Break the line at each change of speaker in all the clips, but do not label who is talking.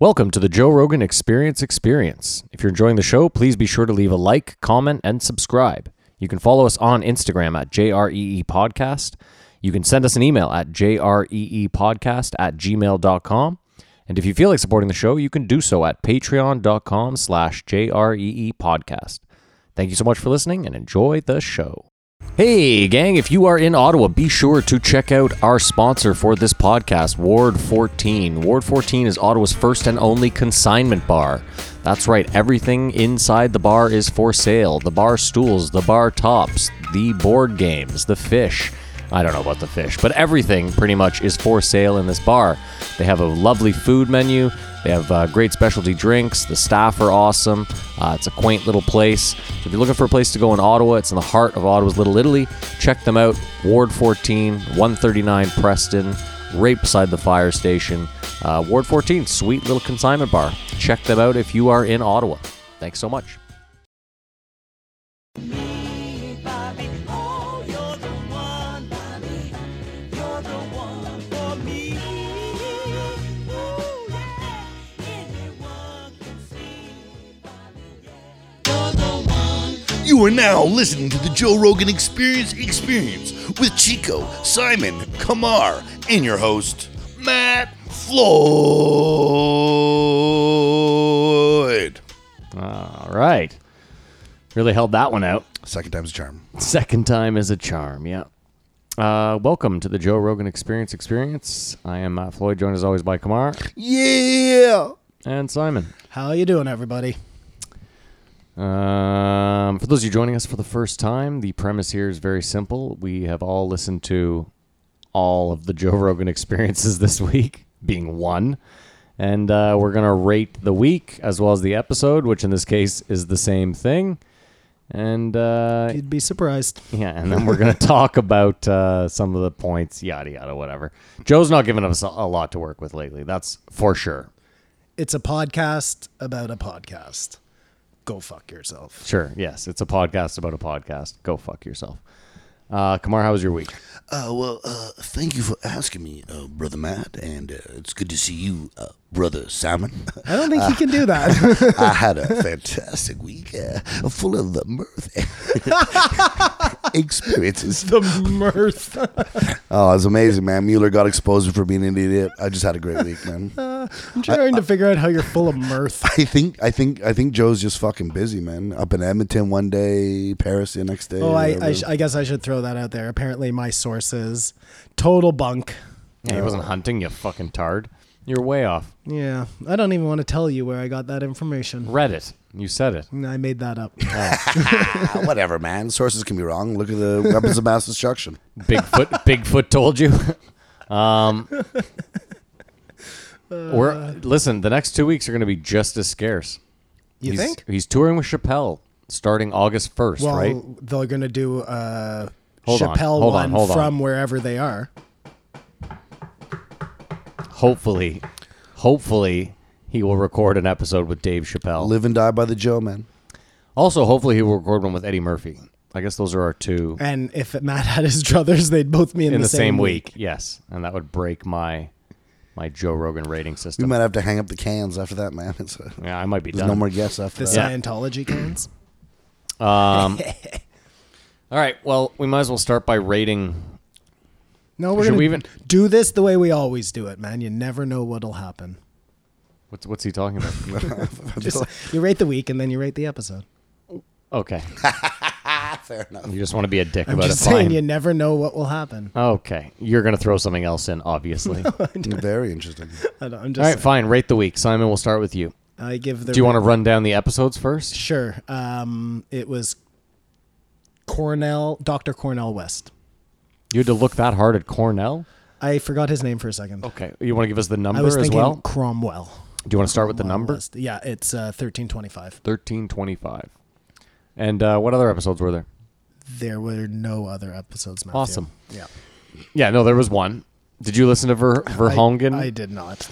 Welcome to the Joe Rogan Experience Experience. If you're enjoying the show, please be sure to leave a like, comment, and subscribe. You can follow us on Instagram at JREE E Podcast. You can send us an email at jreepodcast E at gmail.com. And if you feel like supporting the show, you can do so at patreon.com slash JREE E Podcast. Thank you so much for listening and enjoy the show. Hey, gang, if you are in Ottawa, be sure to check out our sponsor for this podcast, Ward 14. Ward 14 is Ottawa's first and only consignment bar. That's right, everything inside the bar is for sale the bar stools, the bar tops, the board games, the fish. I don't know about the fish, but everything pretty much is for sale in this bar. They have a lovely food menu. They have uh, great specialty drinks. The staff are awesome. Uh, it's a quaint little place. If you're looking for a place to go in Ottawa, it's in the heart of Ottawa's Little Italy. Check them out. Ward 14, 139 Preston, right beside the fire station. Uh, Ward 14, sweet little consignment bar. Check them out if you are in Ottawa. Thanks so much.
Bobby, oh, you're the one, Bobby. You're the one for me. Ooh, yeah. Anyone can see, Bobby, yeah. You're the one.
You are now listening to the Joe Rogan Experience Experience with Chico, Simon, Kamar, and your host, Matt Floyd.
All right. Really held that one out.
Second time's a charm.
Second time is a charm, yeah. Uh, welcome to the Joe Rogan Experience Experience. I am Matt Floyd, joined as always by Kamar
Yeah.
and Simon.
How you doing, everybody?
Um, for those of you joining us for the first time, the premise here is very simple. We have all listened to all of the Joe Rogan experiences this week, being one. And uh, we're going to rate the week as well as the episode, which in this case is the same thing. And uh,
You'd be surprised.
yeah, and then we're going to talk about uh, some of the points, yada, yada, whatever. Joe's not giving us a a lot to work with lately. That's for sure.
It's a podcast about a podcast. Go fuck yourself.
Sure. Yes. It's a podcast about a podcast. Go fuck yourself. Uh, Kamar, how was your week?
Uh, well, uh, thank you for asking me, uh, Brother Matt, and uh, it's good to see you, uh, Brother Simon.
I don't think he can do that.
I had a fantastic week, uh, full of mirth and experiences.
the mirth.
Oh, it's amazing, man. Mueller got exposed for being an idiot. I just had a great week, man.
I'm trying to figure out how you're full of mirth.
I think I think I think Joe's just fucking busy, man. Up in Edmonton one day, Paris the next day.
Oh, I, I,
whatever.
sh- I guess I should throw that out there. Apparently, my sources, total bunk.
Yeah, he wasn't hunting, you fucking tard. You're way off.
Yeah, I don't even want to tell you where I got that information.
Reddit. You said it.
I made that up.
Ah, whatever, man. Sources can be wrong. Look at the weapons of mass destruction.
Bigfoot Bigfoot told you. um We're listen, the next two weeks are gonna be just as scarce.
You
he's,
think?
He's touring with Chappelle starting August first,
Well,
right?
they're gonna do a
Hold on,
Chappelle
hold on,
one
hold on.
from wherever they are.
Hopefully. Hopefully he will record an episode with Dave Chappelle.
Live and die by the Joe, man.
Also, hopefully he will record one with Eddie Murphy. I guess those are our two
And if Matt had his druthers, they'd both be in,
in the, same week. Yes, and that would break my my Joe Rogan rating
We
system.
might have to hang up the cans after that, man. It's uh
yeah, I might be
there's
done.
no more guests after
The
that.
Yeah.
Scientology cans.
All right. Well, we might as well start by rating.
No, we're
Should
gonna
we even-
do this the way we always do it, man. You never know what'll happen.
What's what's he talking about?
Just, you rate the week and then you rate the episode.
okay,
Fair enough.
you just want to be a dick
I'm
about
just
it.
saying,
Fine.
you never know what will happen.
Okay, you're gonna throw something else in, obviously. All
Very interesting.
I don't, I'm
right,
just.
fine. Rate the week, Simon. We'll start with you.
I give the.
Do you want to run down the episodes first?
Sure. Um, it was Cornell, Doctor Cornell West.
You had to look that hard at Cornell.
I forgot his name for a second.
Okay, you want to give us the
I
number
was
Oh, as
thinking
well?
Cromwell.
Do you want to start with the number?
West. Yeah, it's uh, 1325.
Thirteen twenty-five. And uh, what other episodes were there?
There were no other episodes. Matthew.
Awesome.
Yeah.
Yeah, no, there was one. Did you listen to Ver-
I-
Verhongen?
I did not.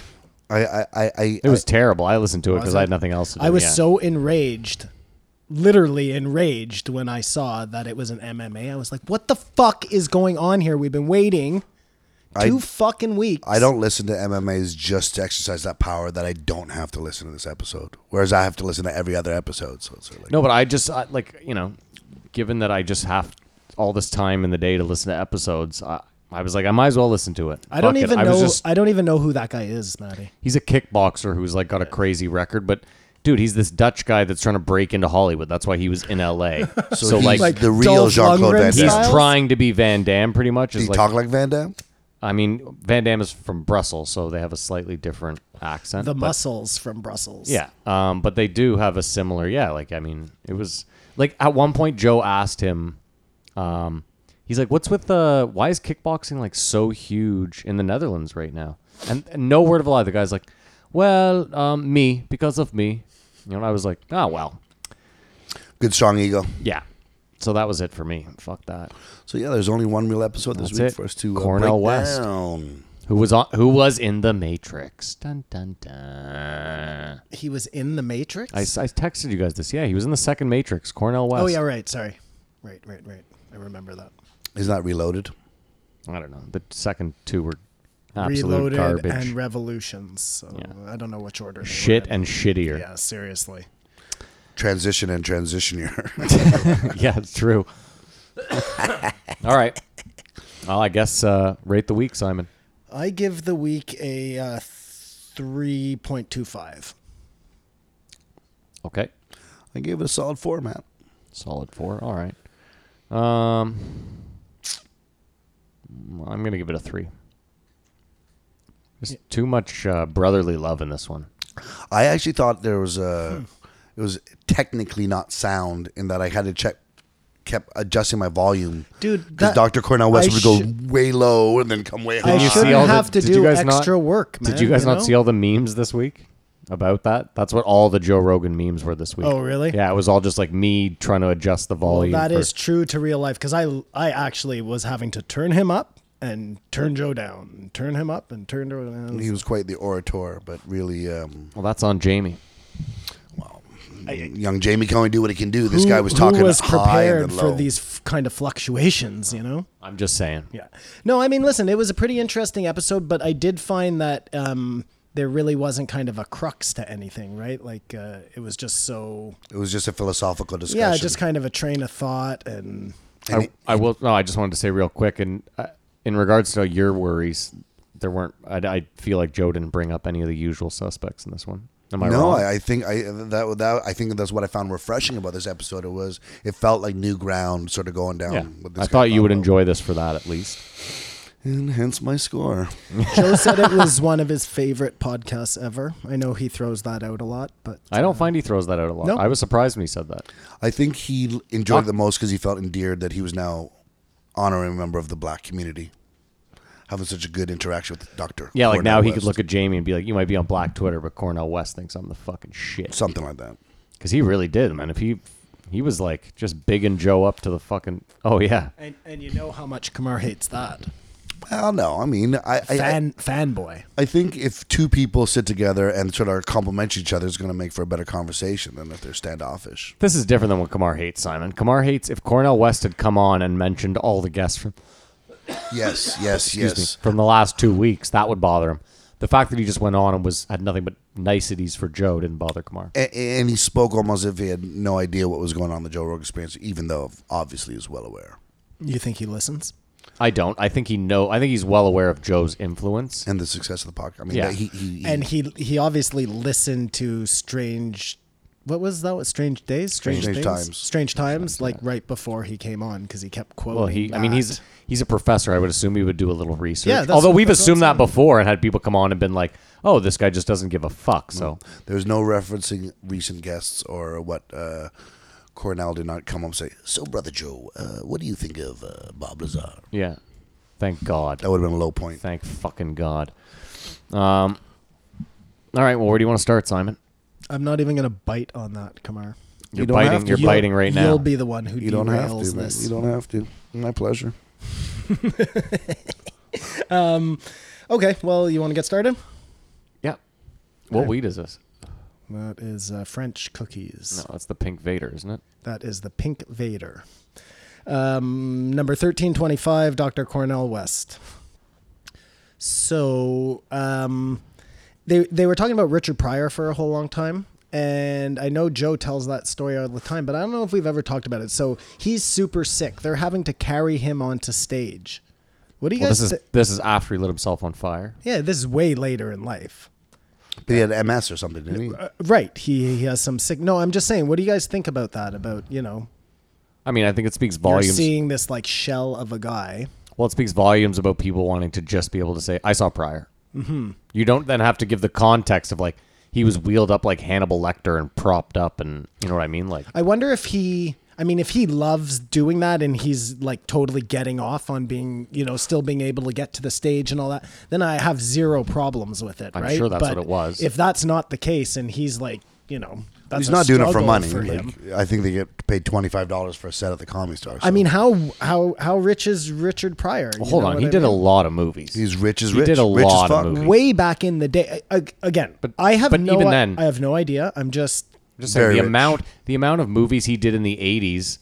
I I I, I,
it was terrible. I listened to it because
Was
I
it?
had nothing else to do.
I was
Oh, yeah.
so enraged, literally enraged, when I saw that it was an MMA. I was like, what the fuck is going on here? We've been waiting
I-
Two fucking weeks.
I don't listen to MMAs just to exercise that power that I don't have to listen to this episode. Whereas I have to listen to every other episode. So it's sort of like,
No, but I just I, like you know, given that I just have all this time in the day to listen to episodes, I, I was like, I might as well listen to it.
I don't
Fuck it.
even
I was
know.
just-
I don't even know who that guy is, Matty.
he's a kickboxer who's like got a crazy record, but. Dude, he's this Dutch guy that's trying to break into Hollywood. That's why he was in L.A. so,
he's
like,
like
the real
Dolph
Jean Claude
Lundgren
Van
he's
style?
Damme.
Styles?
trying to be Van Damme, pretty much.
Do
Is
you
like,
talk like Van Damme?
I mean, Van Damme is from Brussels, so they have a slightly different accent.
The
but-
muscles from Brussels.
Yeah. Um, but they do have a similar, yeah. Like, I mean, it was like at one point, Joe asked him, um, he's like, what's with the, why is kickboxing like so huge in the Netherlands right now? And, and no word of a lie, the guy's like, well, um, me, because of me. You know, and I was like, oh, well,
Good strong ego.
yeah. So that was it for me. Fuck that.
So yeah, there's only one real episode this
That's
week
it.
for us to uh,
Cornel
break
West.
down.
Who was on, who was in the Matrix? Dun dun dun.
He was in the Matrix.
I, I texted you guys this. Yeah, he was in the second Matrix, Cornell West.
oh yeah, right. Sorry. Right, right, right. I remember that.
Is that reloaded?
I don't know. The second two were absolute
Reloaded
garbage.
and Revolutions. So I don't know which order. they
Shit
were in.
and shittier.
Yeah, seriously.
Transition and transition year.
Yeah, it's true. All right. Well, I guess uh, rate the week, Simon.
I give the week a uh, three point two five.
Okay.
I gave it a solid format.
Solid four. All right. Um, I'm going to give it a three. There's too much uh, brotherly love in this one.
I actually thought there was
Hmm.
a. It was technically not sound in that I had to check, kept adjusting my volume.
Dude,
because
that-
Doctor Cornel West
I
would go
should-
way low and then come way high.
I
you see
shouldn't
all the-
have to
did you
do
guys not-
extra work, man.
Did you guys not
know?
see all the memes this week about that? That's what all the Joe Rogan memes were this week.
Oh, really?
Yeah, it was all just like me trying to adjust the
Well,
volume.
that
for-
is true to real life because I I actually was having to turn him up and turn Joe down, and turn him up and turn Joe down.
He was quite the orator, but really, um,
Well, that's on Jamie.
young Jamie can only do what he can do. This
Who-
guy was talking
who was
high
prepared
and then
for
low.
these f- kind of fluctuations, you know.
I'm just saying.
Yeah. No, I mean, listen, it was a pretty interesting episode, but I did find that um, there really wasn't kind of a crux to anything, right? Like uh, it was just so
It was just a philosophical discussion.
yeah, just kind of a train of thought and
I, I will. No, I just wanted to say real quick, and uh, in regards to your worries, there weren't. I, I feel like Joe didn't bring up any of the usual suspects in this one. Am I
no,
wrong?
I, I think I that that I think that's what I found refreshing about this episode. It was it felt like new ground, sort of going down.
yeah.
with this
I
guy
thought you would
Bono.
enjoy this for that at least.
and hence my score.
Joe said it was one of his favorite podcasts ever. I know he throws that out a lot, but
I don't find he throws that out a lot.
Uh, No.
I was surprised when he said that.
I think he l- enjoyed it the most because he felt endeared that he was now honorary member of the black community, having such a good interaction with Doctor.
Yeah, like now he could look at Jamie and be like, "You might be on Black Twitter, but Cornell West thinks I'm the fucking shit."
something like that.
Because he really did, man. If he he was like just bigging Joe up to the fucking. Oh yeah,
and, and you know how much Kamar hates that.
Well, no, I mean, I I, I
Fan fanboy.
I think if two people sit together and sort of compliment each other, it's going to make for a better conversation than if they're standoffish.
This is different than what Kamar hates, Simon. Kamar hates if Cornell West had come on and mentioned all the guests from,
Yes, yes,
excuse
yes.
me, from the last two weeks, that would bother him. The fact that he just went on and was had nothing but niceties for Joe didn't bother Kamar.
A- and he spoke almost as if he had no idea what was going on in the Joe Rogan experience, even though obviously he was well aware.
You think he listens?
I don't. I think he know. I think he's well aware of Joe's influence.
And the success of the podcast. I mean,
Yeah.
he, he, he-
And he he obviously listened to strange what was that? What strange days? Strange,
Strange
Things?
Times.
Strange times, like right before he came on, because he kept quoting.
Well, he. I mean,
that.
he's he's a professor. I would assume he would do a little research.
Yeah, that's-
Although we've
that's what
assumed that
I'm
before and had people come on and been like, "Oh, this guy just doesn't give a fuck." So
there's no referencing recent guests or what uh, Cornell did not come up and say. So, brother Joe, uh, what do you think of uh, Bob Lazar?
yeah, thank God.
That would have been a low point.
Thank fucking God. Um. All right. Well, where do you want to start, Simon?
I'm not even gonna bite on that, Kamar.
You're
don't
biting.
have to.
You're
You'll-
biting right now.
You'll be the one who
You don't have
derails
to. man.
this.
You don't have to. My pleasure.
Okay, well, you want to get started?
yeah. What weed is this?
That is uh, French cookies.
No, that's the Pink Vader, isn't it?
That is the Pink Vader. Um, number 1325, Dr. Cornell West. So um, they they were talking about Richard Pryor for a whole long time, and I know Joe tells that story all the time, but I don't know if we've ever talked about it. So he's super sick. They're having to carry him onto stage. What do you
Well,
guys?
this is
thi-
this is after he lit himself on fire.
yeah, this is way later in life. Uh,
But he had MS or something, didn't he?
Right. He he has some sick. No, I'm just saying. What do you guys think about that? About you know,
I mean, I think it speaks
you're
volumes.
seeing this like shell of a guy.
Well, it speaks volumes about people wanting to just be able to say, "I saw Pryor." Mm-hmm. You don't then have to give the context of like he was wheeled up like Hannibal Lecter and propped up, and you know what I mean. Like,
I wonder if he. I mean, if he loves doing that and he's like totally getting off on being, you know, still being able to get to the stage and all that, then I have zero problems with it.
I'm
right?
sure that's
But
what it was.
If that's not the case, and he's like, you know, that's
He's
a
not doing it for
struggle
money.
for him.
like, I think they get paid twenty five dollars for a set at the Comedy Store.
I
so
mean, how how how rich is Richard Pryor? You
hold
know
on,
what
he
I
did a
mean?
lot of movies.
he's rich as
He
rich.
did a
rich
lot
as
of
fuck.
movies.
way back in the day. I- I- Again,
But-
I have
but
no.
even then-
I have no idea. I'm just
Just saying
very
the
rich.
amount the amount of movies he did in the '80s.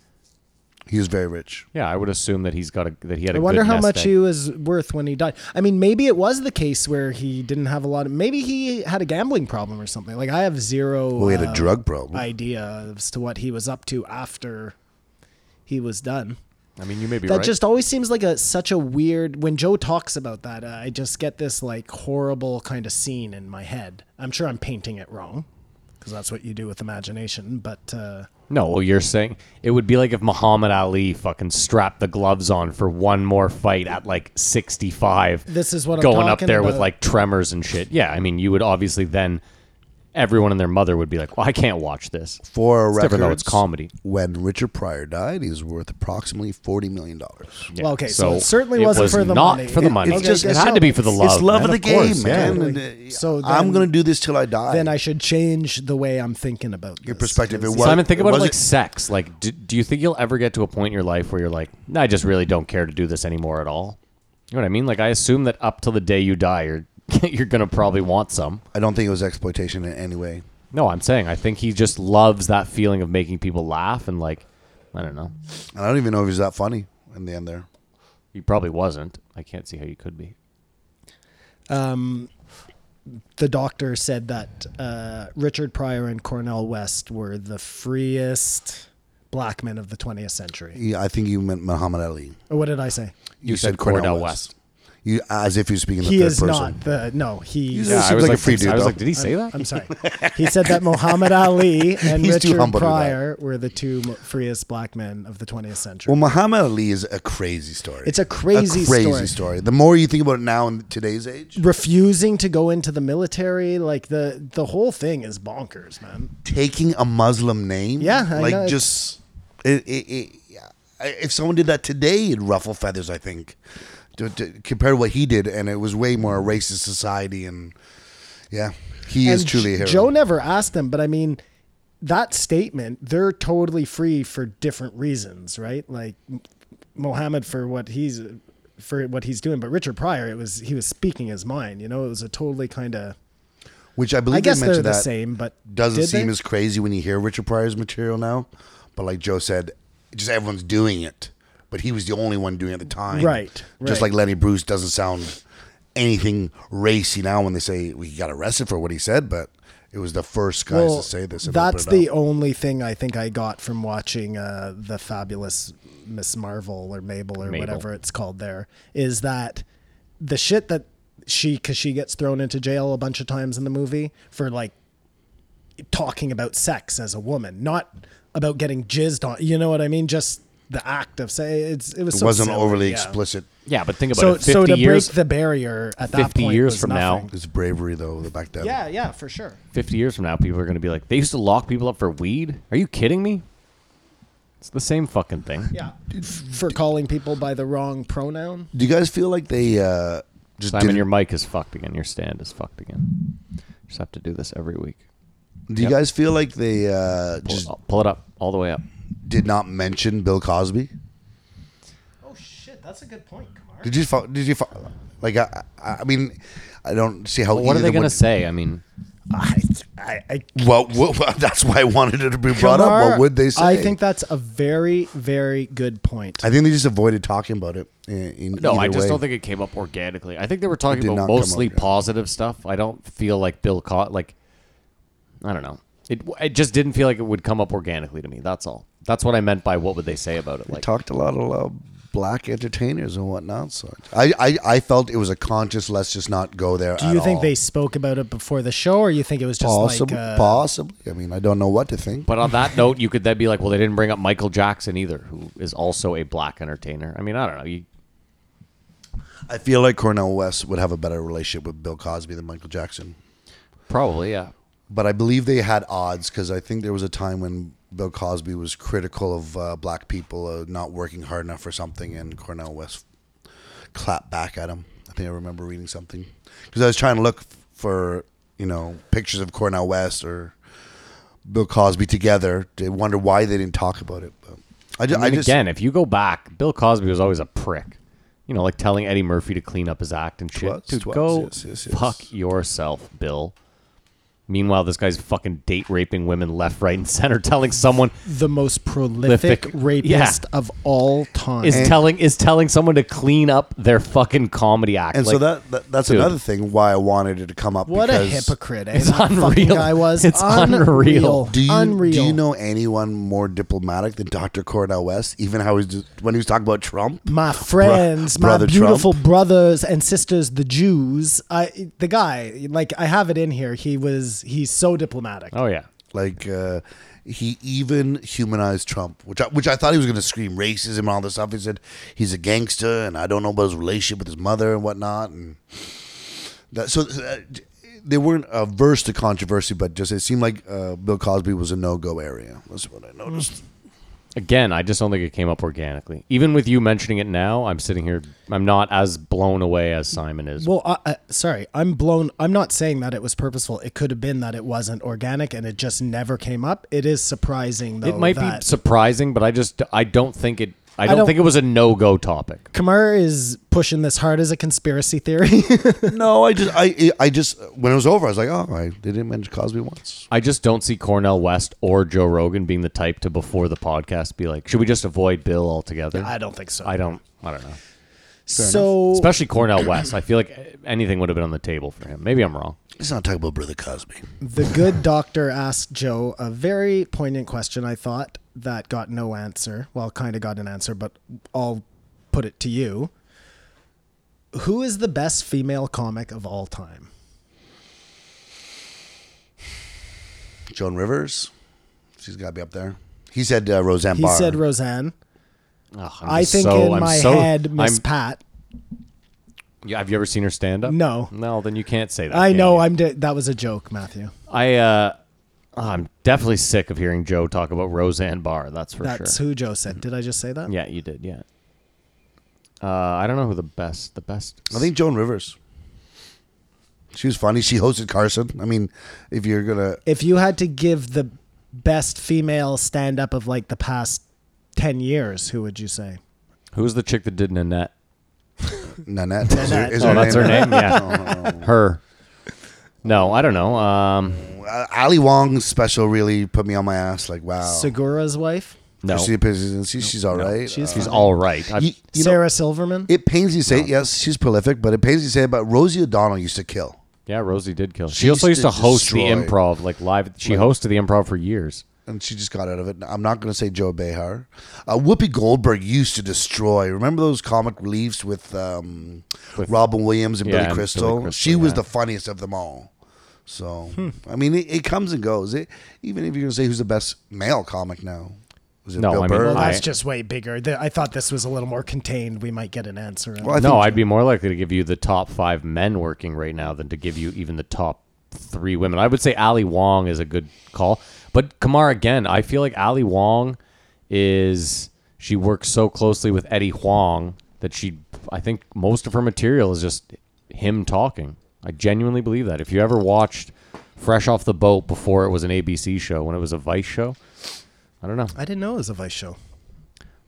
He was very rich.
Yeah, I would assume that he's got a that he had.
I
a
wonder
good
how
nest
much
egg.
he was worth when he died. I mean, maybe it was the case where he didn't have a lot of. Maybe he had a gambling problem or something. Like I have zero.
Well, he had a
uh,
drug problem.
idea as to what he was up to after he was done.
I mean, you may be
That
right.
just always seems like a such a weird. When Joe talks about that, uh, I just get this like horrible kind of scene in my head. I'm sure I'm painting it wrong, because that's what you do with imagination. But uh,
No, well, you're saying it would be like if Muhammad Ali fucking strapped the gloves on for one more fight at like 65.
This is what I'm
going up
talking
there with
about.
like tremors and shit. Yeah, I mean, you would obviously then everyone and their mother would be like, "Well, I can't watch this."
For
It's
records,
different though, it's comedy.
When Richard Pryor died, he was worth approximately forty million dollars.
Yeah,
Well, okay, so it certainly wasn't
was
for the
not
money.
For the
It-
money,
it's just-
it had to be for the love.
It's love
man,
of the game,
course, yeah.
man.
Totally. So
so
then-
I'm gonna do this till I die.
then I should change the way I'm thinking about
your
this,
perspective.
'cause-
It was,
Simon, think
it
about it
wasn't-
like sex. Like, do, do you think you'll ever get to a point in your life where you're like, "Nah, I just really don't care to do this anymore at all? You know what I mean? Like, I assume that up till the day you die, you're you're gonna probably want some.
I don't think it was exploitation in any way.
No, I'm saying I think he just loves that feeling of making people laugh and like, I don't know.
And I don't even know if he's that funny in the end. There,
He probably wasn't. I can't see how you could be.
the doctor said that uh, Richard Pryor and Cornell West were the freest black men of the 20th century.
he, I think you meant Muhammad Ali.
Or what did I say?
You said Cornell West.
You as if you're speaking in the
He
third
is
person.
not the no. He.
Yeah, I was like a free dude,
I was
though.
like, did he say that?
I'm sorry. He said that Muhammad Ali and
He's too
Richard
humble to do that.
Pryor were the two mo- freest black men of the 20th century.
Well, Muhammad Ali is a crazy story.
It's a crazy
a crazy
story.
story. The more you think about it now in today's age,
Refusing to go into the military, like the the whole thing is bonkers, man.
taking a Muslim name,
Yeah, I
like
know, it's-
just it, it, it, yeah. I- if someone did that today, it'd ruffle feathers. I think to, to, compared to what he did, and it was way more a racist society. And yeah, he is
And
truly a hero.
Joe never asked them, but I mean, that statement, they're totally free for different reasons, right? Like M- Mohammed for what he's for what he's doing, but Richard Pryor, it was he was speaking his mind. You know, it was a totally kind of.
which I believe
I guess
they
they're the
mentioned that
same, but
doesn't
did
seem
they?
as crazy when you hear Richard Pryor's material now. But like Joe said, just everyone's doing it. But he was the only one doing it at the time.
Right, right.
Just like Lenny Bruce doesn't sound anything racy now when they say we got arrested for what he said, but it was the first guys
Well,
to say this. and
that's
open it
the
up.
only thing I think I got from watching uh, the fabulous Miss Marvel or Mabel or
Mabel.
whatever it's called. There is that the shit that she because she gets thrown into jail a bunch of times in the movie for like talking about sex as a woman, not about getting jizzed on. You know what I mean? Just the act of say it's it was
It
so
wasn't
silly,
overly
yeah.
explicit.
Yeah, but think about
So
it. 50
so to
years,
break the barrier at that
50
point
years
was
from now.
nothing.
It's bravery though back then.
Yeah, yeah, for sure.
50 years from now, people are going to be like, they used to lock people up for weed? Are you kidding me? It's the same fucking thing.
Yeah. For calling people by the wrong pronoun.
Do you guys feel like they uh, just
Simon,
didn't-
your mic is fucked again. Your stand is fucked again. Just have to do this every week.
do you
Yep.
guys feel like they uh,
Pull,
just
it, pull it up all the way up.
did not mention Bill Cosby?
Oh shit, that's a good point, Kamar.
Did you fo- did you fo- like I, I I mean I don't see how
Well, what are
either
they going to
would-
say? I mean,
I, I, I
Well, well, well, that's why I wanted it to be brought up.
Kumar,
What would they say?
I think that's a very, very good point.
I think they just avoided talking about it. In, in
No, I
either
just
way.
don't think it came up organically. I think they were talking
did
about
not come up,
mostly
yeah.
positive stuff. I don't feel like Bill caught like I don't know. It it just didn't feel like it would come up organically to me. That's all. That's what I meant by what would they say about it. Like
talked a lot of uh, black entertainers and whatnot. So I, I, I felt it was a conscious. Let's just not go there.
Do you think they spoke about it before the show, or you think it was just
possibly?
like uh,
possibly. I mean, I don't know what to think.
But on that note, you could then be like, well, they didn't bring up Michael Jackson either, who is also a black entertainer. I mean, I don't know. You,
I feel like Cornell West would have a better relationship with Bill Cosby than Michael Jackson.
probably, yeah.
But I believe they had odds because I think there was a time when Bill Cosby was critical of uh, black people uh, not working hard enough for something, and Cornell West clapped back at him. I think I remember reading something because I was trying to look f- for you know pictures of Cornell West or Bill Cosby together to wonder why they didn't talk about it. But I, ju-
And
I just
again, if you go back, Bill Cosby was always a prick. You know, like telling Eddie Murphy to clean up his act and shit.
was,
Dude,
it was,
go
yes, yes, yes.
fuck yourself, Bill. Meanwhile, this guy's fucking date raping women left, right, and center, telling someone
the most prolific
Prolific-
rapist
yeah.
of all time?
is telling is telling someone to clean up their fucking comedy act.
and so
Like,
that, that that's
dude.
another thing why I wanted it to come up.
what a
because
hypocrite! Eh?
it's
That fucking
unreal.
guy was
It's unreal.
Do you
unreal.
do you know anyone more diplomatic than Dr. Cornell West? Even how he's just, when he was talking about Trump.
my friends, my
Brother Trump.
beautiful brothers and sisters, the Jews. I the guy, like I have it in here. He was he's so diplomatic.
oh yeah,
Like uh, he even humanized Trump, which I, which I thought he was going to scream racism and all this stuff. He said he's a gangster, and I don't know about his relationship with his mother and whatnot. And that, so uh, they weren't averse to controversy, but just it seemed like uh, Bill Cosby was a no go area. That's what I noticed.
Again, I just don't think it came up organically. Even with you mentioning it now, I'm sitting here. I'm not as blown away as Simon is.
Well, I, I, sorry, I'm blown. I'm not saying that it was purposeful. It could have been that it wasn't organic and it just never came up. It is surprising though.
it might
that
be surprising, but I just I don't think it. I don't,
don't-
think it was a no go topic.
Kamara is pushing this hard as a conspiracy theory.
no, I just I I just when it was over, I was like, oh, I, they didn't mention Cosby once.
I just don't see Cornell West or Joe Rogan being the type to before the podcast be like, should we just avoid Bill altogether?
I don't think so.
I don't. I don't know.
so
Especially Cornell West. I feel like anything would have been on the table for him. Maybe I'm wrong.
Let's not talk about Brother Cosby.
the good doctor asked Joe a very poignant question. I thought that got no answer. Well, kind of got an answer, but I'll put it to you. Who is the best female comic of all time?
Joan Rivers, she's got to be up there. He said uh, Roseanne
He
Barr.
said Roseanne.
Ugh, I'm
I
just
think
so-
in
I'm
my
so-
head, Miss
I'm-
Pat.
Yeah, have you ever seen her stand up?
No.
No, then you can't say that.
I
can
know.
you?
I'm. De- that was a joke, Matthew.
I uh, I'm definitely sick of hearing Joe talk about Roseanne Barr. That's for
That's
sure. Mm-hmm.
who Joe said. Did I just say that?
yeah, you did. Yeah. Uh, I don't know who the best. The best.
I think Joan Rivers. She was funny. She hosted Carson. I mean, if you're gonna,
If you had to give the best female stand-up of like the past ten years, who would you say?
Who's the chick that did Nanette?
Nanette, is her-
Nanette.
is
Oh, that's her
name?
name. Yeah, her. No, I don't know. Um,
Uh, Ali Wong's special really put me on my ass. Like, wow.
Oh.
Segura's wife,
no,
She appears- she- she's all right.
She's
she's all right. I,
You- you know,
Sarah Silverman.
it pains you to say it, yes, she's prolific, but it pains you to say it. But Rosie O'Donnell used to kill.
yeah, Rosie did kill. She,
She
also used
used
to
to
host the
destroy.
improv, like live. She hosted the improv for years.
and she just got out of it. I'm not going to say Joe Behar. Uh, Whoopi Goldberg used to destroy. Remember those comic reliefs with, um,
With-
Robin Williams and
Yeah, and
Billy Crystal?
Billy Crystal,
she was
yeah. Hmm.
the funniest of them all. So I mean, it, it comes and goes. It, even if you're going to say who's the best male comic now, was it
No,
Bill
I mean,
Burr?
Well, that's
I-
just way bigger. Th- I thought this was a little more contained. We might get an answer.
Well, I
no,
think-
I'd be more likely to give you the top five men working right now than to give you even the top three women. I would say Ali Wong is a good call, but Kamar again, I feel like Ali Wong is she works so closely with Eddie Huang that she, I think most of her material is just him talking. I genuinely believe that. If you ever watched Fresh Off the Boat before it was an ABC show, when it was a Vice show, I don't know.
I didn't know it was a Vice show.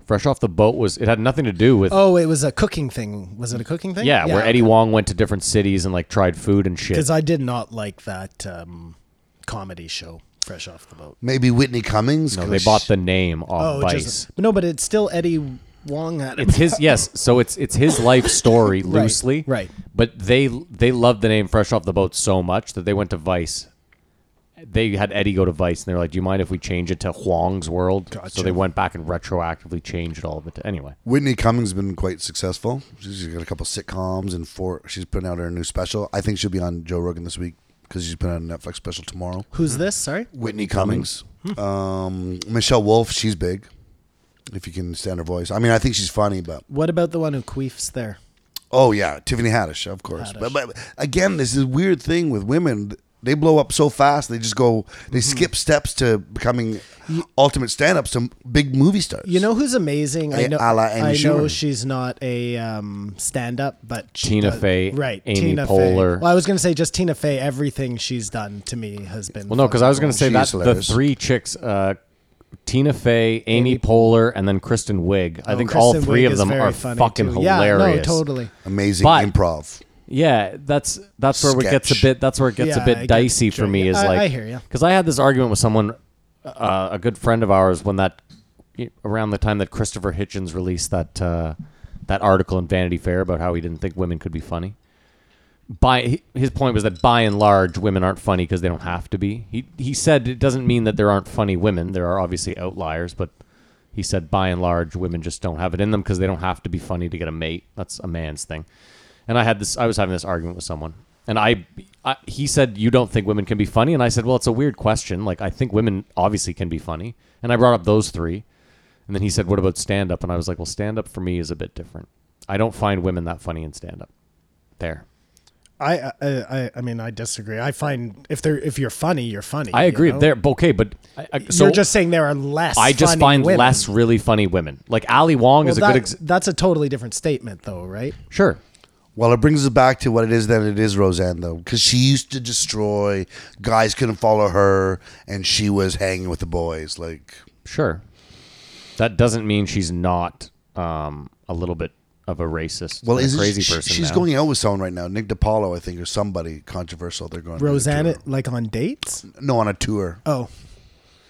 Fresh off the boat was it had nothing to do with
Oh, it was a cooking thing. Was it a cooking thing?
yeah, where Eddie Wong went to different cities and like tried food and shit.
Because I did not like that um, comedy show, Fresh Off the Boat.
Maybe Whitney Cummings.
No,
'cause
they bought the name off
Oh, it
Vice.
just, no, but it's still Eddie Wong. At
It's his yes, so it's it's his life story loosely.
right.
But they they loved the name Fresh Off the Boat so much that they went to Vice. They had Eddie go to Vice and they were like, Do you mind if we change it to Huang's World? So
Gotcha.
they went back and retroactively changed all of it to anyway.
Whitney Cummings has been quite successful. She's got a couple sitcoms and four. She's putting out her new special. I think she'll be on Joe Rogan this week because she's putting out a Netflix special tomorrow.
Hmm?
Who's this? Sorry.
Whitney Cummings, um, Michelle Wolf. She's big. If you can stand her voice, I mean, I think she's funny, but
What about the one who queefs there?
oh yeah, Tiffany Haddish, of course. But, but again, this is a weird thing with women. They blow up so fast. They just go. They skip steps to becoming ultimate stand-ups to big movie stars.
You know who's amazing? I
A-
know.
a la Amy
I know
Schumer.
she's not a um, stand-up, but she
Tina
does-
Fey,
right?
Amy
Tina
Poehler.
Fey. Well, I was gonna say just Tina Fey. Everything she's done to me has been
Well no, because I was gonna say
She's
that the
hilarious.
three chicks, uh Tina Fey, Amy, Poehler, and then Kristen Wiig. I think all
Oh, Kristen
three
Wiig
of
is
them
very
are
funny,
fucking
too. Yeah, no,
hilarious.
totally.
amazing
But-
improv.
Yeah, that's that's where it gets a
Sketch.
bit that's where it gets a
Yeah, it
bit
gets
dicey for
tricky.
me is
I-
like
I hear ya.
Cuz I had this argument with someone uh, a good friend of ours when that around the time that Christopher Hitchens released that uh, that article in Vanity Fair about how he didn't think women could be funny. By his point was that by and large women aren't funny because they don't have to be. He he said it doesn't mean that there aren't funny women. There are obviously outliers, but he said by and large women just don't have it in them because they don't have to be funny to get a mate. That's a man's thing. And I had this I was having this argument with someone. And I, I he said you don't think women can be funny and I said, "Well, it's a weird question. Like I think women obviously can be funny." And I brought up those 3. And then he said, "What about stand up?" And I was like, "Well, stand up for me is a bit different. I don't find women that funny in stand up." There.
I, I I I mean I disagree. I find if they're if you're funny, you're funny.
I
you
agree.
know?
There, okay, but I, I, so
You're just saying there are less.
I just
funny
find
women.
less really funny women. Like Ali Wong
Well,
is a
that-
good ex-
that's a totally different statement, though, right?
sure.
Well, it brings us back to what it is that it is Roseanne though, because she used to destroy. Guys couldn't follow her, and she was hanging with the boys. Like
Sure. That doesn't mean she's not um, a little bit of a racist,
Well,
and a
is
crazy
she,
person.
She's
now.
going out with someone right now, Nick DiPaolo, I think, or somebody controversial. They're going on a
Roseanne,
tour.
like on dates.
No, on a tour.
Oh,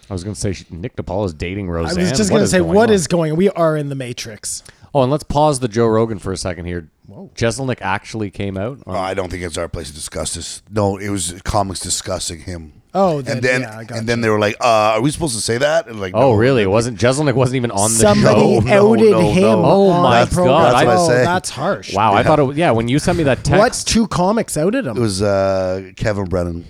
I was going to say she, Nick DePaul dating
I
Roseanne.
was just
What
gonna
is
say,
going
what
on?
is going? We are in the Matrix.
Oh, and let's pause the Joe Rogan for a second here. Jeselnik actually came out. on-
Oh, I don't think it's our place to discuss this. No, it was comics discussing him.
Oh, then-
and then
yeah, I gotcha.
and then they were like, uh, "Are we supposed to say that?" And like,
oh,
no.
really? It wasn't Jeselnik wasn't even on the
Somebody
show.
no,
outed
no,
him.
no.
Oh
on
my
pro-
God,
That's what I
oh,
say.
that's harsh.
Wow, I thought it was, yeah, when you sent me that
What
text.
two comics
It
outed him?
was uh, Kevin Brennan.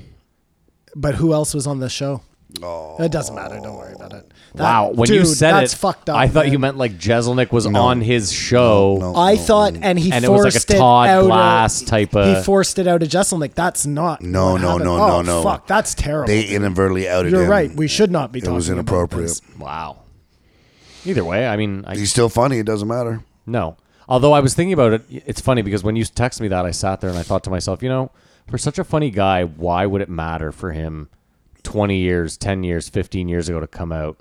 But who else was on the show? Oh, it doesn't matter. Don't worry about it. That-
Wow, when you
dude,
said
that's
it,
fucked up.
I thought you
man.
meant like Jeselnik was on his show.
no.
I thought, and he
And it was like a
forced
Todd
out
Glass type of-
He forced it out of Jesselnik. That's not.
No,
what
no,
happened.
no,
oh,
no, no.
Fuck, that's terrible.
They inadvertently outed
You're
him.
right. We should not be
It
talking.
was inappropriate.
About this.
Wow. Either way, I mean, I,
He's still funny. It doesn't matter.
No. Although I was thinking about it, it's funny because when you text me that, I sat there and I thought to myself, you know, for such a funny guy, why would it matter for him 20 years, 10 years, 15 years ago to come out?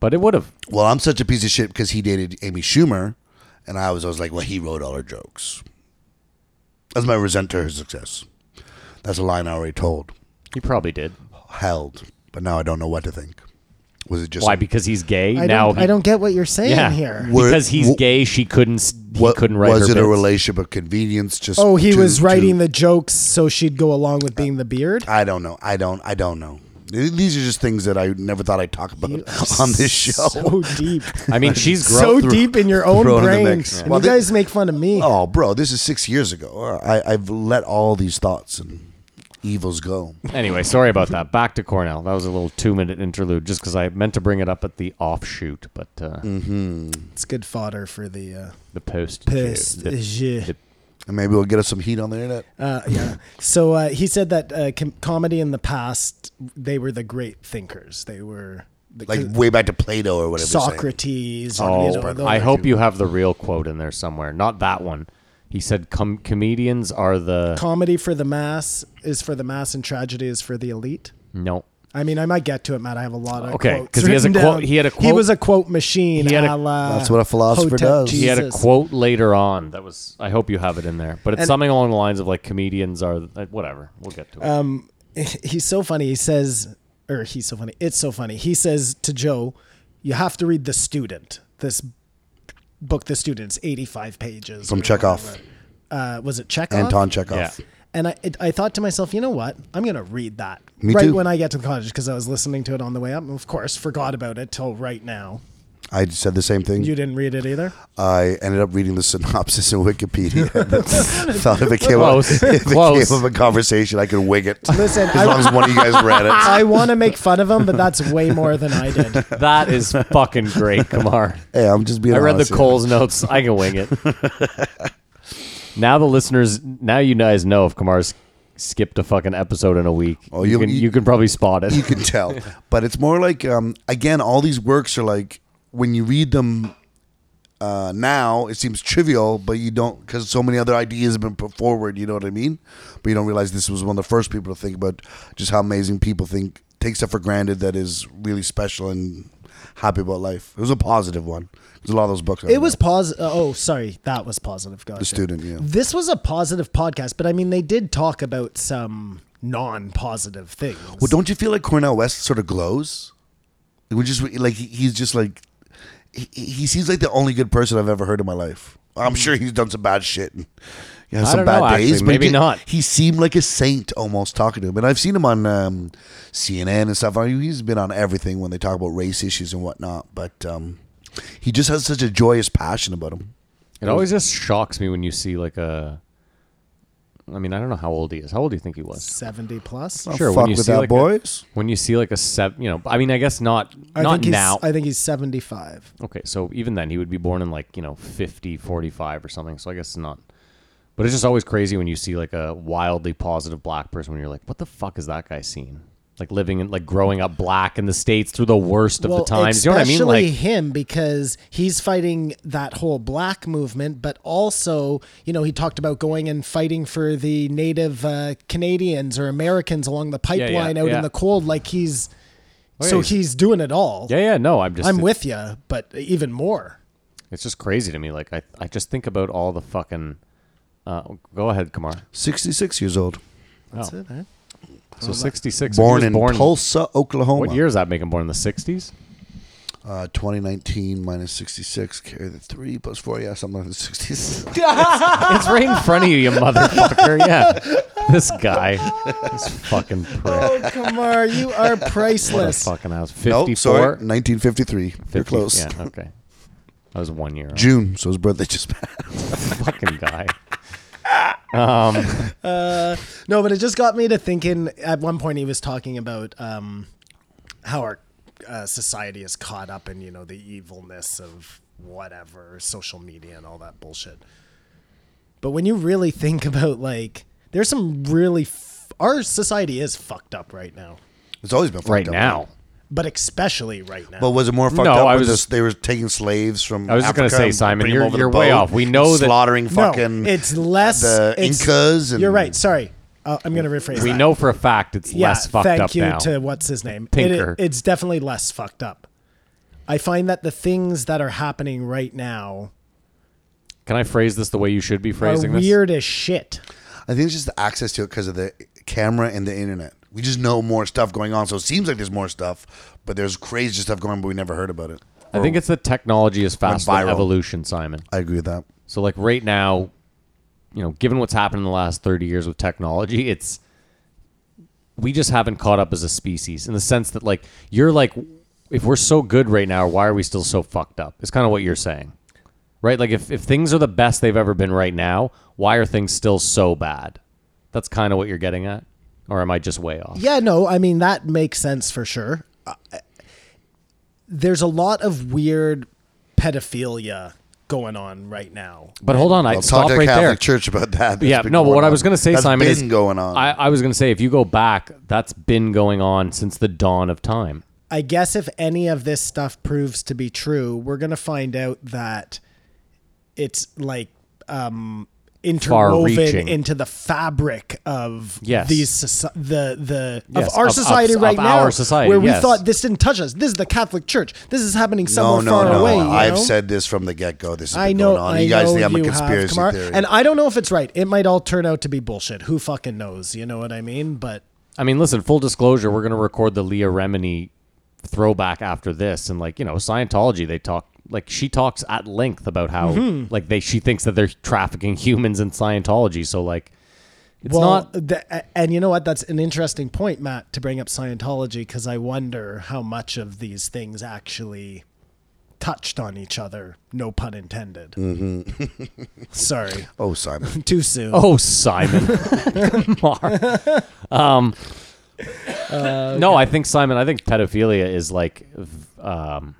But it would have.
Well, I'm such a piece of shit because he dated Amy Schumer, and I was always like, well, he wrote all her jokes. That's my resent to her success. That's a line I already told,
He probably did.
held, but now I don't know what to think. Was it just
Why? Because he's gay.
I
now
don't. I don't get what you're saying
Yeah.
here.
Were-
because he's
wha-
gay, she couldn't. s- He
what
couldn't write
was
her
it a
bits.
relationship of convenience? Just
Oh, he
to-
was writing
to-
the jokes so she'd go along with being the beard.
I don't know. I don't. I don't know. Th- These are just things that I never thought I'd talk about on this show.
So deep.
I mean, she's grown.
so
through-
deep in your own
thrown in the
brain.
mix.
And
Well,
you
thi-
guys make fun of me.
Oh, bro, this is six years ago. I, I've let all these thoughts and evils go.
anyway, sorry about that. Back to Cornell. That was a little two-minute interlude, just because I meant to bring it up at the offshoot, but uh,
Mm. It's good fodder for the. Uh,
the post.
Post-
the-
yeah.
the-
And maybe we'll get us some heat on the internet.
Uh, yeah. So uh, he said that uh, com- comedy in the past, they were the great thinkers. They were the,
like way back to Plato or whatever.
Socrates.
Oh,
and, you know, those-
I hope you have the real quote in there somewhere, not that one. He said, Com- "Comedians are the
comedy for the mass is for the mass, and tragedy is for the elite.
no."
I mean, I might get to it, Matt. I have a lot of
Okay,
quotes
'cause he has a
written
quote-
down.
he had a
He
quote-
was a quote machine.
He had a-
a la
That's what a philosopher
Hotep
does.
Jesus.
He had a quote later on that was. I hope you have it in there, but it's
And-
something along the lines of like comedians are uh, whatever. We'll get to it.
Uh, he's so funny. He says, or he's so funny. It's so funny. He says to Joe, "You have to read The Student. This book, The Student's eighty-five pages
From
or
Chekhov,
whatever. Uh, was it Chekhov?
Anton Chekhov.
yeah,
And I, it, I thought to myself, you know what? I'm gonna read that
Me
right
too.
when I get to the cottage because I was listening to it on the way up. and Of course, forgot about it till right now.
I said the same thing.
You didn't read it either.
I ended up reading the synopsis in Wikipedia. Thought if it came
Close.
up, if it
Close.
came up a conversation, I could wig it.
Listen,
as
I-
long as one of you guys read it.
I want to make fun of him, but that's way more than I did.
that is fucking great, Kamar.
Hey, I'm just being.
I read the
honest here.
Cole's notes. I can wing it. now the listeners, now you guys know if Kamar's skipped a fucking episode in a week.
Oh,
you,
you-
can you,
you-
can probably spot it.
you can tell. But it's more like um, again, all these works are like when you read them uh, now, it seems trivial, but you don't because so many other ideas have been put forward. You know what I mean? But you don't realize this was one of the first people to think about just how amazing people think take stuff for granted that is really special and happy about life. It was a positive one. There's a lot of those books. out
It was
there.
positive. Oh, sorry, that was positive. Gotcha. The
student, yeah.
This was a positive podcast, but I mean, they did talk about some non-positive things.
Well, don't you feel like Cornell West sort of glows? It would just like he- he's just like he, he seems like the only good person I've ever heard in my life. I'm sure he's done some bad shit. and He has
I
some
don't
bad
know, actually.
days, but he
Maybe
did-
not.
He seemed like a saint almost talking to him, and I've seen him on um, CNN and stuff. I mean, he's been on everything when they talk about race issues and whatnot. But um, he just has such a joyous passion about him.
It always just shocks me when you see like a. I mean, I don't know how old he is. How old do you think he was?
seventy plus.
Sure, when
fuck
you
with
see
that,
like a-
boys.
When you see like a seven, you know, I mean, I guess not
I
not
think he's,
now.
I think he's seventy-five.
okay, so even then he would be born in like, you know, 50, 45 or something. So I guess not. But it's just always crazy when you see like a wildly positive black person when you're like, what the fuck is that guy seeing? Like living in like growing up black in the states through the worst of the times. You know what I mean?
especially
Like
him because he's fighting that whole black movement, but also, you know, he talked about going and fighting for the native uh, Canadians or Americans along the
yeah,
pipeline out
yeah.
in the cold. Like he's,
Oh, yeah,
so
he's-
he's, doing it all.
Yeah, yeah, no, I'm just
I'm with you, but even more.
it's just crazy to me. Like I I just think about all the fucking uh, go ahead, Kamar.
Sixty-six years old,
That's
Oh.
it, eh?
So sixty six.
born in Tulsa, Oklahoma.
What year is that? Make him born in the sixties?
Uh, 2019 minus 66, carry the three plus four. Yeah, something like the 60s.
It's right in front of you, you motherfucker. Yeah. This guy. This fucking prick.
Oh, Kamar, you are
What a
priceless.
fucking house.
No,
54?
Oh, sorry, 1953. You're
50
close.
Yeah, okay. I was one year old.
June, so his birthday just passed.
fucking guy.
No, but it just got me to thinking. At one point, he was talking about um, how our uh, society is caught up in you know the evilness of whatever social media and all that bullshit. But when you really think about like, there's some really f- our society is fucked up right now,
It's always been fucked
Right
up.
now.
but especially right now.
But was it more fucked
No,
up?
I
I
was
was
just-
they were taking slaves from.
I was just gonna
Africa
say,
and
Simon,
bringing them
you're-
over the
you're way
boat,
off. We know that-
slaughtering
no,
fucking.
it's less
the
it's-
Incas and-
you're right. Sorry, uh, I'm gonna rephrase.
We
that.
know for a fact it's
yeah,
less fucked
thank
up
you
now.
to what's his name. It-
Pinker.
it's definitely less fucked up. I find that the things that are happening right now
Can I phrase this the way you should be phrasing
are
this?
weird as shit.
I think it's just the access to it because of the camera and the internet. We just know more stuff going on, so it seems like there's more stuff, but there's crazy stuff going on, but we never heard about it.
I think it's the technology is faster than
viral.
evolution, Simon.
I agree with that.
So like right now, you know, given what's happened in the last 30 years with technology, it's we just haven't caught up as a species in the sense that like you're like if we're so good right now, why are we still so fucked up? It's kind of what you're saying. Right? Like if if things are the best they've ever been right now, why are things still so bad? That's kind of what you're getting at. Or am I just way off?
Yeah, no, I mean that makes sense for sure. Uh, there's a lot of weird pedophilia going on right now.
But hold on, I
I'll
stop
talk to the
right
Catholic
there.
Church about that. That's
yeah,
been
no, but
going
what I
on.
was going to say,
That's
Simon,
been
is
going on.
I, I was going to say, if you go back, that's been going on since the dawn of time.
I guess if any of this stuff proves to be true, we're gonna find out that it's like um interwoven
Far-reaching.
into the fabric of
Yes.
these soci- the the
Yes,
of our
of- of-
society
of
right now
our society,
where we
yes.
thought this didn't touch us. This is the Catholic Church. This is happening
No,
somewhere
no,
far
no.
away. you
I've
know?
said this from the get go. This has
I
been
know.
going on.
I
you guys
know
think I'm a
you have,
conspiracy
Kamara.
theory.
and I don't know if it's right. It might all turn out to be bullshit. Who fucking knows? You know what I mean? But
I mean, listen, full disclosure, we're going to record the Leah Remini throwback after this. And, like, you know, Scientology, they talk, like, she talks at length about how, like, they, she thinks that they're trafficking humans in Scientology. So, like, it's
well,
not.
the, and you know what? That's an interesting point, Matt, to bring up Scientology because I wonder how much of these things actually touched on each other. No pun intended. Sorry,
oh, Simon.
too soon.
Mm-hmm. Oh, Simon. Come on. Um, no, I think, Simon, I think pedophilia is, like, v- um,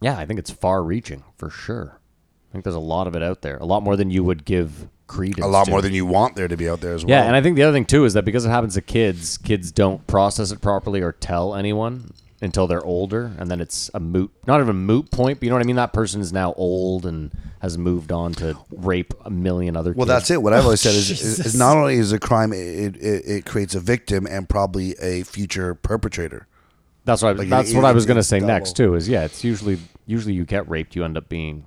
yeah, I think it's far reaching for sure. I think there's a lot of it out there, a lot more than you would give credence
A lot
to.
more than you want there to be out there as well.
Yeah, and I think the other thing too is that because it happens to kids, kids don't process it properly or tell anyone until they're older, and then it's a moot, not even a moot point, but you know what I mean. That person is now old and has moved on to rape a million other.
Well,
kids.
that's it. What I've always said is, is, is not only is it a crime, it, it, it creates a victim and probably a future perpetrator.
that's what I,
Like,
that's
it-
what I
it-
was gonna
it's
say
double.
next too. Is yeah, it's usually usually you get raped, you end up being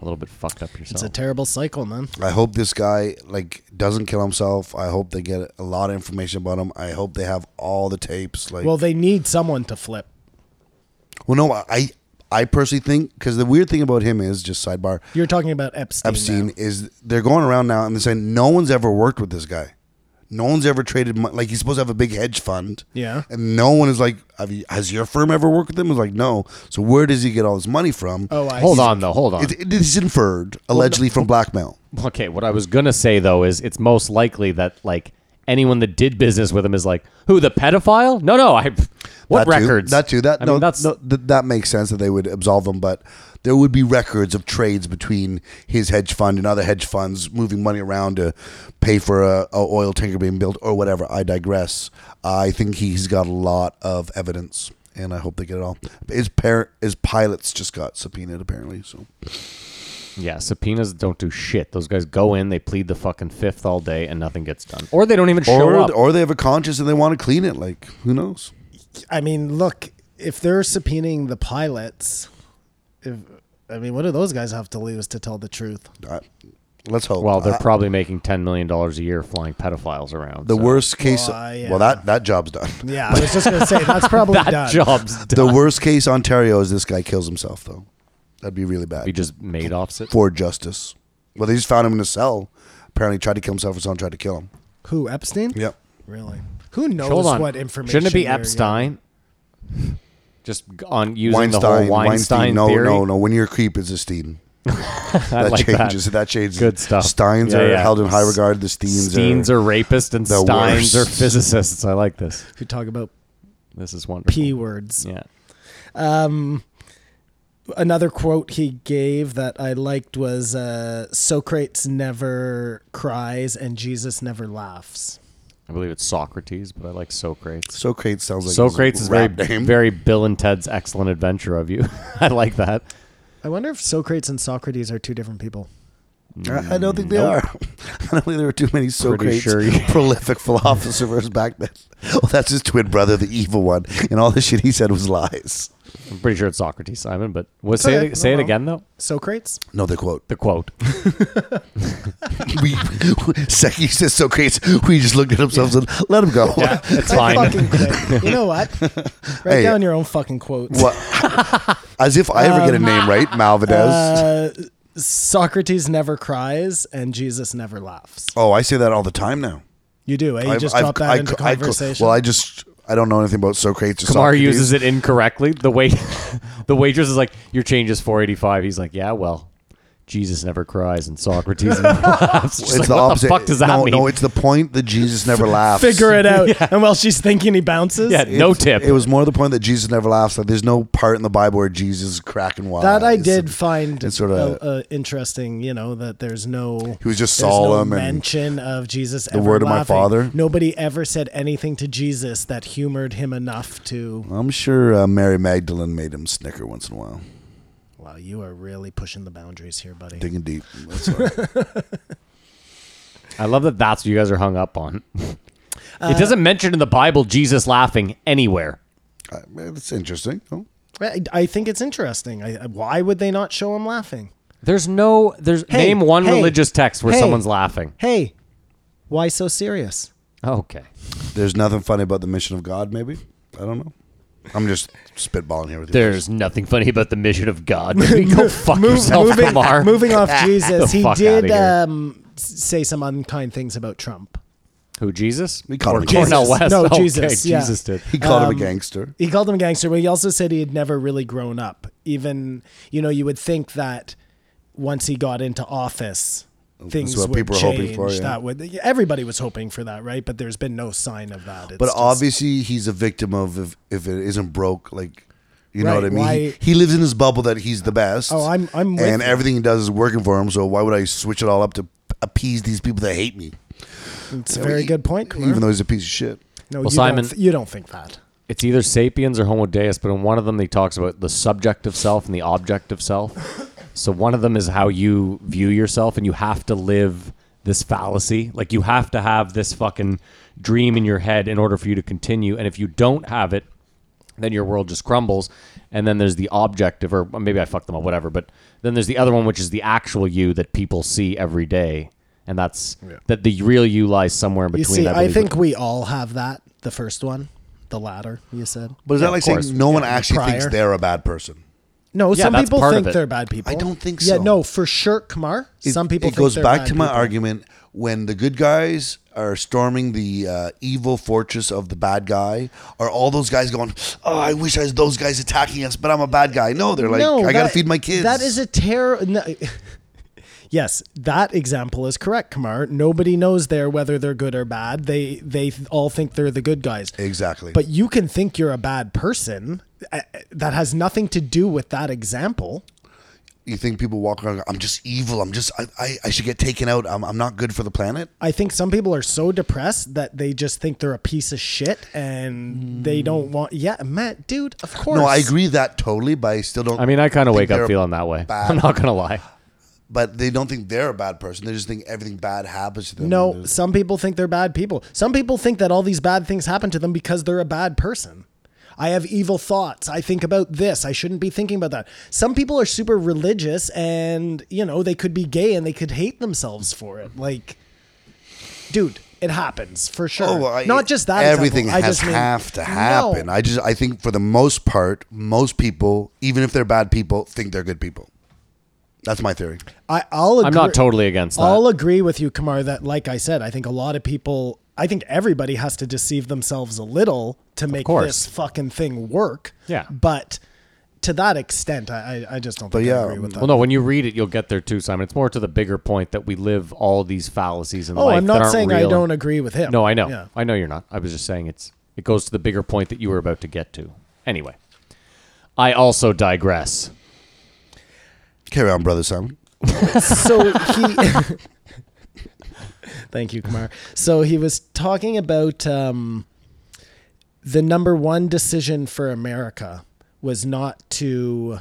a little bit fucked up
It's
yourself.
a terrible cycle, man.
I hope this guy like doesn't kill himself. I hope they get a lot of information about him. I hope they have all the tapes. Like,
Well,
well,
they need someone to flip.
no, I I personally think because the weird thing about him is just sidebar
You're talking about Epstein.
Epstein
now.
is they're going around now and they're saying no one's ever worked with this guy. No one's ever traded money. Like he's supposed to have a big hedge fund.
Yeah.
And no one is like, have you, has your firm ever worked with him? It's like, no. So where does he get all this money from?
Oh, I
hold
see.
on though, hold on.
It, it is inferred, allegedly from blackmail.
Okay, what I was gonna say though is it's most likely that like anyone that did business with him is like who the pedophile? No, no, I. What
that too,
records?
that too. That
I
no,
mean, that's
no, th- that makes sense that they would absolve him, but there would be records of trades between his hedge fund and other hedge funds moving money around to pay for a, a oil tanker being built or whatever. I digress. I think he's got a lot of evidence, and I hope they get it all. His par- his pilots just got subpoenaed apparently. So
yeah. Subpoenas don't do shit. Those guys go in, they plead the fucking fifth all day, and nothing gets done, or they don't even show
or
up.
or they have a conscience and they want to clean it. Like who knows?
I mean, look, if they're subpoenaing the pilots, if I mean, what do those guys have to lose to tell the truth?
I, let's hope.
well, they're
I-
probably making ten million dollars a year flying pedophiles around.
the
so
worst case.
Well, yeah.
Well, that that job's done.
Yeah, I was just gonna say that's probably
that
done.
job's done.
The worst case Ontario is this guy kills himself though. That'd be really
He
bad
just made opposite.
for justice. Well, they just found him in a cell. Apparently, tried to kill himself, or someone tried to kill him.
Who Epstein?
Yep.
Really? Who knows
Hold on.
what information?
Shouldn't it be
they're getting?
Epstein? Just on using the
Weinstein,
whole Weinstein,
Weinstein. No,
theory.
no, no. When you're a creep, it's a Steen.
I
That
like that.
changes. That. changes.
Good stuff.
Steins
Yeah,
are
yeah.
held in high regard. The Steens,
Steens
are.
are rapists and
the
Steins are
worst.
physicists. I like this.
If you talk about
This is wonderful.
p words.
Yeah.
Um, Another quote he gave that I liked was uh, "Socrates never cries and Jesus never laughs."
I believe it's Socrates, but I like Socrates.
Socrates sounds like
Socrates
his
is very,
rap name.
very Bill and Ted's Excellent Adventure of you. I like that.
I wonder if Socrates and Socrates are two different people.
I I don't think they are. I don't think there were too many Socrates,
sure you-
prolific philosophers back then. Well, that's his twin brother, the evil one, and all the shit he said was lies.
I'm pretty sure it's Socrates, Simon. But was, say
okay.
it, say
No,
it
no.
again though.
Socrates.
No, the quote.
The quote.
we Seki says so crazy. We just looked at ourselves and let him go.
Yeah, it's
I
fine.
fucking quit. You know what? Write
Hey.
down your own fucking quotes.
What? As if I ever get a name right, Malvadez.
Um, Uh, Socrates never cries and Jesus never laughs.
oh, I say that all the time now.
You do, eh? You
I've-
just
I've-
drop that
I-
into
I-
conversation.
well, I just I don't know anything about Socrates. Or
Kamar
Socrates.
uses it incorrectly. The wait, the waitress is like, "Your change is 485." He's like, "Yeah, well." Jesus never cries and Socrates never laughs. She's
It's
like,
the
what
opposite.
the fuck does that
no,
mean?
no, it's the point that Jesus never laughs.
Figure it out. And while she's thinking he bounces,
yeah,
It-
no tip.
It was more the point that Jesus never laughs. Like there's no part in the Bible where Jesus is cracking wise.
that I did
and
find
it's sort of-
uh, uh, interesting. You know that there's no
He was just
there's no
solemn and
mention of Jesus. The
word of my father.
Nobody ever said anything to Jesus that humored him enough to.
I'm sure uh, Mary Magdalene made him snicker once in a while.
Wow, you are really pushing the boundaries here, buddy.
Digging deep. That's all right.
I love that that's what you guys are hung up on. it doesn't mention in the Bible Jesus laughing anywhere.
Uh, it's interesting. Oh.
I, I think it's interesting. I, I- why would they not show him laughing?
There's no there's
Hey,
name one
hey,
religious text where
hey.
someone's laughing.
Hey, why so serious?
Okay.
There's nothing funny about the mission of God. Maybe I don't know. I'm just spitballing here with you.
There's nothing funny about the mission of God. Go fuck yourself,
moving,
Kamar.
moving off Jesus,
The
he
fuck
did
outta here.
um, s- say some unkind things about Trump.
Who Jesus?
We call
Or
him
Cornel
Jesus.
West.
No,
Okay,
Jesus, yeah.
Jesus did.
He called
Um,
him a gangster.
He called him a gangster, but he also said he had never really grown up. Even you know, you would think that once he got into office, things
what
would
people were
change.
hoping for, yeah.
That would everybody was hoping for that, right? But there's been no sign of that. It's
But
just-
obviously, he's a victim of if, if it isn't broke, like you know
Right,
what I mean.
why-
he, he lives in his bubble that he's the best.
Oh, I'm- I'm with
and
you.
everything he does is working for him. So why would I switch it all up to appease these people that hate me?
it's a very good point.
Even
Kumar.
though he's a piece of shit.
no,
Well,
you
Simon-
don't th- you don't think that.
It's either Sapiens or Homo Deus, but in one of them, he talks about the subjective self and the objective self. So one of them is how you view yourself, and you have to live this fallacy. Like you have to have this fucking dream in your head in order for you to continue. And if you don't have it, then your world just crumbles. And then there's the objective, or maybe I fucked them up, whatever. But then there's the other one, which is the actual you that people see every day, and that's that the real you lies somewhere in
You
between.
see, I,
believe, with
think we all have that. The first one, the latter, you said.
But is
Yeah,
that
of
like
course.
saying no one
Yeah,
actually thinks
prior.
they're a bad person?
No,
Yeah,
some
that's
people
part of
think
it.
they're bad people.
I don't think
Yeah,
so.
no, for sure, Kumar.
It-
some people
It
think
goes
they're
back
bad
to my
people.
argument when the good guys are storming the uh, evil fortress of the bad guy. Are all those guys going? Oh, I wish I was those guys attacking us, but I'm a bad guy. No, they're like, I gotta
that-
feed my kids.
That is a terror. No, yes, that example is correct, Kumar. Nobody knows there whether they're good or bad. They they all think they're the good guys.
Exactly.
But you can think you're a bad person. Uh, That has nothing to do with that example.
you think people walk around? I'm just evil. I'm just. I. I, I should get taken out. I'm. I'm not good for the planet.
I think some people are so depressed that they just think they're a piece of shit and they don't want. Yeah, Matt, dude, of course.
Hmm. No, I agree that totally, but I still don't.
I mean, I kind of
think
wake
they're
up feeling that way.
bad-
I'm not gonna lie.
But they don't think they're a bad person. They just think everything bad happens to them. and
No,
there's-
some people think they're bad people. Some people think that all these bad things happen to them because they're a bad person. I have evil thoughts. I think about this. I shouldn't be thinking about that. Some people are super religious and, you know, they could be gay and they could hate themselves for it. Like, dude, it happens for sure.
Oh, well, I-
Not just that.
Everything
example. I
has
just mean-
have to
No.
happen. I just. I think for the most part, most people, even if they're bad people, think they're good people. That's my theory.
I, I'll agree.
I'm not totally against that.
I'll agree with you, Kamar, that like I said, I think a lot of people I think everybody has to deceive themselves a little to make
course.
this fucking thing work.
Yeah.
But to that extent, I, I I just don't
But
think
yeah, um,
I agree with that.
well, no, when you read it, you'll get there too, Simon. It's more to the bigger point that we live all these fallacies in
oh,
life.
I'm
that
not
aren't
saying I
real.
don't agree with him.
No, I know.
Yeah.
I know you're not. I was just saying it's it goes to the bigger point that you were about to get to. Anyway, I also digress.
Carry on, brother Simon.
so he thank you kumar so he was talking about um, the number one decision for america was not to um,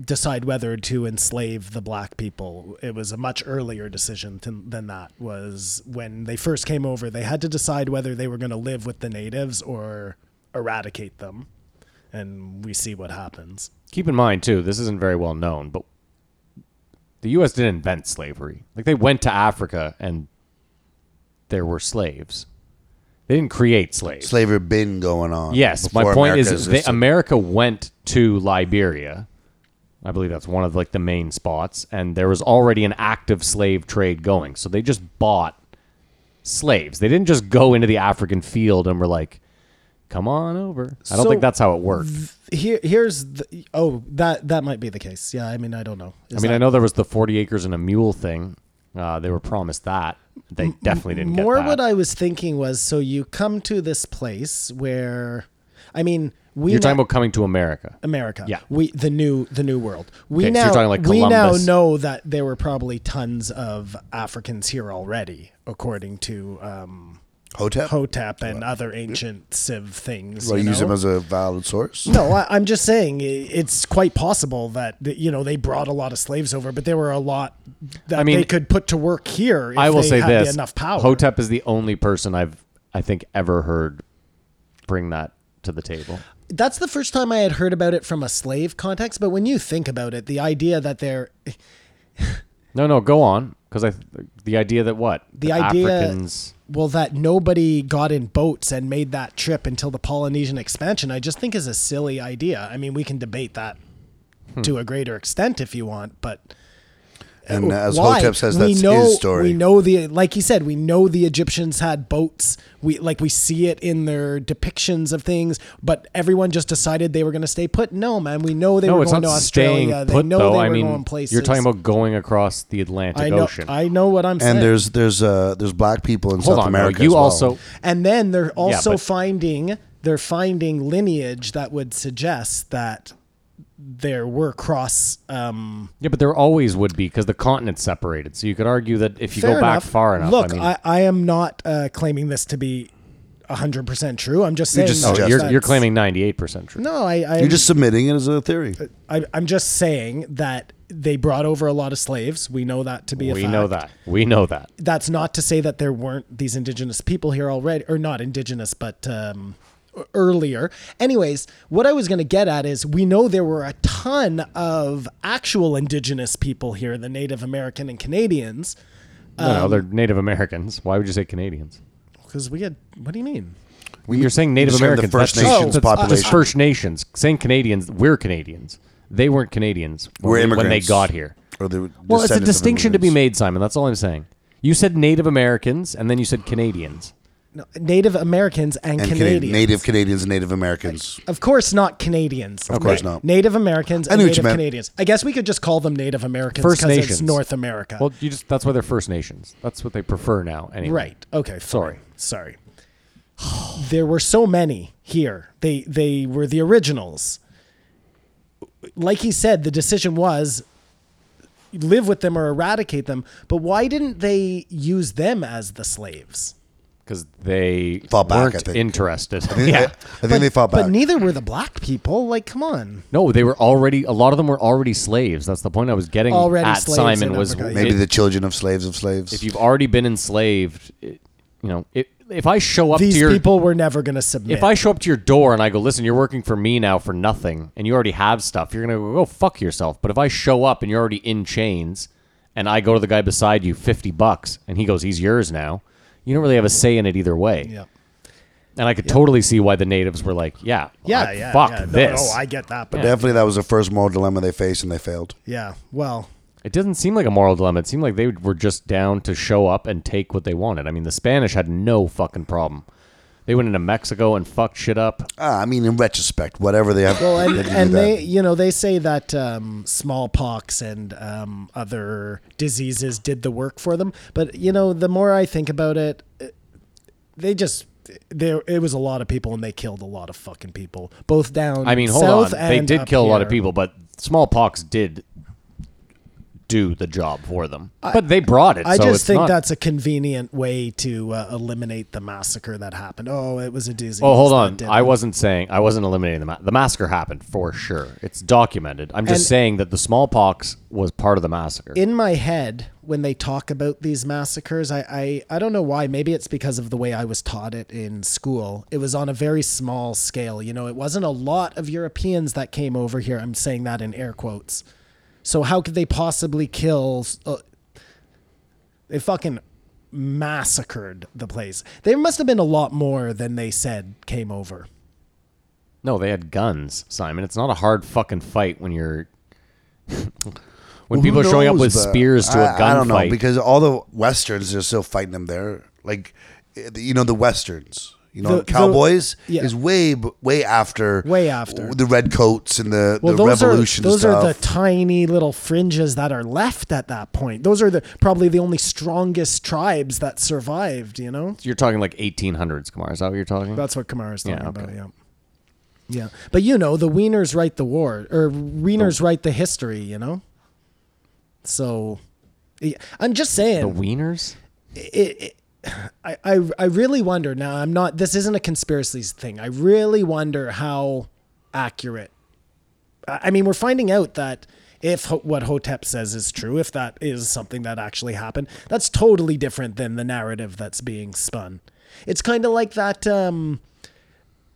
decide whether to enslave the black people it was a much earlier decision than, than that was when they first came over they had to decide whether they were going to live with the natives or eradicate them and we see what happens
Keep in mind too, this isn't very well known, but the U.S. didn't invent slavery. Like they went to Africa and there were slaves. They didn't create slaves.
Slavery been going
Uh,
on.
Yes, my
before
point
America
is they,
existed.
America went to Liberia. I believe that's one of like the main spots, and there was already an active slave trade going. So they just bought slaves. They didn't just go into the African field and were like, "Come on over." I don't
So-
think that's how it worked.
here here's the oh that that might be the case yeah i mean i don't know Is
I mean,
that
I know there was the forty acres and a mule thing. Uh, they were promised that. They definitely didn't
more
get that.
what i was thinking was so you come to this place where i mean we
You're talking
now-
about coming to America.
america
Yeah.
we the new the new world we
Okay, so
now
you're talking like
we now
Columbus.
know that there were probably tons of africans here already according to um
Hotep?
Hotep and other ancient Civ things.
well,
you
you use
know?
him as a valid source.
No, I, I'm just saying i- it's quite possible that th- you know they brought a lot of slaves over, but there were a lot that
I mean,
they could put to work here. If
I will
they
say
had
this:
enough power.
Hotep is the only person I've, I think, ever heard bring that to the table.
That's the first time I had heard about it from a slave context. But when you think about it, the idea that they're
No, no, go on, because I, th- the idea that what
the idea
Africans,
well that nobody got in boats and made that trip until the Polynesian expansion, I just think is a silly idea. I mean, we can debate that
Hmm.
to a greater extent if you want, but
And as
Why?
Hotep says,
We
that's
know-
his story.
We know the like he said, we know the Egyptians had boats. We like we see it in their depictions of things, but everyone just decided they were going to stay put. No, man, we know they
no,
were
it's
going
not
to
staying
Australia.
put
they know
though.
they were
I mean,
going places.
you're talking about going across the Atlantic
I know,
Ocean.
I know what I'm saying.
and there's there's uh there's black people in
Hold
South
on, bro,
America.
you
as well.
also
and then they're also
but-
finding they're finding lineage that would suggest that there were cross um
yeah, but there always would be because the continents separated. So you could argue that if you go
Fair
back
enough.
far enough,
Look,
I
I,
mean,
I, am not uh, claiming this to be 100% true. I'm just
You're
saying.
just
that
no,
suggest
you're,
that's-
you're claiming 98 percent true.
No, I, I,
you're just submitting it as a theory.
I, I'm just saying that they brought over a lot of slaves. We know that to be a
we
fact.
know that. We know that.
That's not to say that there weren't these indigenous people here already, or not indigenous, but um, e- earlier. Anyways, what I was going to get at is we know there were a ton of actual indigenous people here, the Native American and Canadians.
No, no,
Um,
they're Native Americans. Why would you say Canadians?
Because we had, what do you mean?
You're saying Native
described the
Americans.
First
that's just-
Oh,
Nations
that's- that's
population.
First Nations. Saying Canadians, we're Canadians. They weren't Canadians when,
We're
they, when they
immigrants.
got here.
Or the
Well, it's a
descendants of
distinction to be
immigrants.
made, Simon. That's all I'm saying. You said Native Americans, and then you said Canadians.
No, Native Americans and,
And Canadian,
Canadians.
Native Canadians and Native Americans.
Of course not Canadians. Of
course not.
Native Americans and
knew what
Native
you meant.
Canadians. I guess we could just call them Native Americans
First
because it's
Nations.
North America.
Well, you just—that's why they're First Nations. That's what they prefer now. Anyway,
right. Okay. fine.
Sorry.
Sorry. there were so many here. They they were the originals. Like he said, the decision was live with them or eradicate them. But why didn't they use them as the slaves?
Because they
Fought back,
weren't
I think.
interested.
I,
yeah.
I think they fought back.
But neither were the black people. Like, come on.
No, they were already. A lot of them were already slaves. That's the point I was getting
Already
at.
slaves
Simon
in
was
Africa, yeah.
Maybe
it-
the children of slaves of slaves.
if you've already been enslaved, it, you know, if, if I show up
These
to your
people were never going to submit.
if I show up to your door and I go, listen, you're working for me now for nothing, and you already have stuff, you're gonna go "Go fuck yourself. But if I show up and you're already in chains, and I go to the guy beside you, fifty bucks, and he goes, he's yours now. You don't really have a say in it either way.
yeah.
And I could totally see why the natives were like, yeah,
Yeah,
I-
yeah.
fuck
yeah. No,
this.
No, I get that, but
Definitely, that was the first moral dilemma they faced, and they failed.
yeah. Well,
It doesn't seem like a moral dilemma. It seemed like they were just down to show up and take what they wanted. I mean, the Spanish had no fucking problem. They went into Mexico and fucked shit up.
Ah, I mean, in retrospect, whatever they have,
well, and,
had to do
and
that.
they, you know, they say that um, smallpox and um, other diseases did the work for them. But you know, the more I think about it, it- they just there. It was a lot of people, and they killed a lot of fucking people, both down.
I mean, hold
south
on. They
and
did
up
kill a lot of
here.
people, but smallpox did do the job for them. but they brought it.
I
so
just
it's
think
not-
that's a convenient way to uh, eliminate the massacre that happened. Oh, it was a disease.
Oh, hold
that
on.
did
I
it.
wasn't saying I wasn't eliminating the ma- the massacre happened for sure. It's documented. I'm just
And-
saying that the smallpox was part of the massacre.
in my head when they talk about these massacres I, I i don't know why maybe it's because of the way i was taught it in school it was on a very small scale you know it wasn't a lot of europeans that came over here i'm saying that in air quotes so how could they possibly kill uh, they fucking massacred the place there must have been a lot more than they said came over
no, they had guns, Simon. It's not a hard fucking fight when you're when people are
Who
showing up
knows,
with
though?
spears to a
I-
gunfight.
I don't know because all the westerns are still fighting them there. Like, eh, you know, the westerns. You know,
The- the-
cowboys
yeah.
is way b- way after
Way after.
the red coats and the,
Well,
the
those are
revolution
those
stuff.
are the tiny little fringes that are left at that point. Those are the probably the only strongest tribes that survived. You know,
you're talking like 1800s, Kamar. Is that what you're talking?
that's what Kamara's talking
Yeah,
about.
okay.
Yeah, yeah. But you know, the Wieners write the war, or Wieners
Oh.
write the history. You know, so yeah, I'm just saying
the wieners.
it, it, I, I I really wonder now I'm not this isn't a conspiracy thing. I really wonder how accurate I I mean we're finding out that if Ho- what Hotep says is true, if that is something that actually happened, that's totally different than the narrative that's being spun. It's kind of like that um,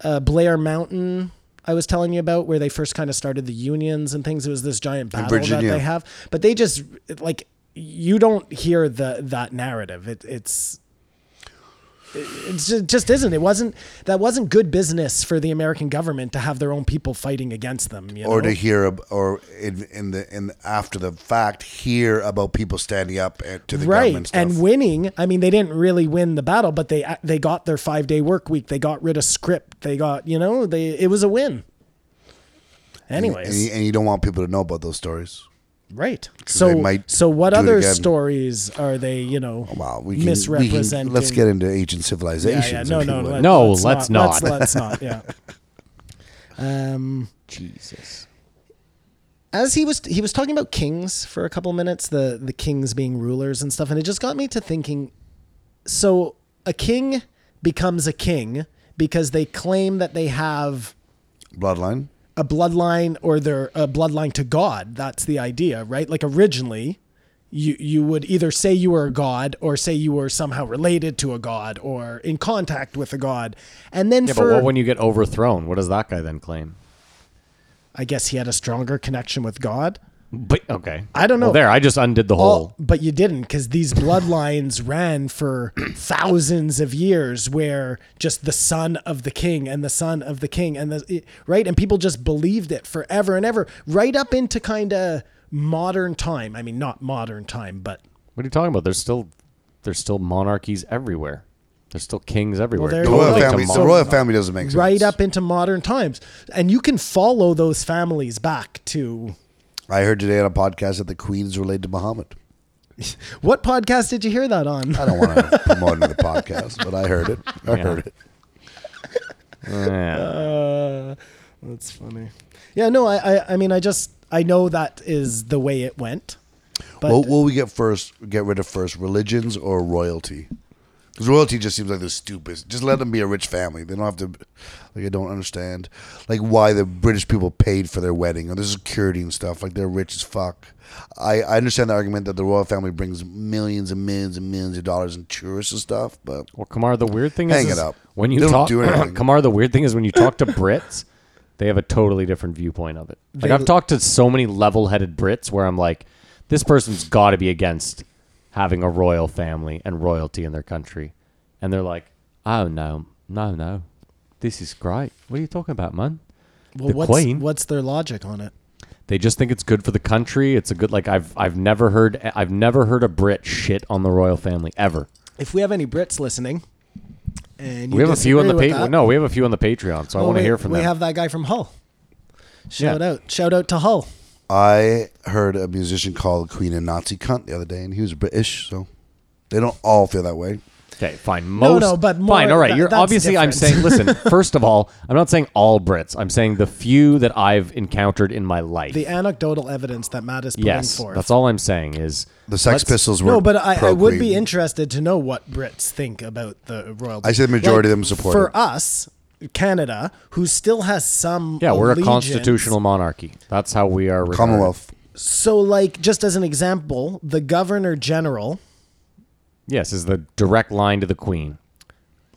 uh, Blair Mountain I was telling you about, where they first kind of started the unions and things. It was this giant battle that
Virginia.
they have, but they just like you don't hear the that narrative. It, it's it's just, just isn't. It wasn't that wasn't good business for the American government to have their own people fighting against them. You
or
know?
to hear ab- or in, in the in the- after the fact hear about people standing up at, to the government
right
stuff.
and winning i mean they didn't really win the battle but they uh, they got their 5 day work week they got rid of script they got you know they it was a win anyways
and, you, and you don't want people to know about those stories.
right so
might
so what
do it
other
again.
stories are they you know
Wow, we can, we
misrepresenting
can let's get into ancient
yeah,
civilizations.
yeah. no
if you
no
would.
let,
No, let's not.
let's, let's not yeah um
Jesus.
as he was he was talking about kings for a couple minutes the the kings being rulers and stuff and it just got me to thinking so a king becomes a king because they claim that they have
bloodline.
a bloodline or their a bloodline to god that's the idea right like originally you you would either say you were a god or say you were somehow related to a god or in contact with a god and then
Yeah,
for
but what when you get overthrown? What does that guy then claim?
i guess he had a stronger connection with god
But okay,
I don't
Well,
know.
there, I just undid the
Well,
whole.
but you didn't because these bloodlines ran for thousands of years where just the son of the king and the son of the king and the right and people just believed it forever and ever right up into kind of modern time i mean not modern time but
What are you talking about? There's still, there's still monarchies everywhere. There's still kings everywhere.
there
The
you
Don't
royal
go.
think
family.
the
The
mon-
royal family doesn't make sense.
right up into modern times and you can follow those families back to
I heard today on a podcast that the Queen's related to Muhammad.
what podcast did you hear that on
I don't want to promote another podcast, but I heard it. I
Yeah.
heard it.
Yeah.
Uh, that's funny. Yeah, no, I, I, I mean, I just, I know that is the way it went. But
What will we get first? Get rid of first religions or royalty? Because royalty just seems like the stupidest. Just let them be a rich family. They don't have to. Like I don't understand, like why the British people paid for their wedding or the security and stuff. Like they're rich as fuck. I I understand the argument that the royal family brings millions and millions and millions of dollars in tourists and stuff, but
Well, Kamar, the weird thing is,
Hang
is
it up.
when you
They don't
talk,
do anything.
Kamar, the weird thing is when you talk to Brits, they have a totally different viewpoint of it. Like
They-
I've talked to so many level-headed Brits where I'm like, this person's got to be against having a royal family and royalty in their country, and they're like, oh no, no, no, this is great. What are you talking about, man?
well,
the
what's,
Queen.
what's their logic on it?
They just think it's good for the country. It's a good like I've I've never heard I've never heard a Brit shit on the royal family ever.
If we have any Brits listening, and you
we have a few on the
disagree with
Patreon.
that-
No, we have a few on the Patreon, so I
Oh,
want to
wait,
hear from
we
them.
have that guy from Hull. Shout
Yeah.
out, shout out to Hull.
I heard a musician call the Queen a Nazi cunt the other day, and he was British, so they don't all feel that way.
Okay, fine. Most,
no, but more-
fine. All right,
that-
you're
that's
obviously. I'm saying.
different.
Listen, first of all, I'm not saying all Brits. I'm saying the few that I've encountered in my life.
The anecdotal evidence that Matt is putting
yes,
forth.
that's all I'm saying is
The Sex Pistols were
No, but I, I would be
pro-Queen.
interested to know what Brits think about the royal.
I say the majority of them support
For
it.
us, Canada, who still has some
Yeah, we're a
allegiance-
constitutional monarchy. That's how we are. regarded.
Commonwealth.
So, like, just as an example, the Governor General,
Yes, is the direct line to the Queen.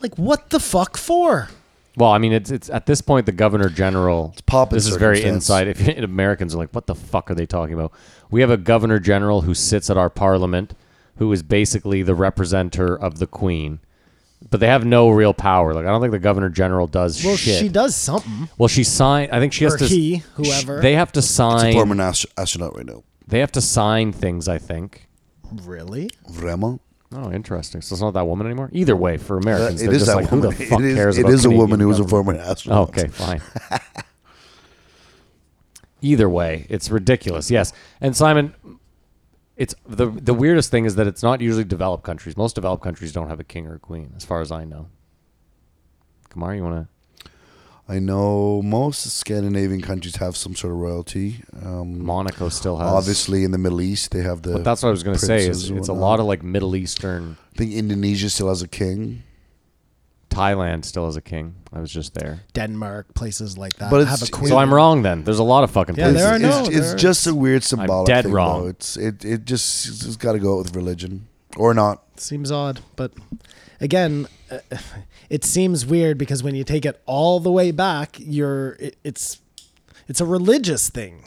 like, what the fuck for?
Well, I mean, it's it's at this point the governor general.
pomp and
This is very
circumstance.
inside. If Americans are like, what the fuck are they talking about? We have a governor general who sits at our parliament, who is basically the representer of the queen, but they have no real power. Like, I don't think the governor general does
Well,
shit.
she does something.
well, she signed. I think she has
Or
to.
he,
sh-
whoever.
They have to sign.
Former nas- astronaut right now.
They have to sign things. I think.
Really?
Vraiment? Uh,
Oh, interesting. So it's not that woman anymore. Either way, for Americans,
it
they're
is
just
that
like,
woman.
who the fuck
it is,
cares
it
about
is a
Canadian
woman who was a
government? Oh,
former astronaut.
Okay, fine. Either way, it's ridiculous. Yes, and Simon, it's the the weirdest thing is that it's not usually developed countries. Most developed countries don't have a king or a queen, as far as I know. Kamar, you want to?
I know most Scandinavian countries have some sort of royalty. Um,
Monaco still has.
obviously, in the Middle East, they have the.
But that's what I was going to say. Is
princes and
it's a
whatnot.
lot of like Middle Eastern.
I think Indonesia still has a king,
Thailand still has a king. I was just there.
Denmark, places like that.
But it's-
have a queen.
So I'm wrong then. There's a lot of fucking
Yeah,
places.
there are
it's,
no-
it's- it's
there-
just a weird symbolic
dead
thing,
wrong.
though. It's it it just it's just got to go with religion or not.
Seems odd, but again, uh, it seems weird because when you take it all the way back, you're it, it's it's a religious thing.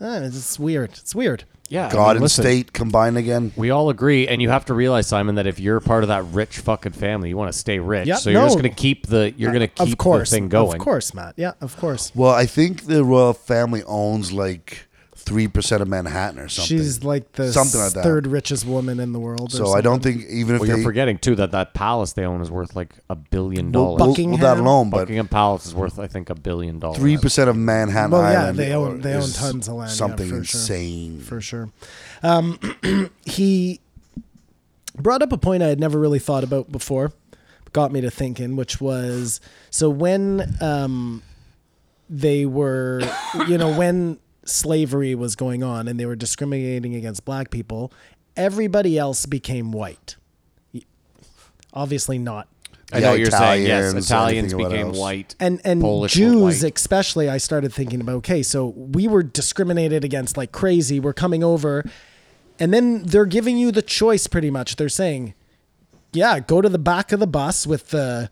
Uh, it's weird. It's weird.
Yeah, I
God
mean,
and
listen,
state combine again.
We all agree, and you have to realize, Simon, that if you're part of that rich fucking family, you want to stay rich.
Yeah,
so you're just
no. Uh,
going to keep the you're going to keep
of course,
the thing going.
Of course, Matt. Yeah, of course.
Well, I think the royal family owns like three percent of Manhattan or something.
She's like the
Something like that.
third richest woman in the world. or
so I don't
something.
think even if
Well,
they
you're forgetting too that that palace they own is worth like a billion
well,
dollars.
well,
Buckingham.
that alone, but
Buckingham Palace is worth, I think, a billion dollars.
three percent of Manhattan
Well, yeah,
Island.
they own- they own
is
tons of land, yeah,
Something
for sure.
insane.
for sure. Um, he brought up a point I had never really thought about before, got me to thinking, which was so when um, they were, you know, when slavery was going on and they were discriminating against black people, everybody else became white. Obviously, not
I know
Yeah,
what you're saying. Yes,
Italians or
Italians
anything, what
became
else?
white,
and and
Polish were
Jews
white.
especially I started thinking about okay so we were discriminated against like crazy we're coming over and then they're giving you the choice pretty much they're saying yeah go to the back of the bus with the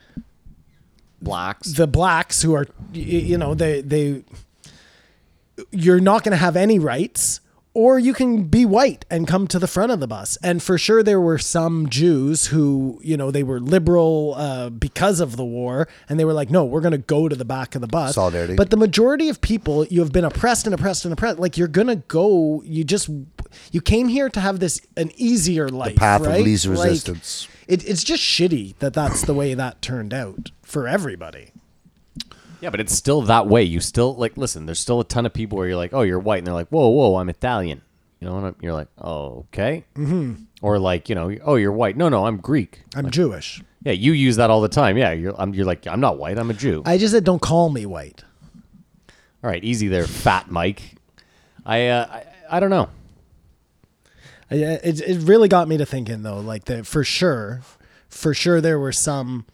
blacks.
the blacks who are y- you know they they you're not going to have any rights or you can be white and come to the front of the bus and for sure there were some jews who you know they were liberal uh, because of the war and they were like no we're going to go to the back of the bus
Solidarity.
but the majority of people you have been oppressed and oppressed and oppressed like you're going to go you just you came here to have this an easier life
path of
right?
least
Like,
resistance.
it, it's just shitty that that's the way that turned out for everybody
yeah, but it's still that way. You still like listen. There's still a ton of people where you're like, oh, you're white, and they're like, whoa, whoa, I'm Italian. You know, and I'm- you're like, oh, okay. Mm-hmm. Or like, you know, oh, you're white. No, no, I'm Greek.
i'm jewish
Yeah, you use that all the time. Yeah, you're, I'm, you're like, I'm not white. I'm a Jew.
I just said don't call me white.
all right, easy there, fat Mike. I, uh, I, I don't know.
I- I- It, it really got me to thinking though, like that for sure, for sure there were some,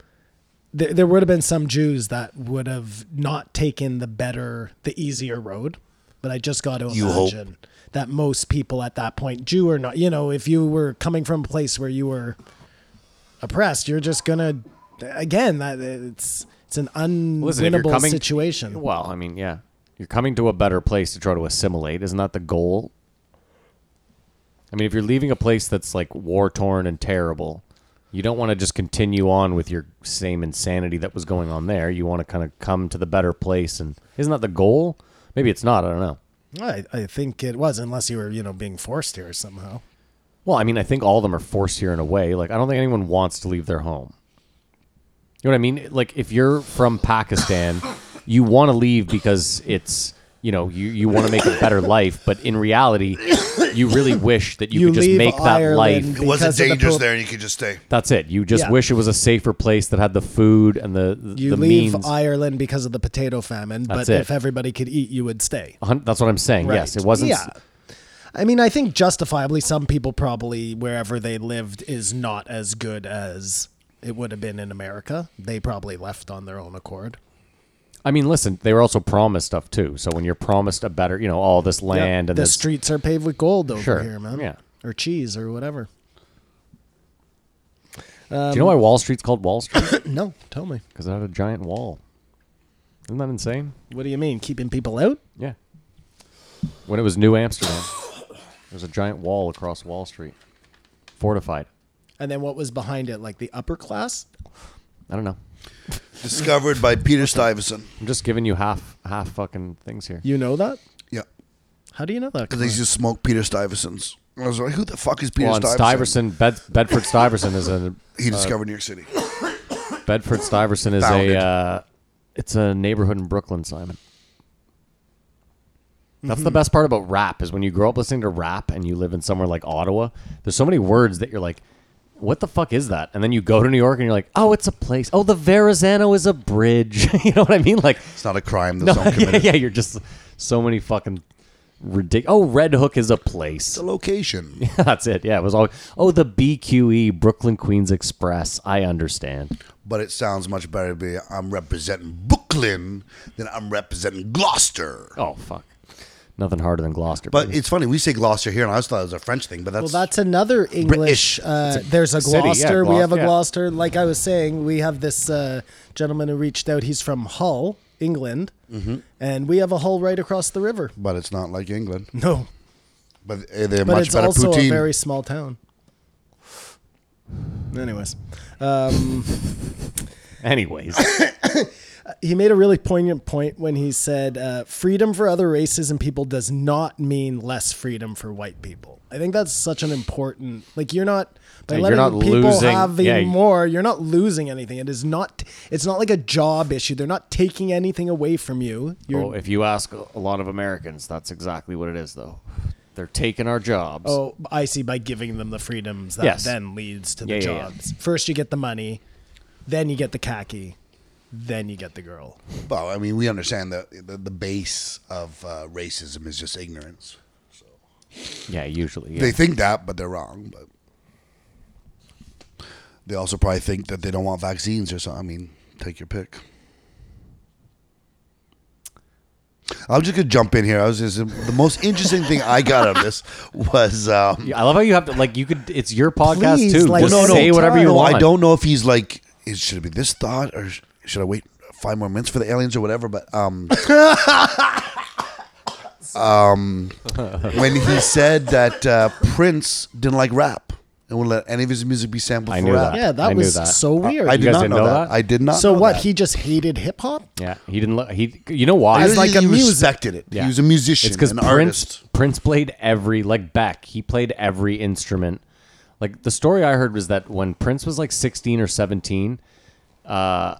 there, there would have been some Jews that would have not taken the better, the easier road. But I just got to
You hope.
imagine that most people at that point, Jew or not, you know, if you were coming from a place where you were oppressed, you're just gonna, again, that it's it's an unwinnable
Listen, if you're coming-
situation.
Well, I mean, yeah, you're coming to a better place to try to assimilate. Isn't that the goal? I mean, if you're leaving a place that's like war torn and terrible, you don't want to just continue on with your same insanity that was going on there. You want to kind of come to the better place, and isn't that the goal? Maybe it's not. I don't know.
I, I think it was, unless you were, you know, being forced here somehow.
Well, I mean, I think all of them are forced here in a way. Like, I don't think anyone wants to leave their home. You know what I mean? Like, if you're from Pakistan, you want to leave because it's, you know, you, you want to make a better life. But in reality, you really wish that you, could just
leave
make that
Ireland
life.
It wasn't
because of the
dangerous
pro-
there, and you could just stay.
That's it. You just
Yeah.
wish it was a safer place that had the food and the, the,
You
the
leave
means.
Ireland because of the potato famine,
That's
but
it.
if everybody could eat, you would stay.
A hun- That's what I'm saying. Yes, it wasn't.
Yeah. I mean, I think justifiably, some people probably wherever they lived is not as good as it would have been in America. They probably left on their own accord.
I mean, listen, they were also promised stuff too. So when you're promised a better, you know, all this land and
the
this
streets are paved with gold over
Sure,
here, man.
yeah.
Or cheese or whatever.
Do you
um,
know why Wall Street's called Wall Street?
No, tell me.
because it had a giant wall. Isn't that insane?
What do you mean? Keeping people out?
Yeah. When it was New Amsterdam, there was a giant wall across Wall Street, fortified.
And then what was behind it? Like the upper class?
I don't know.
Discovered by Peter Stuyvesant.
I'm just giving you half half fucking things here.
You know that?
Yeah,
How do you know that?
because they used to smoke Peter Stuyvesant's. I was like, who the fuck is Peter
well, and
Stuyvesant? uh,
Stuyvesant, Bed- Bedford Stuyvesant is a
He discovered New York City.
Bedford Stuyvesant is
Founded.
a uh, it's a neighborhood in Brooklyn, Simon. That's
Mm-hmm.
the best part about rap is when you grow up listening to rap and you live in somewhere like Ottawa. There's so many words that you're like, what the fuck is that? And then you go to New York and you're like, oh, it's a place. Oh, the Verrazano is a bridge. you know what I mean? Like,
It's not a crime that
no,
someone
yeah,
committed.
yeah, you're just so many fucking ridiculous. Oh, Red Hook is a place.
The location.
That's it. Yeah, it was all. Oh, the BQE, Brooklyn Queens Express. I understand.
But it sounds much better to be I'm representing Brooklyn than I'm representing Gloucester.
Oh fuck, nothing harder than Gloucester.
But
baby.
it's funny, we say Gloucester here, and I always thought it was a French thing, but that's,
Well, that's another English.
British.
Uh, there's a
city, yeah,
Gloucester. we have a
Glouc- yeah.
Gloucester. Like I was saying, we have this uh, gentleman who reached out. He's from Hull, England,
Mm-hmm.
and we have a Hull right across the river.
but it's not like England.
No,
But eh, they're
but
much
it's
better
also
poutine.
a very small town. Anyways, um,
anyways,
he made a really poignant point when he said, uh, "Freedom for other races and people does not mean less freedom for white people." I think that's such an important. Like you're not by
Yeah, you're
letting
not
people
losing-
have
yeah, you-
more, you're not losing anything. It is not. It's not like a job issue. They're not taking anything away from you. You're,
oh, if you ask a lot of Americans, that's exactly what it is, though. They're taking our jobs.
oh, I see. By giving them the freedoms, that
Yes.
then leads to the
Yeah, yeah, yeah.
jobs. First, you get the money, then you get the khaki, then you get the girl.
Well, I mean, we understand that the, the base of uh, racism is just ignorance.
yeah, usually. yeah.
They think that, but they're wrong. But they also probably think that they don't want vaccines or something. I mean, take your pick. I'm just gonna jump in here. I was just the most interesting thing I got out of this was um,
Yeah, I love how you have to like you could. It's your podcast
Please,
too.
like,
Just
Well, no, no,
say whatever you
time.
Well,
want.
I don't know if he's like, is, should it be this thought or sh- should I wait five more minutes for the aliens or whatever? But um, um, when he said that uh, Prince didn't like rap and wouldn't let any of his music be sampled
I
for
knew
rap.
that.
Yeah, that
I knew
was
that.
so weird.
I
guys
did not
didn't
know,
know
that.
that?
I did not.
so
know
what?
That.
He just hated hip hop.
Yeah, he didn't. Lo- he. You know why?
I
As
like
like a
he
music-
respected it.
Yeah.
He was a musician.
It's because
an
Prince
artist.
Prince played every like Beck. He played every instrument. Like the story I heard was that when Prince was like sixteen or seventeen, uh,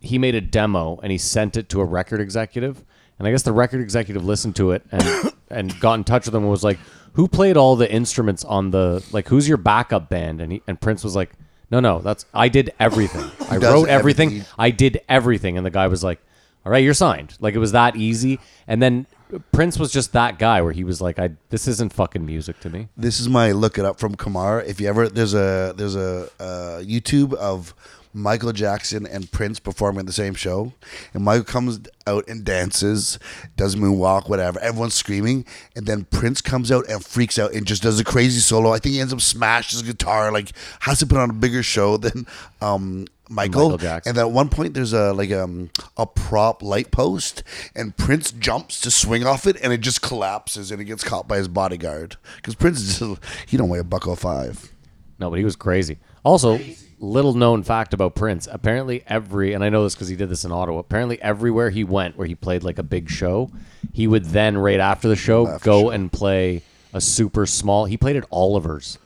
he made a demo and he sent it to a record executive, and I guess the record executive listened to it and and got in touch with him and was like, "Who played all the instruments on the like? Who's your backup band?" And he, and Prince was like, "No, no, that's I did everything. I
does
wrote everything.
everything.
I did everything. And the guy was like, all right, you're signed. Like it was that easy. And then Prince was just that guy where he was like, I, this isn't fucking music to me.
This is my look it up from Kamar. If you ever there's a there's a uh, YouTube of Michael Jackson and Prince performing at the same show, and Michael comes out and dances, does moonwalk, whatever. Everyone's screaming, and then Prince comes out and freaks out and just does a crazy solo. I think he ends up smashing his guitar. Like has to put on a bigger show than um, Michael.
Michael Jackson.
And then at one point, there's a like um, a prop light post, and Prince jumps to swing off it, and it just collapses, and he gets caught by his bodyguard because Prince is just, he don't weigh a buck oh five.
No, but he was crazy. Also, little known fact about Prince. Apparently, every and I know this because he did this in Ottawa. Apparently, everywhere he went, where he played like a big show, he would then right after the show go and play a super small. He played at Oliver's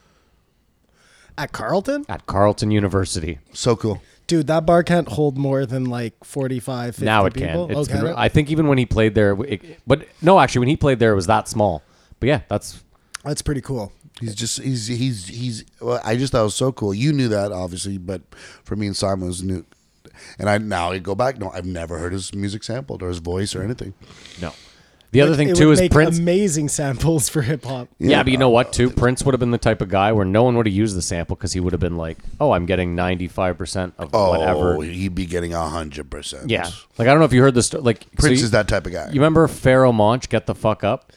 At Carlton?
at Carleton University.
So cool.
Dude, that bar can't hold more than like 45, 50
now it
people.
can. It's
oh, can
been-
it?
I think even when he played there, it, but no, actually, when he played there, it was that small. But yeah, that's
That's pretty cool.
He's just he's he's he's. Well, I just thought it was so cool. You knew that obviously, but for me and Simon it was new. And I now I go back. No, I've never heard his music sampled or his voice or anything.
no. The other thing
it
too
would
is
make
Prince.
amazing samples for hip hop.
yeah, uh, but you know what? Too Prince would have been the type of guy where no one would have used the sample because he would have been like, "Oh, I'm getting 95 percent of
Oh,
whatever."
he'd be getting hundred percent.
Yeah, like I don't know if you heard the story. Like so
Prince
you-
is that type of guy.
You remember Pharaoh Monch? Get the fuck up.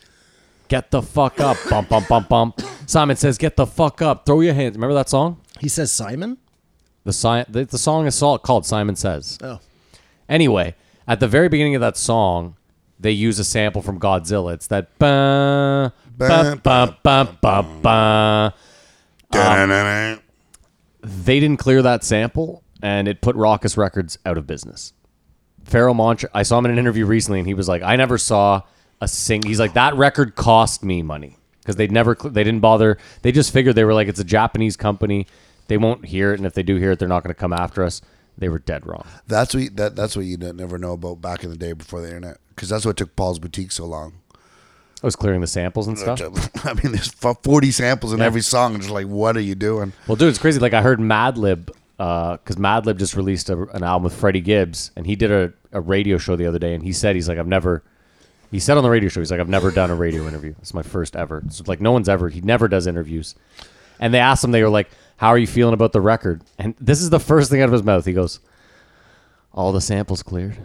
Get the fuck up. Bump bump bump bump. Simon says, "Get the fuck up. Throw your hands." Remember that song?
He says Simon?
The si- the, the song is sol- called Simon Says.
Oh.
Anyway, at the very beginning of that song, they use a sample from Godzilla. It's that ba ba ba ba ba ba. um,
Da-na-na-na.
They didn't clear that sample, and it put Raucous Records out of business. Pharaoh Monch, I saw him in an interview recently, and he was like, "I never saw a sing." He's like, "That record cost me money because they'd never, cl- they didn't bother. They just figured they were like, it's a Japanese company. They won't hear it, and if they do hear it, they're not going to come after us." They were dead wrong.
That's what you, that that's what you don't- never know about back in the day before the internet, because that's what took Paul's boutique so long.
I was clearing the samples and stuff.
I mean, there's fu- 40 samples in every song. And just like, what are you doing?
Well, dude, it's crazy. Like I heard Madlib, because Madlib just released a, an album with Freddie Gibbs, and he did a, a radio show the other day, and he said he's like I've never, he said on the radio show he's like I've never done a radio interview. It's my first ever. So like no one's ever. He never does interviews. And they asked him, they were like, "How are you feeling about the record?" And this is the first thing out of his mouth. He goes, "All the samples cleared."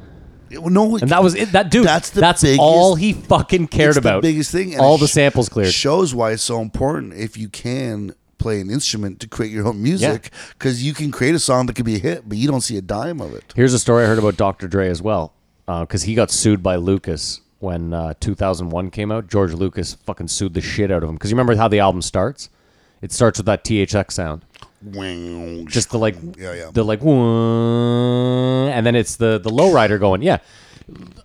Well, No,
And that was it. That dude.
That's the
that's
biggest-
all he fucking cared
it's
about.
The biggest thing. and
all
it
the
sh-
samples cleared.
Shows why it's so important if you can play an instrument to create your own music because you can create a song that could be a hit, but you don't see a dime of it.
Here's a story I heard about Dr. Dre as well, because he got sued by Lucas when uh, 2001 came out. George Lucas fucking sued the shit out of him. Because you remember how the album starts? It starts with that THX sound, just the like,
Yeah, yeah.
the like, "Wah," and then it's the the lowrider going. Yeah,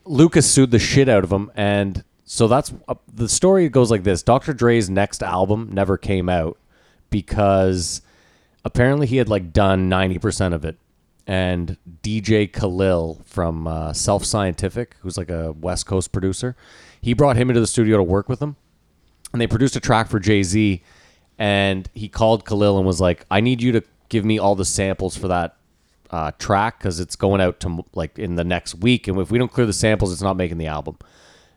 Lucas sued the shit out of him, and so that's uh, the story goes like this: Dr. Dre's next album never came out because apparently he had like done 90% of it and dj khalil from uh, self scientific who's like a west coast producer he brought him into the studio to work with him and they produced a track for jay-z and he called khalil and was like i need you to give me all the samples for that uh, track because it's going out to like in the next week and if we don't clear the samples it's not making the album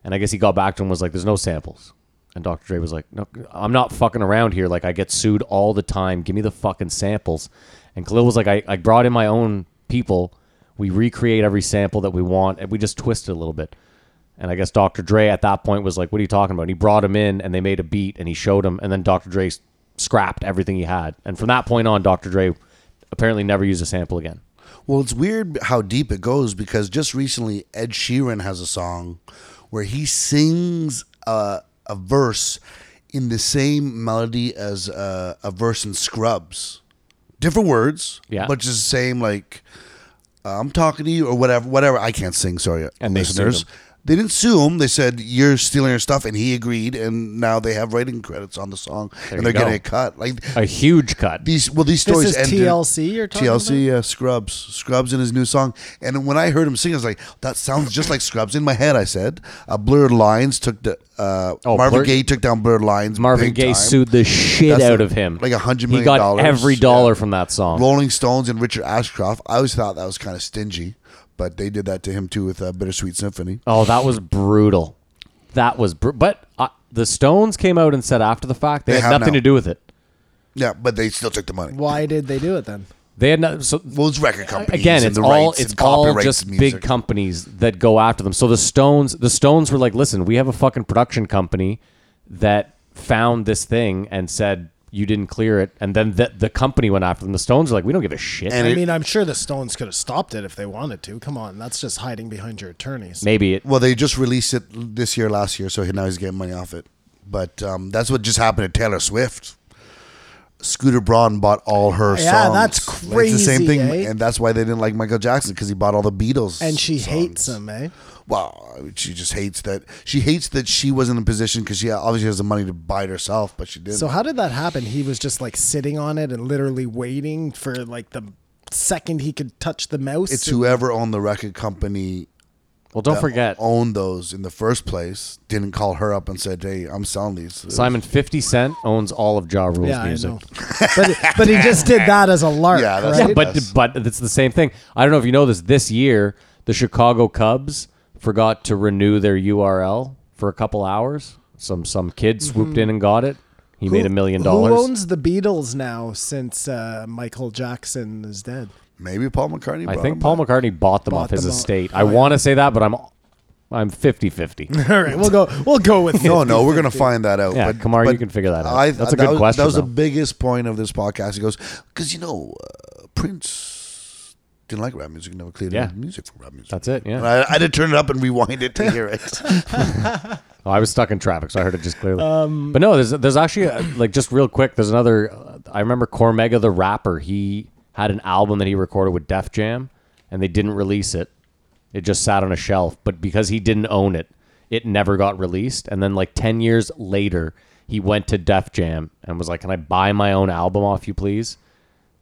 and i guess he got back to him and was like there's no samples and Dr. Dre was like, "No, I'm not fucking around here. Like, I get sued all the time. Give me the fucking samples." And Khalil was like, "I, I brought in my own people. We recreate every sample that we want, and we just twist it a little bit." And I guess Dr. Dre at that point was like, "What are you talking about?" And he brought him in, and they made a beat, and he showed him, and then Dr. Dre s- scrapped everything he had. And from that point on, Dr. Dre apparently never used a sample again.
Well, it's weird how deep it goes because just recently Ed Sheeran has a song where he sings a, a verse in the same melody as uh, a verse in Scrubs. Different words,
Yeah.
but just the same like uh, I'm talking to you or whatever whatever I can't sing, sorry. uh,
And they sued
listeners.
him.
They didn't sue him. They said you're stealing your stuff, and he agreed. And now they have writing credits on the song, and
you
they're getting
go.
a cut. Like
A huge cut.
these well these
This
stories
is
end in-
TLC you're talking
TLC yeah Scrubs Scrubs in his new song and when I heard him sing I was like that sounds just like Scrubs in my head I said uh, Blurred Lines took the uh,
Oh,
Marvin
Blur-
Gaye took down Blurred Lines
Marvin
big
Gaye
time.
sued the shit
That's
out
a-
of him.
like a hundred
He
million
got
dollars.
every
Yeah.
dollar from that song.
Rolling Stones and Richard Ashcroft I always thought that was kind of stingy but they did that to him too with uh, Bittersweet Symphony
Oh, that was brutal. That was br- but uh, the Stones came out and said after the fact they,
They
had
have
nothing
now.
to do with it.
yeah but they still took the money
Why did they do it then?
They had no, so
well it's record companies
again,
and
it's
the
all
rights
it's
and
all
copyrights
just
and music.
big companies that go after them. So the Stones, the Stones were like, listen, we have a fucking production company that found this thing and said you didn't clear it, and then the, the company went after them. The Stones are like, we don't give a shit.
And
I
it-
mean, I'm sure the Stones could have stopped it if they wanted to. Come on, that's just hiding behind your attorneys.
Maybe it.
Well, they just released it this year, last year, so he- now he's getting money off it. But um, that's what just happened to Taylor Swift. Scooter Braun bought all her
Yeah,
songs.
that's
Like, it's the same
crazy,
thing,
eh?
and that's why they didn't like Michael Jackson because he bought all the Beatles.
And she
songs.
hates him, eh?
Well, I mean, she just hates that. She hates that she was in a position because she obviously has the money to buy it herself, but she didn't.
So how did that happen? He was just like sitting on it and literally waiting for like the second he could touch the mouse.
it's
and-
whoever owned the record company
Well, don't forget.
owned those in the first place didn't call her up and said, "Hey, I'm selling these."
Simon 50 Cent owns all of Ja Rule's
yeah, I
music.
know. But, but he just did that as a lark,
Yeah, that's-
right?
Yeah, but
Yes.
but it's the same thing. I don't know if you know this. This year, the Chicago Cubs forgot to renew their URL for a couple hours. Some some kid swooped in and got it. He made a million dollars.
Mm-hmm. Who owns the Beatles now since uh, Michael Jackson is dead?
Maybe Paul McCartney.
I
brought
think
them
Paul
back.
McCartney bought them
Bought
off his
them Oh, out.
estate. I want to say that, but I'm I'm 50-50.
All right, we'll go. We'll go with
No, no, we're gonna find that out.
Yeah,
but,
Kamar,
but
you can figure that out.
I, uh,
That's a
that
good
was,
question,
That was
though.
the biggest point of this podcast. He goes, because you know, uh, Prince didn't like rap music. Never cleared
Yeah.
any music for rap music.
That's it.
And
Yeah,
I, I had to turn it up and rewind it to hear it.
Oh, I was stuck in traffic, so I heard it just clearly. but no, there's there's actually uh like just real quick. There's another. Uh, I remember Cormega the rapper. He had an album that he recorded with Def Jam, and they didn't release it. It just sat on a shelf. But because he didn't own it, it never got released. And then like ten years later, he went to Def Jam and was like, "Can I buy my own album off you, please?"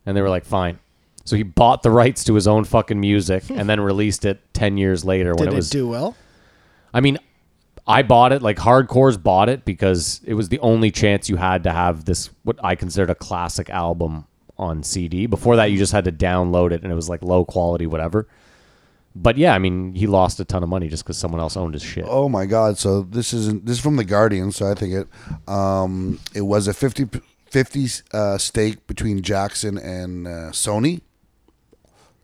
And they were like, "Fine." So he bought the rights to his own fucking music and then released it ten years later when
Did
it
it
was
do well?
I mean, I bought it, like hardcores bought it because it was the only chance you had to have this what I considered a classic album on CD. Before that, you just had to download it and it was like low quality, whatever. But yeah, I mean, he lost a ton of money just because someone else owned his shit.
Oh my God! So this isn't this is from the Guardian. So I think it um, it was a 50, 50 uh, stake between Jackson and uh, Sony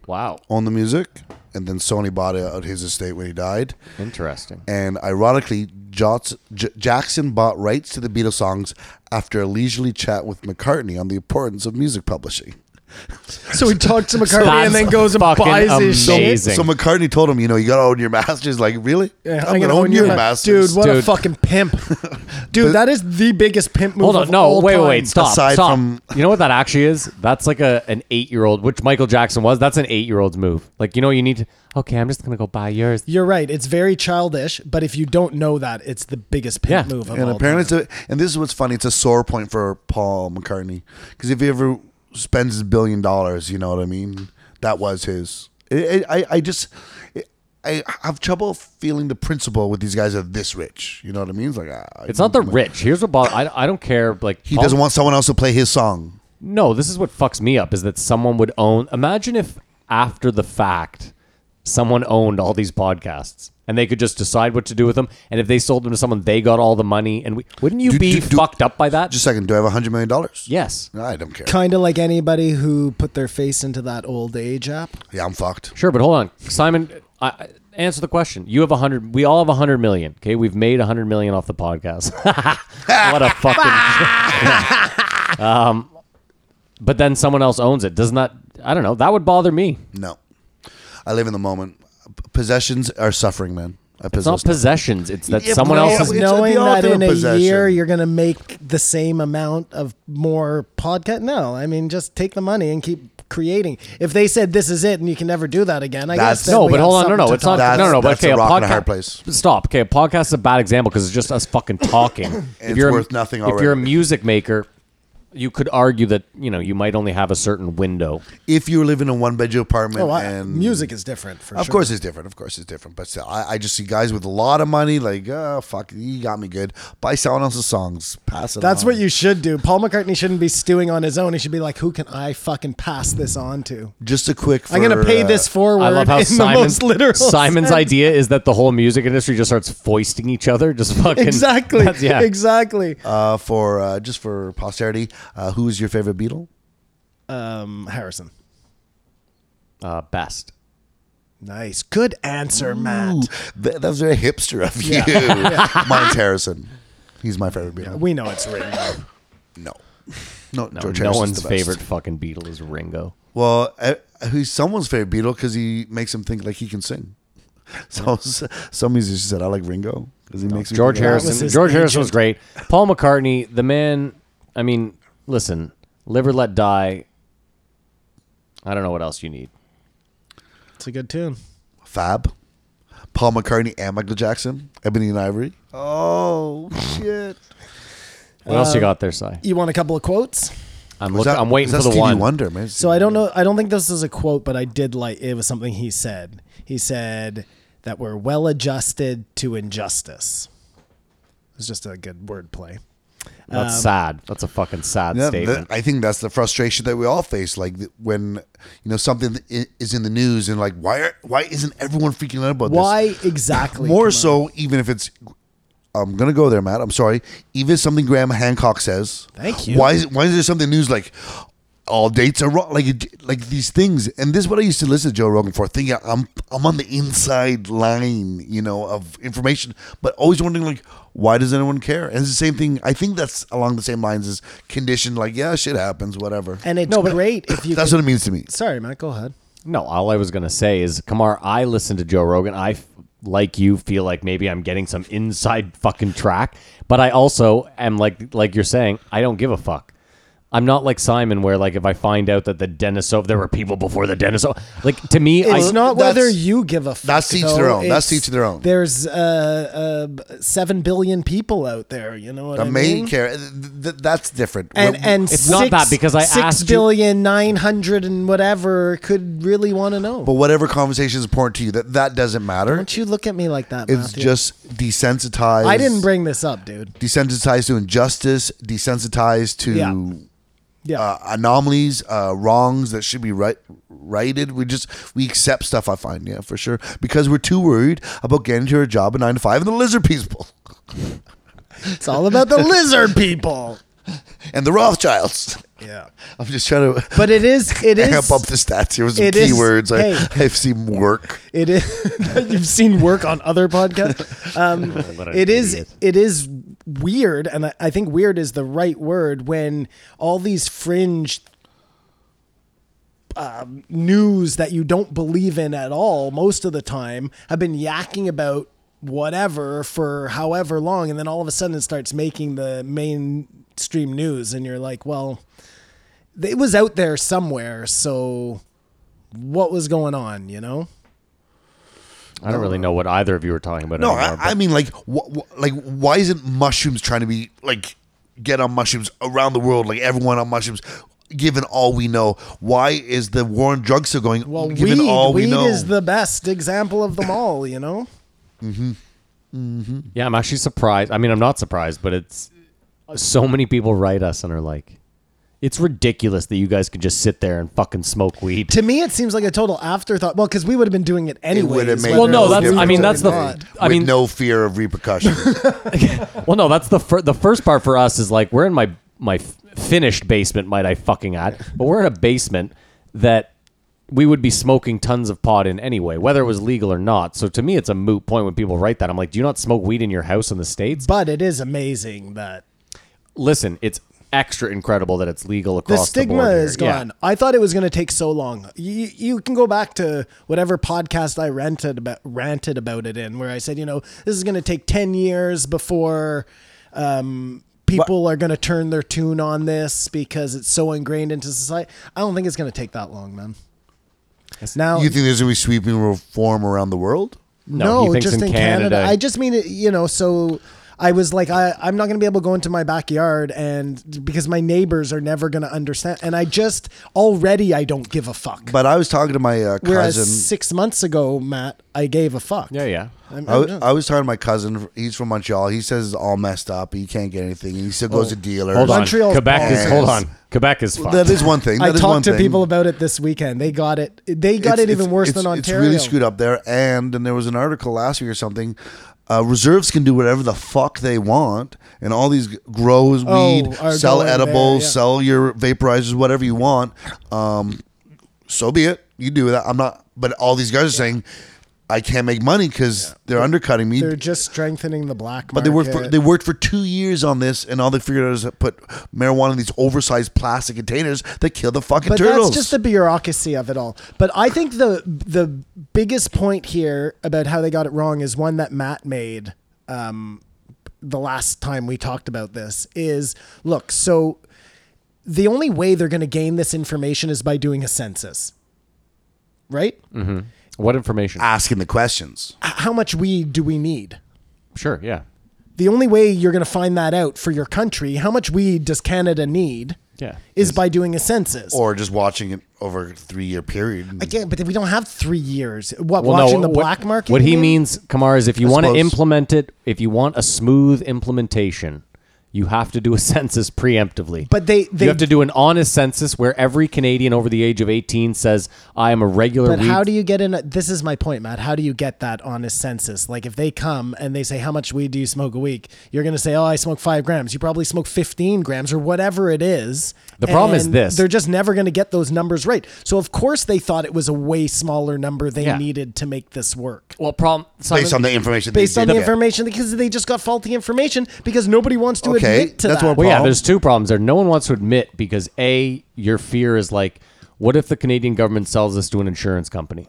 Wow,
on the music, and then Sony bought out his estate when he died.
interesting.
And ironically, Jots, J- Jackson bought rights to the Beatles songs after a leisurely chat with McCartney on the importance of music publishing.
So he talks to McCartney and then goes and
fucking
buys his shit.
amazing.
So McCartney told him, you know, you got to own your masters. Like, really?
Yeah,
I'm, gonna own, your
ma-
masters,
dude. What a
Dude.
fucking pimp, dude. that is the biggest pimp move.
Hold on,
of
no,
all
wait, wait,
time.
wait, stop,
Aside
stop.
from-
you know what that actually is? That's like a an eight year old, which Michael Jackson was. That's an eight year old's move. Like, you know, you need to. Okay, I'm just gonna go buy yours.
You're right. It's very childish, but if you don't know that, it's the biggest
Yeah.
pimp move of
And
all
apparently,
time.
it's a, and this is what's funny. It's a sore point for Paul McCartney because if he ever spends his billion dollars, you know what I mean. That was his. It, it, I I just it, I have trouble feeling the principle with these guys that are this rich. You know what I mean? It's like ah,
It's not the rich. Here's what bothers. I, I don't care. Like
he doesn't want someone else to play his song.
No, this is what fucks me up is that someone would own. Imagine if after the fact, someone owned all these podcasts and they could just decide what to do with them. And if they sold them to someone, they got all the money. And we, wouldn't you
Do-
be
do- do-
fucked up by that?
Just a second. Do I have a hundred million dollars?
yes,
No, I don't care.
Kind of like anybody who put their face into that old age app.
Yeah, I'm fucked.
sure. But hold on, Simon. I, I- answer the question. You have a hundred. We all have a hundred million. Okay, we've made a hundred million off the podcast. what a fucking. um, but then someone else owns it. Doesn't that? I don't know. That would bother me.
No, I live in the moment. P- Possessions are suffering, man. I
It's not
possess.
possession. It's that
Yeah,
someone
but
else
it's-
is
Because
it's
knowing
the
that
ultimate
in a
possession.
year you're going to make the same amount of more podcast. No, I mean just take the money and keep creating. If they said this is it and you can never do that again, I
That's-
guess then
no,
we
but
have
hold on, no,
something
no,
to
it's not,
talk
no,
about.
no, no. But
that's
okay,
a
a,
rock and a
podcast.
hard place.
Stop. Okay, a podcast is a bad example because it's just us fucking talking.
it's worth nothing
If you're a
already.
music maker, you could argue that you know you might only have a certain window.
If you live in a one bedroom apartment
Oh, I-
and
music is different for
Of
sure.
course, it's different. Of course, it's different. But still, I, I just see guys with a lot of money, like, oh, fuck, you got me good. Buy someone else's songs, pass it.
That's
on.
what you should do. Paul McCartney shouldn't be stewing on his own. He should be like, who can I fucking pass this on to?
Just a quick.
I'm going
for,
to pay
uh,
this forward
I love how
in
Simon,
the most literal
Simon's
sense.
idea is that the whole music industry just starts foisting each other, just fucking
Exactly.
that's- yeah.
Exactly.
Uh, for uh, just for posterity, uh, who is your favorite Beatle?
Um, Harrison.
Uh, best.
Nice. Good answer, Matt.
Th- that was very hipster of you. Mine's Harrison. He's my favorite Beatle.
We know it's written.
No. No,
No,
George
no
Harrison's
one's
the best.
favorite fucking Beatle is Ringo.
Well, uh, he's someone's favorite Beatle because he makes him think like he can sing. So s- some musicians said, "I like Ringo because he makes me
George
think I-
was
Harrison.
his
George Harrison was
agent.
great. Paul McCartney, the man. I mean, listen, live or let die. I don't know what else you need.
It's a good tune.
Fab, Paul McCartney and Michael Jackson, Ebony and Ivory. Oh shit!
What else you got there, Si?
You want a couple of quotes?
I'm
Uh, Was
looking.
that-
I'm waiting
was that
for the
Stevie
one.
Wonder, man.
So I don't know. I don't think this is a quote, but I did like it was something he said. He said that we're well adjusted to injustice. It's just a good wordplay.
That's sad. That's a fucking sad
Um, Yeah, th-
statement.
I think that's the frustration that we all face. Like th- when you know something i- is in the news, and like why are, why isn't everyone freaking out about this?
Why exactly?
More
Come
so, even if it's. I'm gonna go there, Matt. I'm sorry. Even something Graham Hancock says.
Thank you.
Why is why is there something news like all dates are wrong? Like it- like these things. And this is what I used to listen to Joe Rogan for. Thinking I'm I'm on the inside line, you know, of information, but always wondering like why does anyone care? And it's the same thing. I think that's along the same lines as conditioned. Like yeah, shit happens, whatever.
on. and it's great if you.
that's
can-
what it means to me.
sorry, Matt. Go ahead.
no, all I was gonna say is, Kamar, I listen to Joe Rogan. I, f- like you, feel like maybe I'm getting some inside fucking track, but I also am like, like you're saying, I don't give a fuck. I'm not like Simon, where like if I find out that the Denisov, there were people before the Denisov. Like to me, I,
It's not whether
that's-
you give a fuck.
that's each
though.
their own. That's
It's-
each their own.
There's uh, uh, seven billion people out there. You know what
The
I
main
mean?
character. Th- th- that's different.
and
We're-
and
It's
six,
not that, because I asked you-
six billion nine hundred and whatever could really want to know.
but whatever conversation is important to you, that that doesn't matter.
Don't you look at me like that?
It's
Matthew.
just desensitized.
I didn't bring this up, dude.
desensitized to injustice, desensitized to
Yeah. Yeah.
uh, anomalies, uh, wrongs that should be right righted. We just we accept stuff. I find yeah for sure because we're too worried about getting to our job at nine to five and the lizard people
it's all about the lizard people.
and the Rothschilds.
Yeah.
I'm just trying to
But it is it
amp
is
up the stats here with some
it is-
keywords. I,
hey.
I've seen work.
it is you've seen work on other podcasts. Um,
an
it is
idiot.
it is weird, and I, I think weird is the right word when all these fringe um, news that you don't believe in at all most of the time have been yakking about whatever for however long, and then all of a sudden it starts making the mainstream news, and you're like, well, it was out there somewhere, so what was going on, you know?
I don't really know what either of you were talking about.
No,
anymore, but-
I, I mean like wh- wh- like why isn't mushrooms trying to be like get on mushrooms around the world like everyone on mushrooms? Given all we know, why is the war on drugs still going?
Well,
given
weed,
all we
weed
know,
is the best example of them all, you know?
Yeah, I'm actually surprised. I mean, I'm not surprised, but it's so many people write us and are like, it's ridiculous that you guys could just sit there and fucking smoke weed.
To me, it seems like a total afterthought. Well, because we would have been doing it anyway.
would have made
well, no, that's.
difference
I mean, that's the.
Not.
I
with
mean,
no fear of repercussion.
well, no, that's the fir- the first part for us is like we're in my my f- finished basement, might I fucking add, but we're in a basement that we would be smoking tons of pot in anyway, whether it was legal or not. So to me, it's a moot point when people write that. I'm like, do you not smoke weed in your house in the states?
But it is amazing that
Listen, it's extra incredible that it's legal
the
across the,
stigma
board here.
is
Yeah.
gone. I thought it was going to take so long. You, you can go back to whatever podcast I ranted about, ranted about it in, where I said, you know, this is going to take 10 years before um, people are going to turn their tune on this because it's so ingrained into society. I don't think it's going to take that long, man. Now,
you think there's gonna be sweeping reform around the world?
No, he thinks in Canada.
I just mean it, you know, so I was like, I, I'm not going to be able to go into my backyard and because my neighbors are never going to understand. And I just already, I don't give a fuck.
But I was talking to my uh,
Whereas
cousin.
six months ago, Matt, I gave a fuck.
Yeah, yeah.
I'm,
I,
I'm
was-
just-
I was talking to my cousin. He's from Montreal. He says it's all messed up. He can't get anything. He still goes to dealers.
Hold on.
Montreal's
Quebec is
balls.
hold on. Quebec is fucked.
That is one thing.
I
That is one
talked to
thing.
people about it this weekend. They got it. They got
It's-
it even
it's-
worse
it's-
than Ontario.
It's really screwed up there. And then there was an article last week or something. Uh, reserves can do whatever the fuck they want, and all these grows
Oh,
weed,
are
sell
going there,
edibles,
yeah.
sell your vaporizers, whatever you want. Um, so be it. You do that. I'm not. But all these guys are saying, I can't make money because they're undercutting me.
They're just strengthening the black
But they worked for
market.
they worked for two years on this, and all they figured out is to put marijuana in these oversized plastic containers that kill the fucking
but
turtles.
that's just the bureaucracy of it all. But I think the the biggest point here about how they got it wrong is one that Matt made um, the last time we talked about this. Is look, so the only way they're going to gain this information is by doing a census, right?
what information?
Ah.
asking the questions.
H- how much weed do we need?
sure, yeah.
The only way you're going to find that out for your country, how much weed does Canada need?
Yeah.
Is by doing a census.
or just watching it over a three year period.
yeah, but we don't have three years. What
Well, no,
watching the
what-
black market?
What
you
he
mean?
means, Kamar, is if you
I
want to
suppose.
implement it, if you want a smooth implementation, you have to do a census preemptively.
But they- they-
you have to do an honest census where every Canadian over the age of 18 says, "I am a regular."
But
weed
how do you get in? This is my point, Matt. How do you get that honest census? Like, if they come and they say, "How much weed do you smoke a week?" You're going to say, "Oh, I smoke five grams." You probably smoke fifteen grams or whatever it is.
The problem is
And
this.
they're just never going to get those numbers right. So of course they thought it was a way smaller number they
Yeah.
needed to make this work.
well, problem
based on the information.
Based
they
on
did
the
get.
information, because they just got faulty information because nobody wants to
Okay,
admit to
that's
that.
what-
Well, yeah,
Paul?
there's two problems there. No one wants to admit because a your fear is like, what if the Canadian government sells this to an insurance company?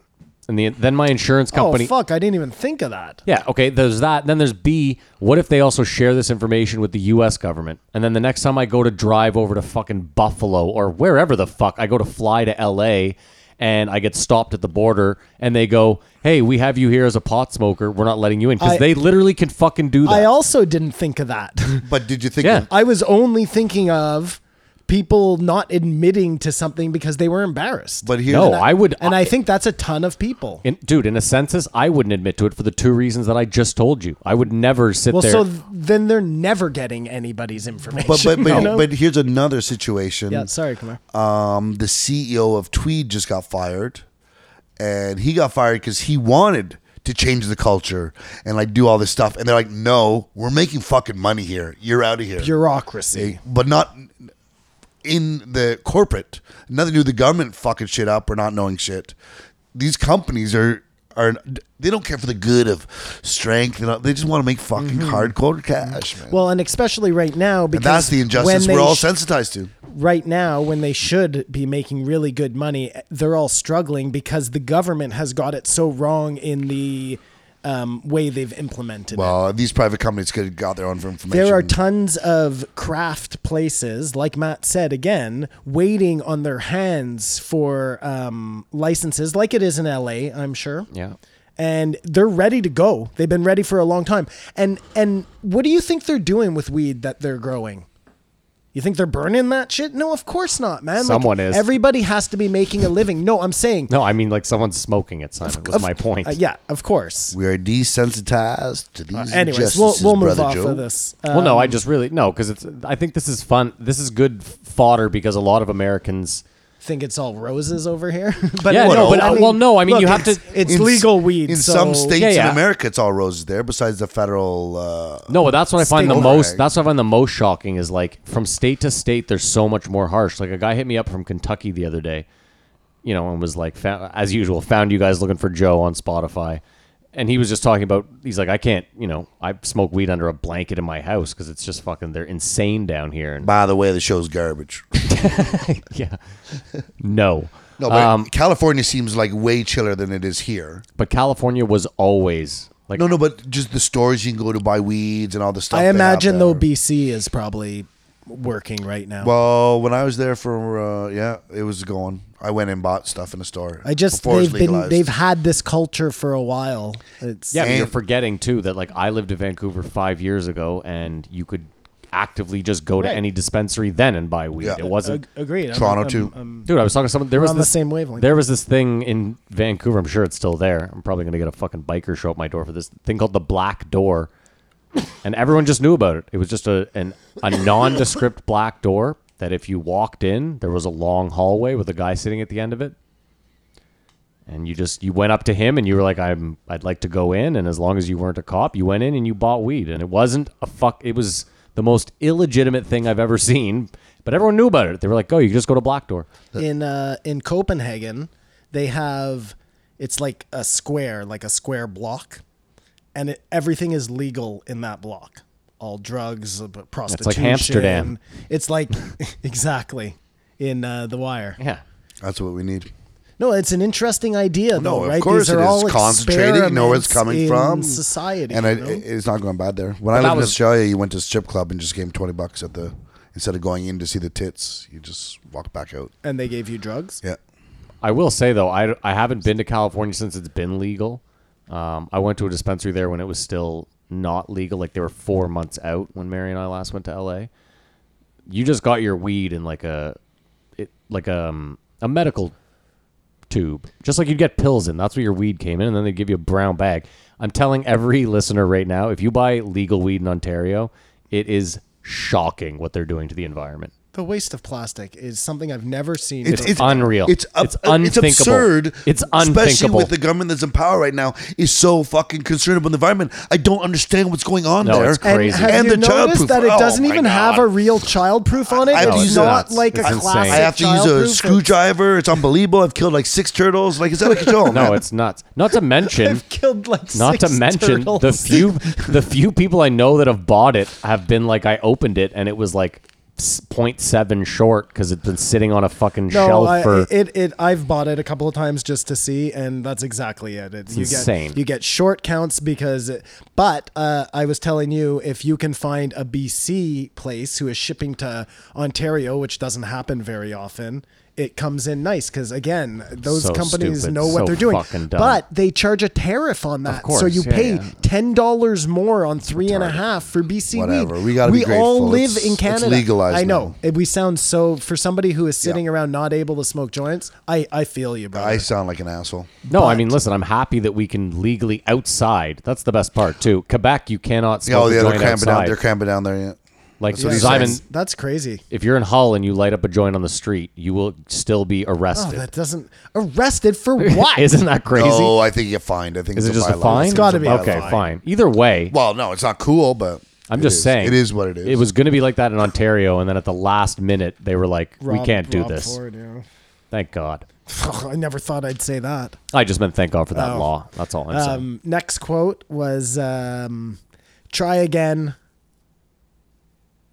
And the, then my insurance company.
Oh fuck! I didn't even think of that.
Yeah, okay, there's that. Then there's B, what if they also share this information with the US government? And then the next time I go to drive over to fucking Buffalo or wherever the fuck, I go to fly to LA and I get stopped at the border and they go, "Hey, we have you here as a pot smoker. We're not letting you in." Cuz
I-
they literally can fucking do that.
I also didn't think of that.
But did you think?
Yeah.
I was only thinking of people not admitting to something because they were embarrassed.
But here's
no, I would
and I think that's a ton of people.
in, dude, in a census, I wouldn't admit to it for the two reasons that I just told you. I would never sit
well,
there.
so th- then they're never getting anybody's information.
But but but,
you know?
but here's another situation.
yeah, sorry, Kumar.
um, the CEO of Tweed just got fired, and he got fired because he wanted to change the culture and like do all this stuff. And they're like, "No, we're making fucking money here. You're out of here."
Bureaucracy.
but not in the corporate. Nothing to do with the government fucking shit up or not knowing shit. These companies are are they don't care for the good of strength. You know, they just want to make fucking hardcore cash, man.
Mm-hmm. Well, and especially right now because
and that's the
when
injustice
they
we're all
sh-
sensitized to.
right now when they should be making really good money they're all struggling because the government has got it so wrong in the um, way they've implemented it
Well, these private companies could have got their own information.
there are tons of craft places, like Matt said again, waiting on their hands for um, licenses, like it is in LA, I'm sure.
Yeah.
And they're ready to go. They've been ready for a long time. And and what do you think they're doing with weed that they're growing? You think they're burning that shit? No, of course not, man. Like,
Someone is.
Everybody has to be making a living. No, I'm saying.
no, I mean like someone's smoking it, Simon. was my point.
Uh, yeah, of course.
we are desensitized to these.
Anyways,
injustices,
we'll, we'll move
Brother
off
Joe.
of this.
well, no, I just really no because it's. I think this is fun. This is good f- fodder because a lot of Americans.
think it's all roses over here. but
Yeah, no, but, uh, well, no, I mean, you have
it's-
to-
It's
In s-
legal weed
in
so-
some states
Yeah, yeah.
in America. It's all roses there, besides the federal. Uh,
No, but that's what I find the
Sting.
most. That's what I find the most shocking is like from state to state, there's so much more harsh. Like a guy hit me up from Kentucky the other day, you know, and was like, fa- as usual, found you guys looking for Joe on Spotify, and he was just talking about. He's like, I can't, you know, I smoke weed under a blanket in my house because it's just fucking. They're insane down here. And
by the way, the show's garbage.
yeah, no.
No, but California seems like way chiller than it is here.
But California was always like
No, no, but just the stores you can go to buy weeds and all the stuff.
I
they have
imagine though
there.
BC is probably working right now.
Well, when I was there for uh, yeah, it was going. I went and bought stuff in the store.
I just
before it was
they've been
legalized.
they've had this culture for a while. It's
Yeah, but you're
And-
forgetting too that like I lived in Vancouver five years ago, and you could actively just go to
Right.
any dispensary then and buy weed.
Yeah.
It wasn't,
Ag- agreed. I'm-
Toronto
I'm-
too.
I'm-
dude. I was talking to someone. There was
on the
this,
same wavelength.
There was this thing in Vancouver. I'm sure it's still there. I'm probably gonna get a fucking biker show up my door for this thing called the Black Door, and everyone just knew about it. It was just a an, a nondescript black door that if you walked in, there was a long hallway with a guy sitting at the end of it. And you just you went up to him and you were like, "I'm I'd like to go in." And as long as you weren't a cop, you went in and you bought weed. And it wasn't a fuck. It was the most illegitimate thing I've ever seen. But everyone knew about it. They were like, "Oh, you can just go to Black Door."
in uh, in Copenhagen, they have it's like a square, like a square block, and it, everything is legal in that block. All drugs, uh, prostitution.
Amsterdam.
It's like exactly in uh, the wire.
Yeah.
That's what we need.
No, it's an interesting idea, though,
No,
right?
of course
These
it
are all
is concentrated. You know where it's
experiments
coming
in
from.
Society,
and I,
you know?
it's not going bad there. When I
that
lived in
was-
Australia, you went to a strip club and just gave 'em twenty bucks at the instead of going in to see the tits, you just walked back out.
and they gave you drugs.
Yeah,
I will say though, I, I haven't been to California since it's been legal. Um, I went to a dispensary there when it was still not legal. Like they were four months out when Mary and I last went to LA. You just got your weed in like a, it, like um, a medical tube, just like you'd get pills in. That's what your weed came in, and then they give you a brown bag. I'm telling every listener right now, if you buy legal weed in Ontario, it is shocking what they're doing to the environment.
The waste of plastic is something I've never seen.
It's unreal.
It's up, uh,
It's unthinkable.
It's absurd.
It's
Especially
unthinkable.
with the government that's in power right now is so fucking concerned about the environment. I don't understand what's going on
No,
there.
it's crazy.
And have
And
you
the
noticed
childproof-
that it
oh
doesn't
my
even
God.
have a real childproof on it?
I have to
it's
use
not
nuts.
like
It's
a
insane.
classic.
I have to use
childproof.
a
It's-
screwdriver. It's unbelievable. I've killed like six turtles. Like it's out of control. man.
No, it's nuts. Not to mention,
I've killed like
Not to
six
mention
turtles.
the few the few people I know that have bought it have been like I opened it and it was like s- 0.7 short because it's been sitting on a fucking
No,
shelf
I,
for.
it, it. I've bought it a couple of times just to see, and that's exactly it. It's
insane.
Get, you get short counts because, it, but uh, I was telling you, if you can find a BC place who is shipping to Ontario, which doesn't happen very often, it comes in nice because again, those
So
companies
stupid,
know what
so
they're doing.
fucking dumb.
But they charge a tariff on that, so
course,
you
yeah,
pay
yeah.
ten dollars more on three and a half for BC.
Whatever,
wheat.
we gotta be
We
grateful.
all live
It's-
in
it's
Canada.
legalized
I know.
now.
It- we sound so for somebody who is sitting
Yeah.
around not able to smoke joints. I I feel you, bro.
I sound like an asshole.
no, I mean, listen, I'm happy that we can legally outside. That's the best part, too. Quebec, you cannot
Yeah,
smoke
oh,
a
yeah, they're
joint
cramping down.
outside.
They're cramping down there. Yeah.
like,
what he
Simon,
says.
that's crazy.
if you're in Hull and you light up a joint on the street, you will still be
Oh,
arrested.
that doesn't arrested for what?
Isn't that crazy?
Oh, I think you get fined. I think
Is it
it's
just a
bylaw.
fine?
It's gotta be a
okay.
fine.
Fine. Either way,
Well, no, it's not cool, but
I'm
it
just
is.
saying
it is what it is.
It was going to be like that in Ontario, and then at the last minute they were like, "We
Rob-
can't do
Rob
this."
Ford, yeah.
Thank God.
I never thought I'd say that.
I just meant thank God for that law. That's all I'm saying.
Oh. Um, next quote was um, try again,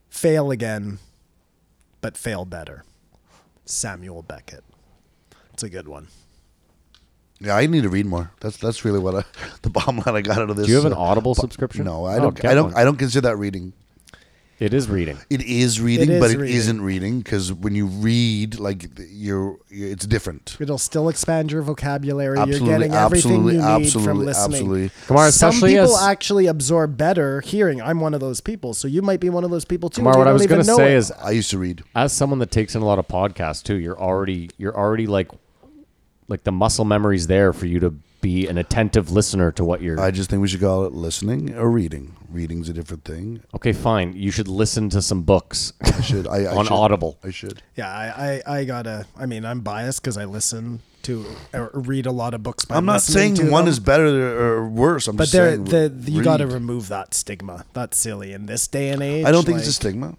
fail again, but fail better. Samuel Beckett. It's a good one.
Yeah, I need to read more. That's that's really what I, the bottom line I got out of this.
Do you have an
uh,
Audible subscription?
No, I
Oh,
don't.
get
I don't.
one.
I don't consider that reading.
It is reading.
It is reading,
is
but it
reading.
not reading because when you read, like th- you're, it's different.
It'll still expand your vocabulary.
Absolutely,
You're getting everything
absolutely,
you need from
absolutely,
listening.
absolutely.
Kumar,
Some
especially
people
as-
actually absorb better hearing. I'm one of those people, so you might be one of those people too.
Kumar,
and you
what I
don't
was
even
going to
know
say
it.
is,
I used to read.
as someone that takes in a lot of podcasts too, you're already you're already like like the muscle memory's there for you to be an attentive listener to what you're.
I just think we should call it listening or reading. Reading's a different thing.
okay, fine. You should listen to some books
I should. I, I
on
should.
Audible.
I should.
yeah, I, I, I gotta. I mean, I'm biased because I listen to or read a lot of books. By
I'm not
listening
saying
to
one
them.
is better or worse. I'm
But
just
there,
saying
the, the- you got to
read.
remove that stigma. That's silly in this day and age.
I don't think it's a
like,
stigma.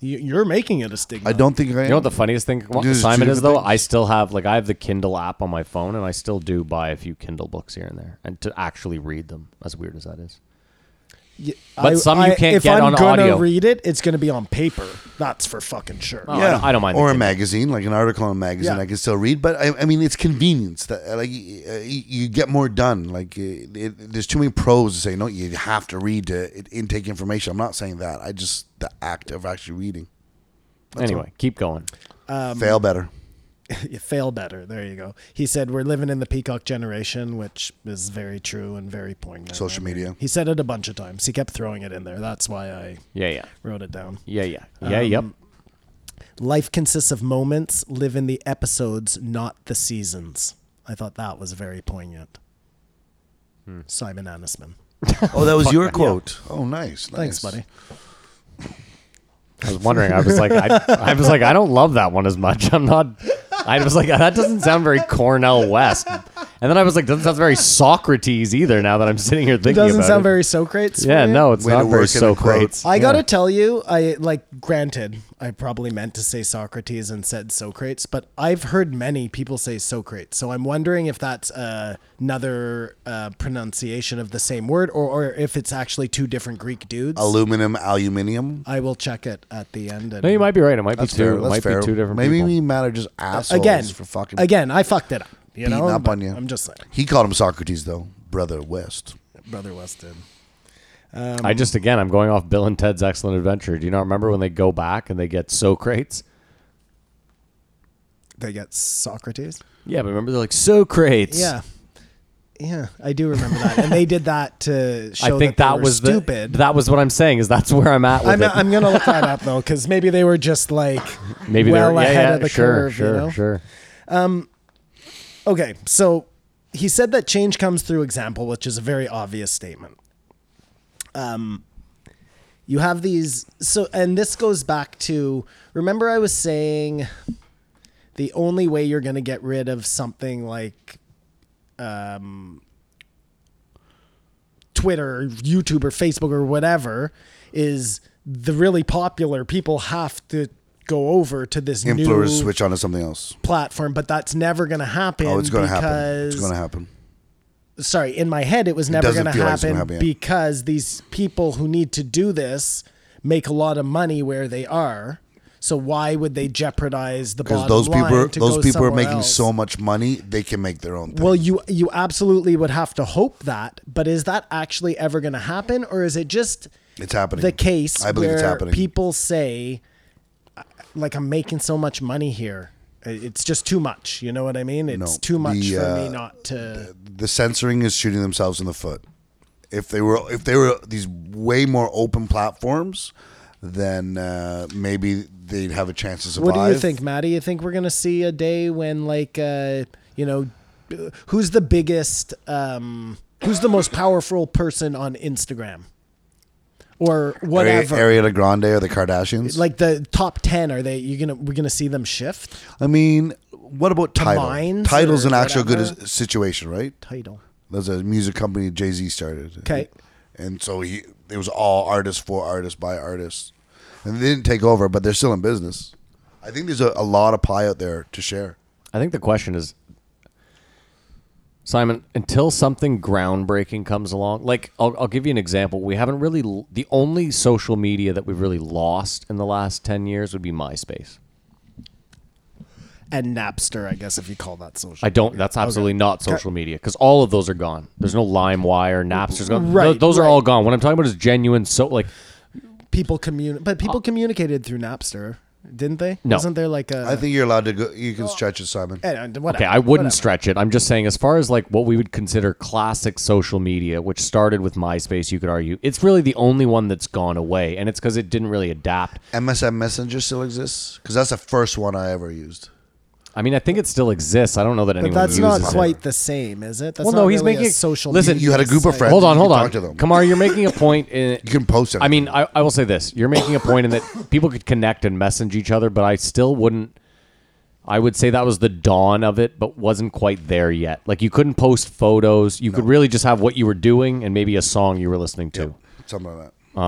you- You're making it a stigma.
I don't think I.
You know what the funniest thing,
These are two
Simon, is
different
though?
things.
I still have like I have the Kindle app on my phone, and I still do buy a few Kindle books here and there, and to actually read them. As weird as that is, but
I-
some you
I-
can't
if
get
I'm
on
gonna
audio.
read it, it's gonna be on paper. That's for fucking sure.
Oh, I don't- I don't mind the
Or a
Kindle.
magazine, like an article in a magazine,
Yeah.
I can still read. But I, I mean, it's convenience. That uh, like y- uh, y- you get more done. Like it, it, there's too many pros to say no. You have to read to i- intake information. I'm not saying that. I just the act of actually reading.
anyway, keep going.
Fail better.
you fail better. There you go. He said, We're living in the peacock generation, which is very true and very poignant.
Social
I mean,
media.
He said it a bunch of times. He kept throwing it in there. That's why I
Yeah, yeah,
wrote it down.
yeah, yeah,
Um,
yeah. yep.
Life consists of moments. Live in the episodes, not the seasons. I thought that was very poignant.
Hmm.
Simon Anisman.
Oh, that was your quote. Oh, nice.
Thanks,
nice.
buddy.
I was wondering. I was like, I, I was like, I don't love that one as much. I'm not. I was like, that doesn't sound very Cornell West. And then I was like, doesn't sound very Socrates either. Now that I'm sitting here thinking
It doesn't
about
sound
it.
very Socrates. for
Yeah,
you?
no, it's
Way to
not very
work in a quote.
Socrates.
I
Yeah.
gotta tell you, I like granted, I probably meant to say Socrates and said Socrates, but I've heard many people say Socrates, so I'm wondering if that's uh, another uh, pronunciation of the same word, or, or if it's actually two different Greek dudes.
Aluminum, aluminium.
I will check it at the end. And
No, you might be right. It might
That's
be two.
fair.
It
That's
might
fair.
be two different.
Maybe
people.
me and Matt are just assholes
again
for fucking
again. I fucked it up. You
beating
know,
up
but
on you.
I'm just saying,
He called him Socrates though, brother West.
brother Weston.
I just again, I'm going off Bill and Ted's Excellent Adventure. Do you not remember when they go back and they get Socrates?
They get Socrates.
Yeah, but remember they're like Socrates.
Yeah. Yeah, I do remember that, and they did that to show
I think
that,
that,
they were
was
stupid.
The, that was what I'm saying. Is that's where I'm at with
I'm,
it.
I'm gonna look that up though, because maybe they were just like
Maybe
well
they're yeah,
ahead
yeah,
of the
sure,
curve.
sure,
you know?
sure.
Okay, so he said that change comes through example, which is a very obvious statement. Um, you have these so, and this goes back to remember I was saying the only way you're gonna get rid of something like um, Twitter, or YouTube, or Facebook, or whatever, is the really popular people have to go over to this
Influencers
new
switch onto something else.
platform. But that's never going to happen.
Oh, it's going to happen.
because-
It's going to happen.
Sorry, in my head, it was never
doesn't
going to
feel like it's
happen
gonna happen, yeah.
because these people who need to do this make a lot of money where they are. So why would they jeopardize the
because
bottom
those
line
people are,
to
those
go
people are
somewhere
making
else?
so much money they can make their own thing.
Well, you you absolutely would have to hope that, but is that actually ever going to happen, or is it just
it's happening.
the case
I believe
where
it's happening.
people say, like, I'm making so much money here, it's just too much. You know what I mean? It's
No,
too much
the,
for me
uh,
not to.
the censoring is shooting themselves in the foot. If they were if they were these way more open platforms, then uh, maybe they'd have a chance to survive.
What do you think, Maddie? You think we're going to see a day when, like, uh, you know, who's the biggest, um, who's the most powerful person on Instagram, or
Ari-
whatever?
Ariana Grande or the Kardashians?
like the top 10 are they you gonna we're gonna see them shift
I mean, what about title?
Mines
Title's
or
an actual
whatever?
good s- situation, right?
title
That's a music company Jay Z started.
Okay.
And so he it was all artists for artists by artists. And they didn't take over, but they're still in business. I think there's a, a lot of pie out there to share.
I think the question is, Simon, until something groundbreaking comes along, like I'll, I'll give you an example. We haven't really, l- the only social media that we've really lost in the last 10 years would be MySpace.
and napster i guess if you call that social
I don't, that's absolutely not social media because all of those are gone. There's no LimeWire, Napster's gone.
Right,
Right, those are
right.
all gone. What I'm talking about is genuine, so like,
people communi- but people communicated through napster didn't they
No.
wasn't there like a
I think you're allowed to go you can stretch it, Simon.
eh, whatever,
Okay, I wouldn't
whatever.
stretch it. I'm just saying, as far as like what we would consider classic social media, which started with MySpace, you could argue it's really the only one that's gone away, and it's because it didn't really adapt.
MSN Messenger still exists? Because that's the first one I ever used.
I mean, I think it still exists. I don't know that anyone.
but that's
uses
not
it.
quite the same is it that's
Well,
not
no, he's
really
making-
a social
listen,
media
You had a group of
site.
friends.
Hold on,
You
hold
can
on.
talk to them.
Kamar, you're making a point. In,
You can post it.
I mean, I, I will say this: you're making a point in that people could connect and message each other, but I still wouldn't. I would say that was the dawn of it, but wasn't quite there yet. Like you couldn't post photos. You could really just have what you were doing and maybe a song you were listening to.
something like that.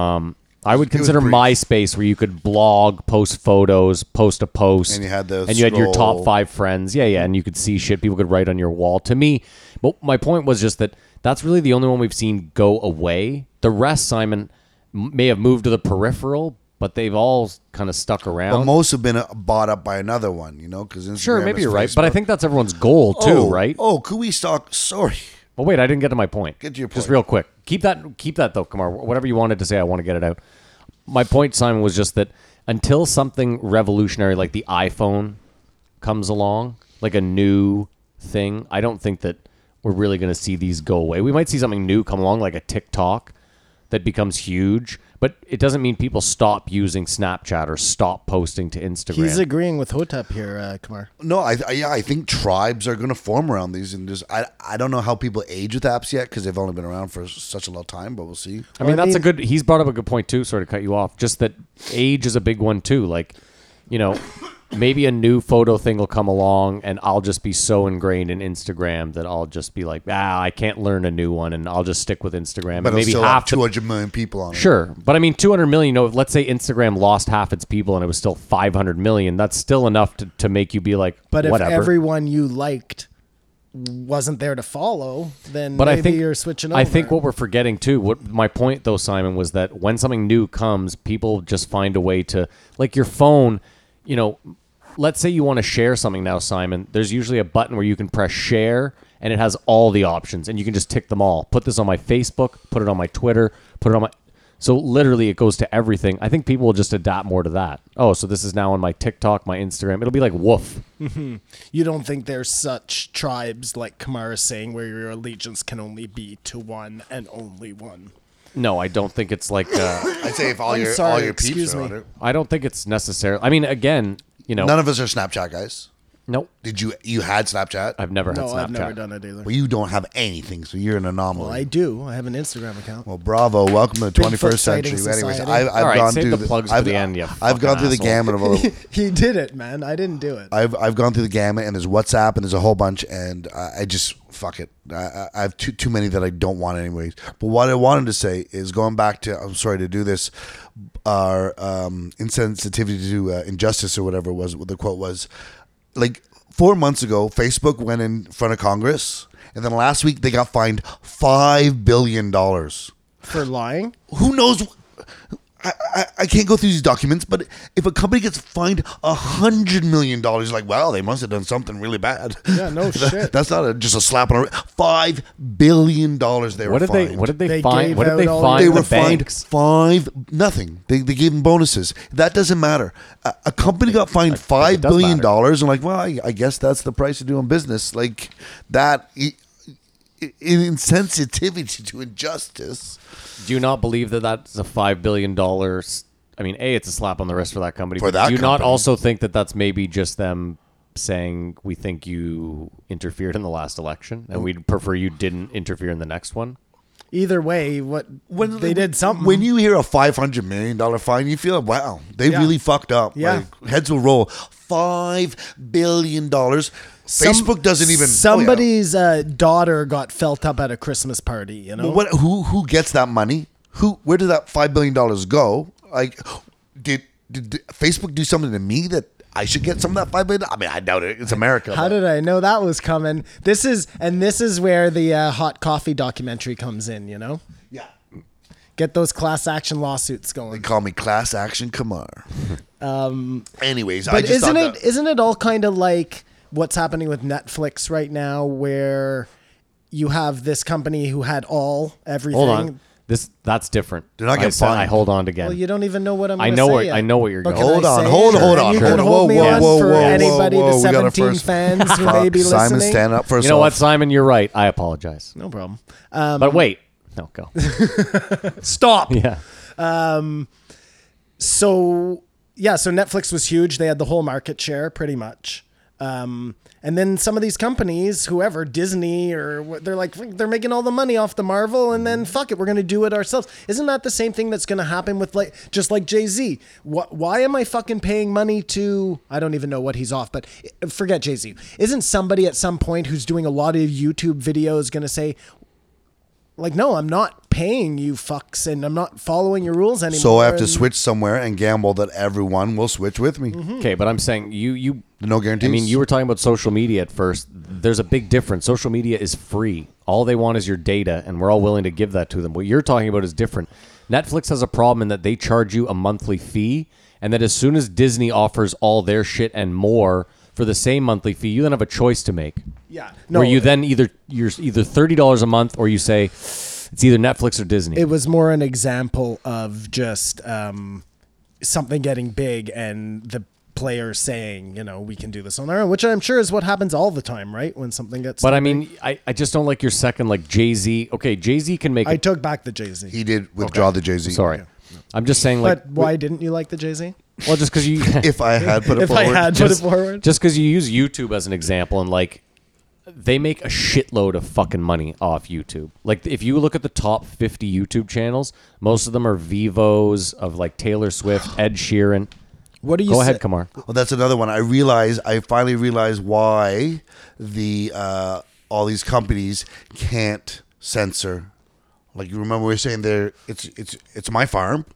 I would
was
consider
brief.
MySpace where you could blog, post photos, post a post,
And you had the
and you had your top
scroll.
five friends. Yeah, yeah, and you could see shit people could write on your wall. To me, but my point was just that that's really the only one we've seen go away. The rest, Simon, m- may have moved to the peripheral, but they've all kind of stuck
But
around.
most have been uh, bought up by another one, you know, because
sure, maybe you're right, but I think that's everyone's goal too, right?
Oh, could we stock? Sorry,
But wait, I didn't get to my point.
Get to your
Just
point.
real quick. Keep that keep that though, Kamar. Whatever you wanted to say, I want to get it out. My point, Simon, was just that until something revolutionary like the iPhone comes along, like a new thing, I don't think that we're really going to see these go away. We might see something new come along like a TikTok that becomes huge, but it doesn't mean people stop using Snapchat or stop posting to Instagram.
he's agreeing with hotep here uh, kumar
no, I, I yeah, I think tribes are going to form around these, and just I I don't know how people age with apps yet because they've only been around for such a long time, but we'll see.
I mean,
Well, I
that's a
mean-
good. He's brought up a good point too. Sort of cut you off. Just that age is a big one too. Like, you know, maybe a new photo thing will come along, and I'll just be so ingrained in Instagram that I'll just be like, ah, I can't learn a new one, and I'll just stick with Instagram.
But
and maybe
maybe still
half
have
the
two hundred million people on it.
Sure, but I mean, 200 million. You know, let's say Instagram lost half its people, and it was still 500 million. That's still enough to, to make you be like,
but if
whatever.
everyone you liked wasn't there to follow then
but
maybe
I think
you're switching over.
I think what we're forgetting too. What my point though, Simon, was that when something new comes, people just find a way to like your phone. You know, let's say you want to share something now, Simon. There's usually a button where you can press share, and it has all the options, and you can just tick them all. Put this on my Facebook. Put it on my Twitter. Put it on my. So literally, it goes to everything. I think people will just adapt more to that. Oh, so this is now on my TikTok, my Instagram. It'll be like woof.
You don't think there's such tribes like Kamara saying where your allegiance can only be to one and only one.
No, I don't think it's like. Uh,
I'd say if all
I'm
your
sorry,
all your
excuse
peeps are
me.
on it.
I don't think it's necessary. I mean, again, you know,
None of us are Snapchat guys.
Nope.
Did you you had Snapchat?
I've never had
No,
Snapchat.
I've never done it either.
well, you don't have anything, so you're an anomaly.
I do. I have an Instagram account.
Well, bravo! Welcome to the 21st
sighting
century. Anyways,
society.
I've, I've
All right,
gone
save
through
the plugs for
I've,
the end, you
I've
fucking
gone through the
asshole.
gamut of. A,
he did it, man. I didn't do it.
I've I've gone through the gamut, and there's WhatsApp, and there's a whole bunch, and I, I just fuck it. I, I, I have too too many that I don't want anyways. But what I wanted to say is going back to I'm sorry to do this, our um, insensitivity to uh, injustice or whatever it was what the quote was, like four months ago, Facebook went in front of Congress, and then last week they got fined five billion dollars.
For lying?
Who knows? I, I, I can't go through these documents, but if a company gets fined a hundred million dollars, like wow, they must have done something really bad.
Yeah, no
That-
shit.
That's not a, just a slap on a five billion dollars. They
What
were
did they?
fined.
What did they,
They
find?
gave
What did they
out all-
find?
They
the
were fined
banks?
five nothing. They, they gave them bonuses. That doesn't matter. A, a company got fined
think
five
it does
billion
matter.
dollars, and like, well, I, I guess that's the price of doing business. Like that, i- i- insensitivity to injustice.
Do you not believe that that's a five billion dollars? I mean, a it's a slap on the wrist for that company.
For
but
that
do you not
company.
also think that that's maybe just them saying we think you interfered in the last election and we'd prefer you didn't interfere in the next one?
Either way, what when they did something.
When you hear a five hundred million dollar fine, you feel wow, they
Yeah.
really fucked up.
Yeah.
Like, heads will roll. Five billion dollars.
Some-
Facebook doesn't even oh, yeah.
Somebody's uh, daughter got felt up at a Christmas party. You know,
Well, what? Who who gets that money? Who? Where did that five billion dollars go? Like, did, did did Facebook do something to me that I should get some of that five billion? I mean, I doubt it. It's America.
How
but-
did I know that was coming? This is and this is where the uh, hot coffee documentary comes in. You know,
yeah?
get those class action lawsuits
They
going.
call me class action Kamar. Um. Anyways, I
But
just
isn't
thought
it
that-
not it all kind of like what's happening with Netflix right now, where you have this company who had all everything.
Hold on, this that's different.
Did not
I
get
said- I
fined.
hold on again.
Well, you don't even know what I'm.
I
gonna
know
say
where-
yet.
I know where you're
But
going.
can
Hold
I
on,
say
hold-
it?
hold
And
on,
you
hold
can
on.
hold me
Whoa,
on
whoa,
for
whoa, whoa,
anybody
whoa,
to
we got our
17
first-
fans who
Fuck,
may be listening.
Simon, stand up for
you know what,
yourself.
Simon? You're right. I apologize.
No problem. Um,
But wait, no, go.
stop.
yeah,
so yeah, so Netflix was huge. They had the whole market share pretty much. Um, and then some of these companies, whoever Disney or what, they're like, they're making all the money off the Marvel, and
Mm-hmm.
then fuck it, we're gonna do it ourselves. Isn't that the same thing that's gonna happen with like just like Jay Z? Wh- why am I fucking paying money to? I don't even know what he's off, but eh, forget Jay Z. Isn't somebody at some point who's doing a lot of YouTube videos gonna say? Like no, I'm not paying you fucks, and I'm not following your rules anymore.
So I have to
and-
switch somewhere and gamble that everyone will switch with me.
Mm-hmm.
okay. But I'm saying you you
No guarantees.
I mean, you were talking about social media at first. There's a big difference. Social media is free. All they want is your data, and we're all willing to give that to them. What you're talking about is different. Netflix has a problem in that they charge you a monthly fee, and that as soon as Disney offers all their shit and more for the same monthly fee, you then have a choice to make.
Yeah.
where you then either you're either thirty dollars a month, or you say it's either Netflix or Disney.
it was more an example of just um, something getting big and the player saying, you know, we can do this on our own, which I'm sure is what happens all the time, right? When something gets.
but I mean, I, I just don't like your second, like Jay Z. Okay, Jay Z can make.
I
a
took back the Jay Z.
he did withdraw the Jay Z.
sorry, I'm just saying, like,
But why didn't you like the Jay Z?
well, just because you
If I had put it
If I
forward,
had put it forward.
just because you use YouTube as an example and like they make a shitload of fucking money off YouTube. Like if you look at the top 50 YouTube channels, most of them are Vivos of like Taylor Swift, Ed Sheeran.
What do you?
Go
say-
ahead, Kamar.
Well, Oh, that's another one. I realize I finally realized why the uh, all these companies can't censor. Like you remember, we were saying there, it's it's it's my farm.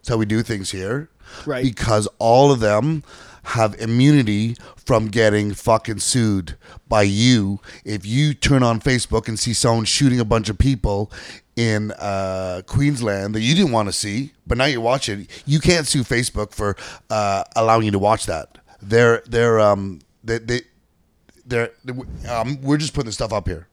It's how we do things here,
Right.
Because all of them have immunity from getting fucking sued by you if you turn on Facebook and see someone shooting a bunch of people in uh, Queensland that you didn't want to see, but now you watch it. You can't sue Facebook for uh, allowing you to watch that. They're they're um they they they're um, we're just putting this stuff up here,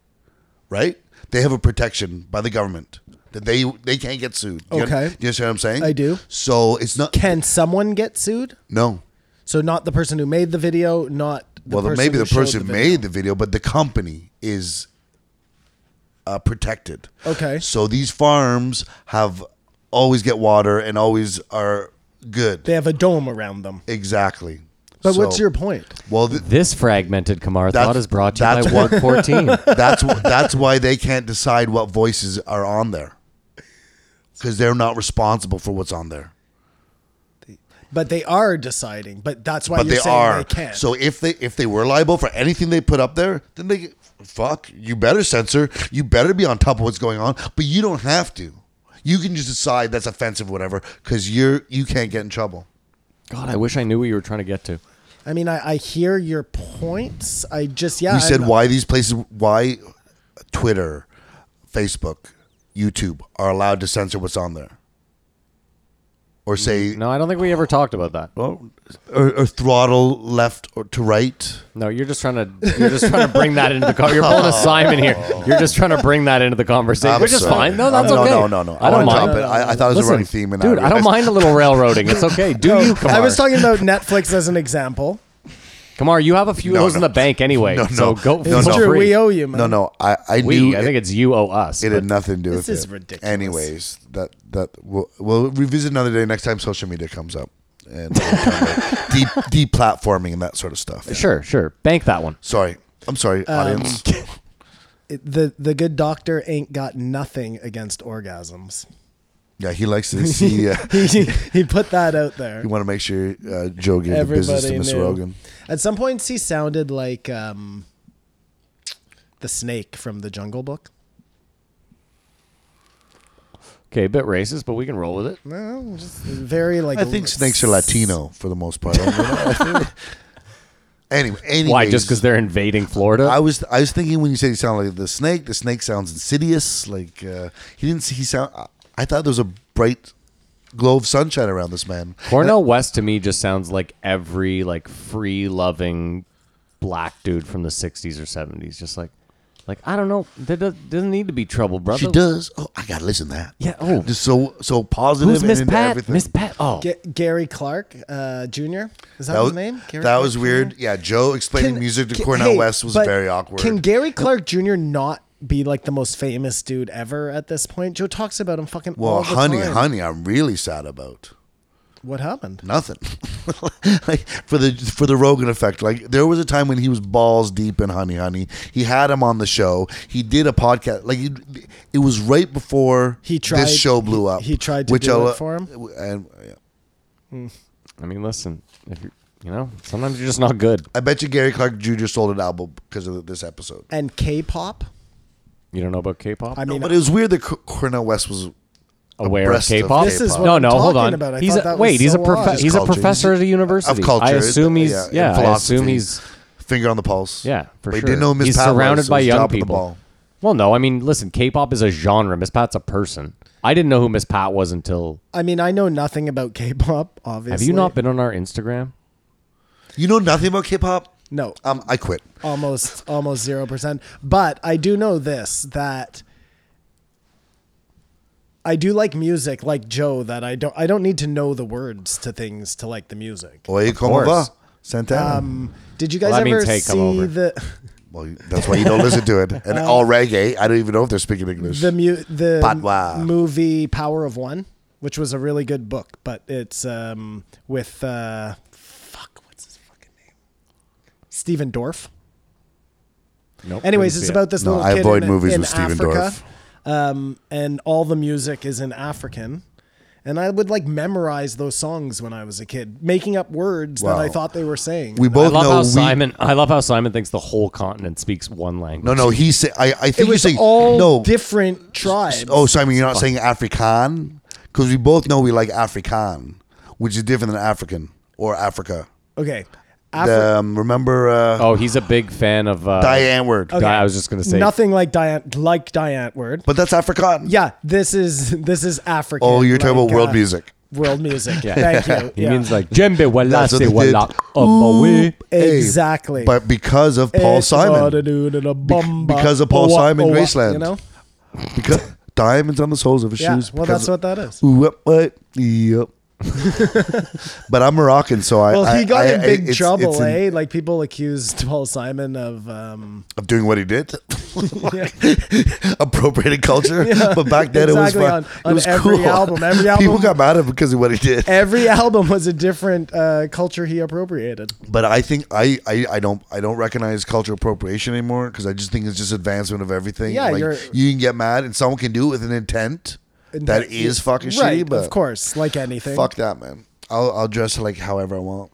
right? They have a protection by the government that they they can't get sued. Do you-
Okay.
do you understand what I'm saying?
I do.
So it's not
Can someone get sued?
no.
So not the person who made the video, not the
well, the-
person
maybe
who
the
showed
person
video.
made the video, but the company is uh, protected.
Okay.
So these farms have always get water and always are good.
They have a dome around them.
exactly.
But
So-
what's your point?
well? th-
This fragmented Kamar
That's-
thought is brought to you
that's
by
what-
Ward 14.
that's wh- that's why they can't decide what voices are on there because they're not responsible for what's on there.
But they are deciding. But that's why
But
you're
they
saying
are.
they can.
So if they if they were liable for anything they put up there, then they fuck. You better censor. You better be on top of what's going on. But you don't have to. You can just decide that's offensive, whatever, because you're you can't get in trouble.
God, I wish I knew what you were trying to get to.
I mean, I, I hear your points. I just yeah.
We said
I'm-
why these places, why Twitter, Facebook, YouTube are allowed to censor what's on there. or say
No, I don't think we ever talked about that.
well, or, or throttle left or to right.
No, you're just trying to you're just trying to bring that into the con- you're pulling a Simon here. You're just trying to bring that into the conversation,
Oh. I'm
which is
sorry.
fine. No, that's
no,
okay.
No, no, no. I,
don't
want to
mind.
top it. I, I thought it was a running theme, and now
dude,
I
I don't
realized-
mind a little railroading. It's okay. Do you, Kamar?
I was talking about Netflix as an example.
Kamar, you have a few of
No,
those in
no.
the bank anyway.
No,
so
no.
go.
No,
feel
It's
no.
true.
free.
We owe you, man.
No, no. I I
We,
knew
I
it-
think it's you owe us.
It
but-
had nothing to do with
This is
it.
ridiculous.
Anyways, that that we'll, we'll revisit another day next time social media comes up and de deplatforming and that sort of stuff.
sure, sure. Bank that one.
Sorry, I'm sorry,
Um,
audience.
It- the the good doctor ain't got nothing against orgasms.
yeah, he likes to see. Uh,
he, he put that out there.
you want to make sure uh, Joe gave the business to
Everybody
Mr.
knew.
Rogan.
At some points, he sounded like um, the snake from the Jungle Book.
Okay, a bit racist, but we can roll with it.
No, just very like.
I think snakes are Latino for the most part. anyway, anyways,
Why? Just because they're invading Florida?
I was I was thinking when you said he sounded like the snake. The snake sounds insidious. Like uh, he didn't. He sound. I- I thought there was a bright glow of sunshine around this man.
Cornell West to me just sounds like every like free loving black dude from the '60s or '70s. Just like, like I don't know, there does, doesn't need to be trouble, brother.
She does. Oh, I gotta listen to that.
Yeah, oh.
just so so positive.
Who's
and
Miss
into
Pat?
everything.
Miss Pat. Oh,
Ga- Gary Clark uh, Jr. Is that,
That was,
his name? Gary
that
Clark
was
Jr.?
weird. Yeah, Joe explaining
Can-
music to
can-
Cornell
hey,
West was
but
very awkward.
Can Gary Clark Jr. not be like the most famous dude ever at this point? Joe talks about him fucking all
well,
the
honey,
time.
honey, I'm really sad about.
What happened?
nothing. like for the for the Rogan effect. Like there was a time when he was balls deep in Honey Honey. He had him on the show. He did a podcast. Like it, it was right before
He tried-
this show blew up.
he tried to do it for him?
And yeah.
I mean, listen, if you you know, sometimes you're just not good.
I bet you Gary Clark Jr. sold an album because of this episode.
And K-pop.
You don't know about K-pop.
I
I'm
mean,
But it was weird that C- Cornell West was.
aware of
abreast of
K-pop.
This is what
no,
I'm
no, hold
talking
on.
about. I
he's
thought
a,
that was
wait. he's a
so odd.
profe- Uh, he's a
Culture.
professor at a university.
Of culture,
I assume he's
and
yeah. I assume
philosophy.
he's
finger on the pulse.
Yeah, for
But he
sure.
didn't know Miss
He's
Pat was,
surrounded
so
by
it was
young
drop of the
people.
ball.
Well, no, I mean, listen, K-pop is a genre. Miss Pat's a person. I didn't know who Miss Pat was until.
I mean, I know nothing about K-pop. Obviously,
Have you not been on our Instagram?
You know nothing about K-pop.
No,
Um, I quit.
almost almost zero percent. But I do know this that I do like music, like Joe. That I don't I don't need to know the words to things to like the music.
Oye, como va?
course.
Santana.
Um, did you guys
Well, that
ever
means, hey, come
see
over.
the
Well, you- that's why you don't listen to it. And all reggae, I don't even know if they're speaking English.
the mu- the
Patois.
movie Power of One, which was a really good book, but it's um, with uh, fuck, what's his fucking name? Stephen Dorff.
Nope.
Anyways,
didn't
it's
see it.
about this
No,
little
I
kid
avoid
in,
movies
in
with Stephen
Africa,
Dorff.
um, and all the music is in African. And I would like memorize those songs when I was a kid, making up words
Wow.
that I thought they were saying.
we
I
both
love
know
how
we,
Simon. I love how Simon thinks the whole continent speaks one language.
No, no, he's. Say, I, I
it
think
was
you're saying
all
no.
different tribes.
oh, Simon, you're not saying Afrikaan because we both know we like Afrikaan, which is different than African or Africa.
okay. Afri-
The, um, remember uh,
Oh, he's a big fan of uh,
Diane word,
Di- I was just gonna say
nothing like Diane, like Diane word.
but that's Afrikaan.
Yeah, this is this is African.
Oh, you're talking about world
uh,
music.
World music. Thank you.
He
yeah.
means like Jembe wala
That's what
se oh,
they
wala
did.
abawe."
Hey,
exactly.
But because of Paul
It's about a
Simon,
dude in a bumba.
because of Paul
Oh, what-
Simon
oh, what,
Graceland.
You know?
because diamonds on the soles of his
Yeah.
shoes.
Well,
because
that's what that is.
Ooh, what, what? Yep. but I'm Moroccan, so I.
Well,
I-
he got
I-
in
I-
big
it's-
trouble,
it's in-
eh? Like people accused Paul Simon of. Um,
Of doing what he did,
yeah,
appropriated culture. but back then
exactly,
it was fun.
on-
It
on
was
every
cool.
album, every
People
album.
got mad at him because of what he did.
every album was a different uh, culture he appropriated.
But I think I, I, I don't I don't recognize cultural appropriation anymore because I just think it's just advancement of everything.
Yeah,
like,
you're-
you can get mad and someone can do it with an intent that is fucking
right,
shitty. But
of course, like anything.
fuck that, man. I'll I'll dress like however I want.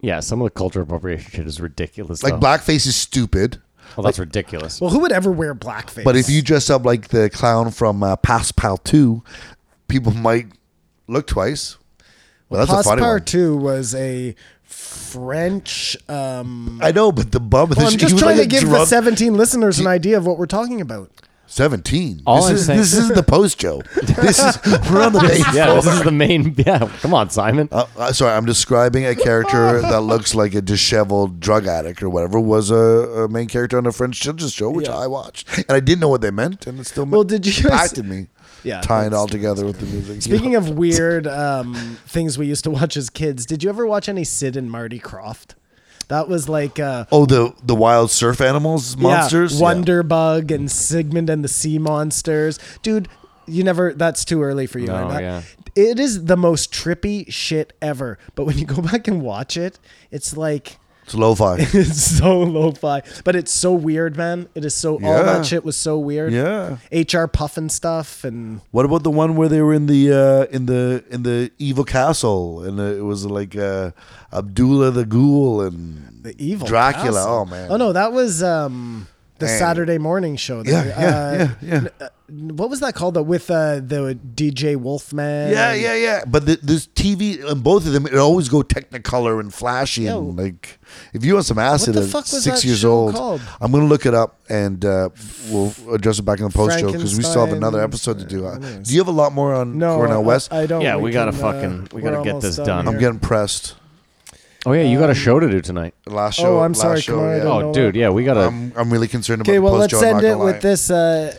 Yeah, some of the cultural appropriation shit is ridiculous.
Like
though.
blackface is stupid.
Well, that's ridiculous.
Well, who would ever wear blackface?
But if you dress up like the clown from uh, Passepartout, people might look twice. Well, that's a funny one.
Passepartout was a French. Um,
I know, but the bum.
well, I'm
he
just
was
trying
like
to
a
give the
drunk-
17 listeners an idea of what we're talking about.
Seventeen.
All
this,
I'm
is,
saying-
this isn't the post Joe. This is we're on the main
Yeah,
floor.
this is the main. Yeah, come on, Simon.
Uh, uh, sorry, I'm describing a character that looks like a disheveled drug addict or whatever was a, a main character on a French children's show, which I watched, and I didn't know what they meant, and it still
Well, did you-
impacted me.
Yeah,
tying it
that's-
all together with the music.
Speaking of weird um, things we used to watch as kids, did you ever watch any Sid and Marty Croft? That was like uh,
oh, the the wild surf animals, monsters,
yeah, Wonder Bug and Sigmund and the Sea Monsters. Dude, you never. That's too early for you.
No,
I bet.
yeah.
It is the most trippy shit ever. But when you go back and watch it, it's like
Yeah. It's lo-fi.
it's so lo-fi, but it's so weird, man. It is so all
Yeah.
that shit was so weird.
Yeah.
HR Puffin stuff and
What about the one where they were in the uh, in the in the evil castle and uh, it was like uh, Abdullah the ghoul and
the evil
Dracula?
castle.
Oh man!
Oh no, that was um the
Man.
Saturday morning show.
Yeah,
that- uh,
yeah, yeah, yeah,
What was that called? The with uh, the DJ Wolfman.
yeah, yeah, yeah. But the, this TV and both of them, it always go Technicolor and flashy. And,
Yo.
like, if you want some acid
the
at
fuck was
six
that
years
show
old,
called?
I'm gonna look it up and uh, we'll address it back in the post show because we still have another episode to do. Uh,
Frankenstein.
do you have a lot more on
No,
Cornell
I-
West?
I, don't.
Yeah, we gotta
can,
fucking- we
we're
gotta get
almost
this
done.
done.
I'm
here.
getting pressed.
Oh yeah, you
um,
got a show to do tonight.
Last show.
Oh, I'm
last
sorry,
show,
Kamara, I
yeah.
don't know
Oh dude, yeah, we gotta.
I'm, I'm really concerned about
Okay,
the
well,
post
let's
show. I'm
end
not
it
gonna lie.
with this. Uh,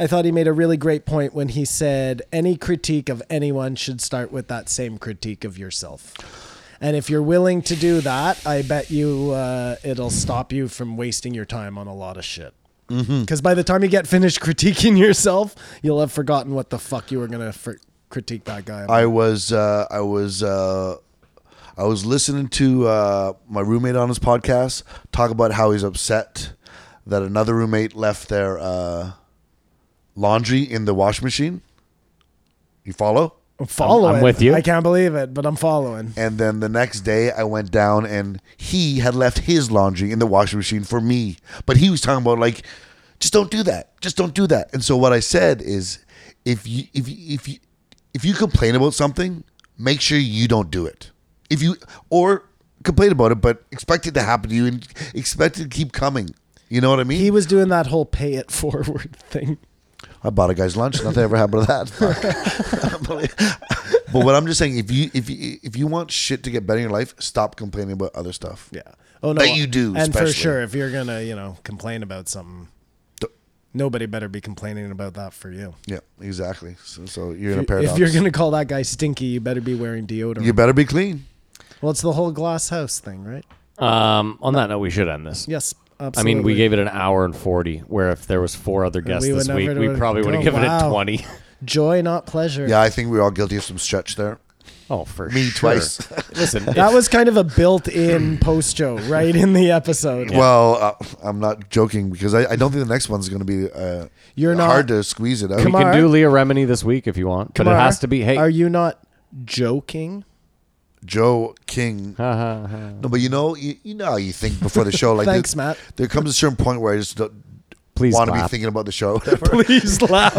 I thought he made a really great point when he said any critique of anyone should start with that same critique of yourself. And if you're willing to do that, I bet you uh, it'll stop you from wasting your time on a lot of shit. Because
Mm-hmm.
by the time you get finished critiquing yourself, you'll have forgotten what the fuck you were gonna fr- critique that guy. About.
I was uh, I was uh, I was listening to uh, my roommate on his podcast talk about how he's upset that another roommate left their uh, laundry in the wash machine. You follow?
Follow
I'm
it.
with you.
I can't believe it, but I'm following.
And then the next day, I went down and he had left his laundry in the washing machine for me. But he was talking about like, just don't do that. Just don't do that. And so what I said is, if you if you, if you if you complain about something, make sure you don't do it. If you or complain about it, but expect it to happen to you and expect it to keep coming. You know what I mean?
He was doing that whole pay it forward thing.
I bought a guy's lunch. Nothing ever happened to that. Fuck. but what I'm just saying, if you if you if you want shit to get better in your life, stop complaining about other stuff.
Yeah. Oh no.
That you do,
And
especially.
for sure, if you're gonna, you know, complain about something,
D-
nobody better be complaining about that for you.
Yeah, exactly. So, so you're in a paradox.
If you're gonna call that guy stinky, you better be wearing deodorant.
you better be clean.
well, it's the whole glass house thing, right?
um, on that note, we should end this.
Yes.
I
Absolutely.
mean, we gave it an hour and forty. Where if there was four other guests
We would
this
never
week,
do
we
it.
probably would have
Oh,
given it
wow.
twenty.
joy, not pleasure.
Yeah, I think we're all guilty of some stretch there.
Oh, for
Me
sure.
twice.
Listen, if-
That was kind of a built-in post show right in the episode.
Well, uh, I'm not joking because I, I don't think the next one's going to be. Uh,
You're not-
hard to squeeze it out.
we
Come on.
can
Kamar-
do Leah Remini this week if you want, but it
Kamar,
has to be. Hey,
are you not joking?
Joe King. no, but you know, you, you know, how you think before the show. Like
Thanks,
there,
Matt.
There comes a certain point where I just don't
Please
want to be
clap.
thinking about the show. Whatever.
Please laugh.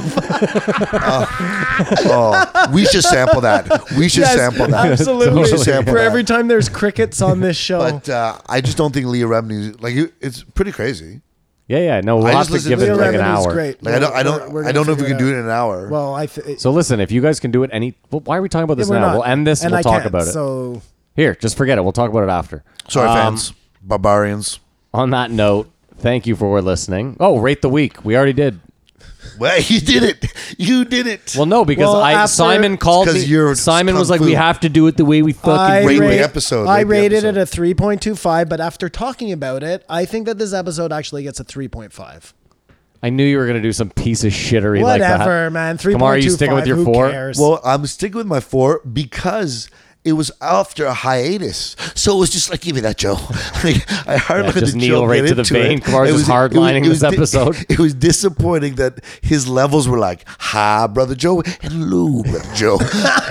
Oh, we should sample that. We should
Yes,
sample that.
Absolutely.
We should sample
For
that.
every time there's crickets on this show.
But uh, I just don't think Leah Remini like it- it's pretty crazy.
yeah, yeah, no, we'll
I
have
just
to
listened
give
to
it
Leo
like an
Lemon is
hour.
Great.
Like I don't, I don't,
We're- we're
I don't know if we
gonna
can do it in an hour.
Well, I th-
So listen, if you guys can do it any, well, why are we talking about this
we're
now?
not.
We'll end this and,
I
we'll talk
can't,
about it.
So
Here, just forget it. We'll talk about it after.
Sorry,
Um,
fans, barbarians.
On that note, thank you for listening. Oh, rate the week. We already did.
Well, you did it. You did it.
Well, no, because
Well,
I
after-
Simon called me.
'Cause you're
Simon
kung
was like,
fu.
"We have to do it the way we fucking."
I
rate
do
the
it."
rate-
episode,
I
rate the
rated
episode.
it a three point two five, but after talking about it, I think that this episode actually gets a three point five.
I knew you were gonna do some piece of shittery like that.
Whatever, man. Three
Kamar,
point
you
two
sticking
five.
with your
who
four?
Cares?
Well, I'm sticking with my four because it was after a hiatus, so it was just like, give me that, Joe. like, I hardly
Yeah,
let
just
the
kneel
Joe
right
get
to the
into it.
vein. Kamar's
It
just hardlining this
di-
episode.
It was disappointing that his levels were like, "Hi, brother Joe," and "Lou, brother Joe,"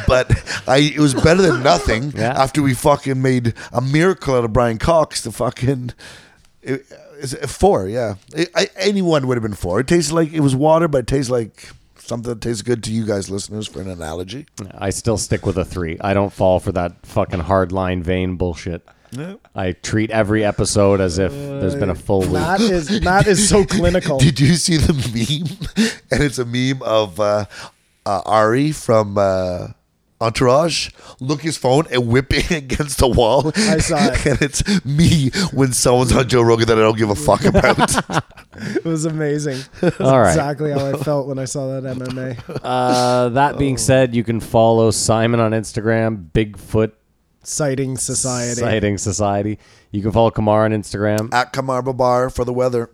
but I it was better than nothing.
Yeah.
After we fucking made a miracle out of Brian Cox, the fucking. It, it's a four, yeah. It, I, anyone would have been four. It tasted like it was water, but it tastes like something that tastes good to you guys, listeners, for an analogy.
I still stick with a three. I don't fall for that fucking hard line vein bullshit. I treat every episode as if there's been a full week.
Matt is Matt is so clinical.
Did you see the meme? And it's a meme of uh, uh, Ari from uh, Entourage look his phone and whipping against the wall.
I saw it.
and it's me when someone's on Joe Rogan that I don't give a fuck about.
It was amazing. That's
All right.
Exactly how I felt when I saw that MMA.
Uh, that
Oh.
being said, you can follow Simon on Instagram, Bigfoot
Sighting Society.
Sighting Society. You can follow Kamar on Instagram.
At Camarba Bar for the weather.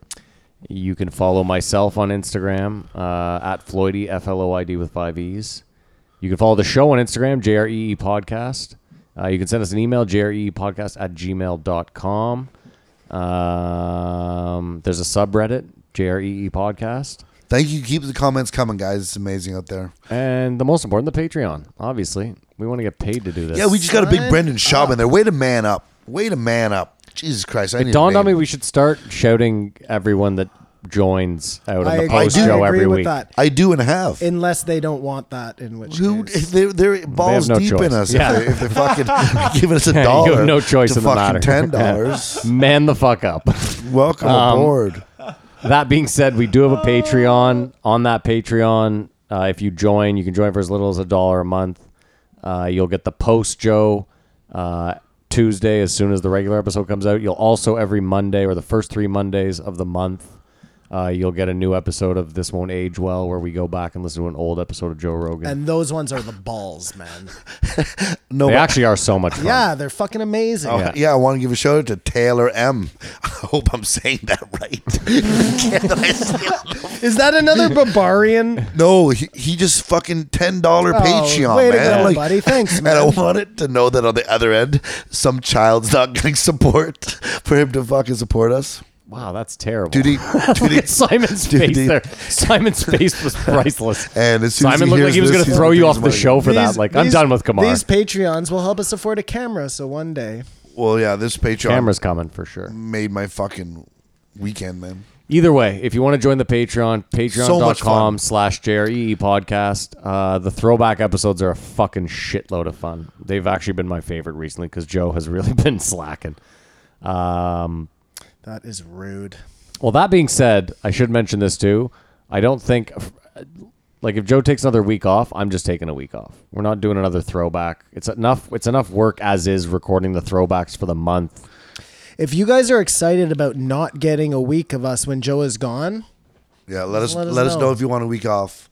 You can follow myself on Instagram uh, at Floydy, F L O I D with five E's. You can follow the show on Instagram, JREE E Podcast. Uh, you can send us an email, jreepodcast E at gmail.com. Um, there's a subreddit, JREE E Podcast.
Thank you. Keep the comments coming, guys. It's amazing out there.
And the most important, the Patreon, obviously. We want to get paid to do this.
Yeah, we just got a big Brendan Schaub in there. Way to man up. Way to man up. Jesus Christ. I need a
It dawned on me
name.
we should start shouting everyone that joins out on
I,
the
agree- I
post show
agree
every
with
week.
that.
I do and have.
Unless they don't want that, in which
Who
case.
they're, they're balls
no
deep
choice.
in us
Yeah.
if, they, if they're fucking giving us a
Yeah,
dollar.
you have no choice
to
in the
fucking
matter.
Ten dollars.
Man the fuck up.
Welcome
Um,
aboard.
that being said, we do have a Patreon. On that Patreon, uh, if you join, you can join for as little as a dollar a month. Uh, you'll get the post Joe uh, Tuesday as soon as the regular episode comes out. You'll also every Monday or the first three Mondays of the month. Uh, you'll get a new episode of This Won't Age Well, where we go back and listen to an old episode of Joe Rogan.
And those ones are the balls, man.
No,
they
but- uh,
actually are so much fun.
Yeah, they're fucking amazing.
Oh,
yeah. I want to give a shout out to Taylor M. I hope I'm saying that right. Can't I say-
Is that another Barbarian?
no, he, he just fucking ten dollar
Oh,
Patreon,
way to
man.
go,
Like,
buddy. Thanks,
And I
man.
wanted to know that on the other end, some child's not getting support for him to fucking support us.
Wow, that's terrible.
Dude, he- dude, he-
Look at Simon's
Dude,
face
he-
there. Simon's face was priceless.
And as soon as
Simon
he
looked like
hears
he was
this,
going to
he's
throw
gonna
you
take
off
his
the
money.
show for that. Like, I'm done with Kamar.
These Patreons will help us afford a camera, so one day.
Well, yeah, this Patreon
Camera's coming for sure.
made my fucking weekend, man.
Either way, if you want to join the Patreon,
So much
patreon.com
fun.
slash JREE E podcast. Uh, the throwback episodes are a fucking shitload of fun. They've actually been my favorite recently because Joe has really been slacking. Um,
That is rude.
well, that being said, I should mention this too. I don't think, like, if Joe takes another week off, I'm just taking a week off. We're not doing another throwback. It's enough. It's enough work as is recording the throwbacks for the month.
If you guys are excited about not getting a week of us when Joe is gone,
Yeah, let us let us, know. if you want a week off.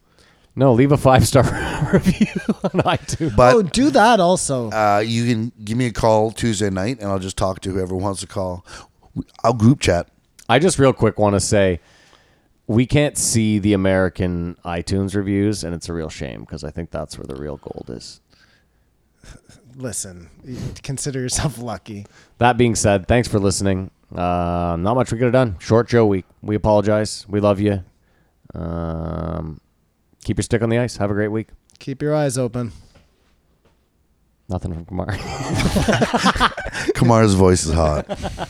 No, leave a five star review on iTunes.
But
oh, do that also.
uh, you can give me a call Tuesday night, and I'll just talk to whoever wants to call. We- I'll group chat.
I just real quick want to say we can't see the American iTunes reviews, and it's a real shame because I think that's where the real gold is.
Listen, y- consider yourself lucky.
That being said, thanks for listening. Uh, not much we could have done. Short Joe week. We apologize. We love you. Um, keep your stick on the ice. Have a great week.
Keep your eyes open.
Nothing from Kamar.
Kamar's voice is hot.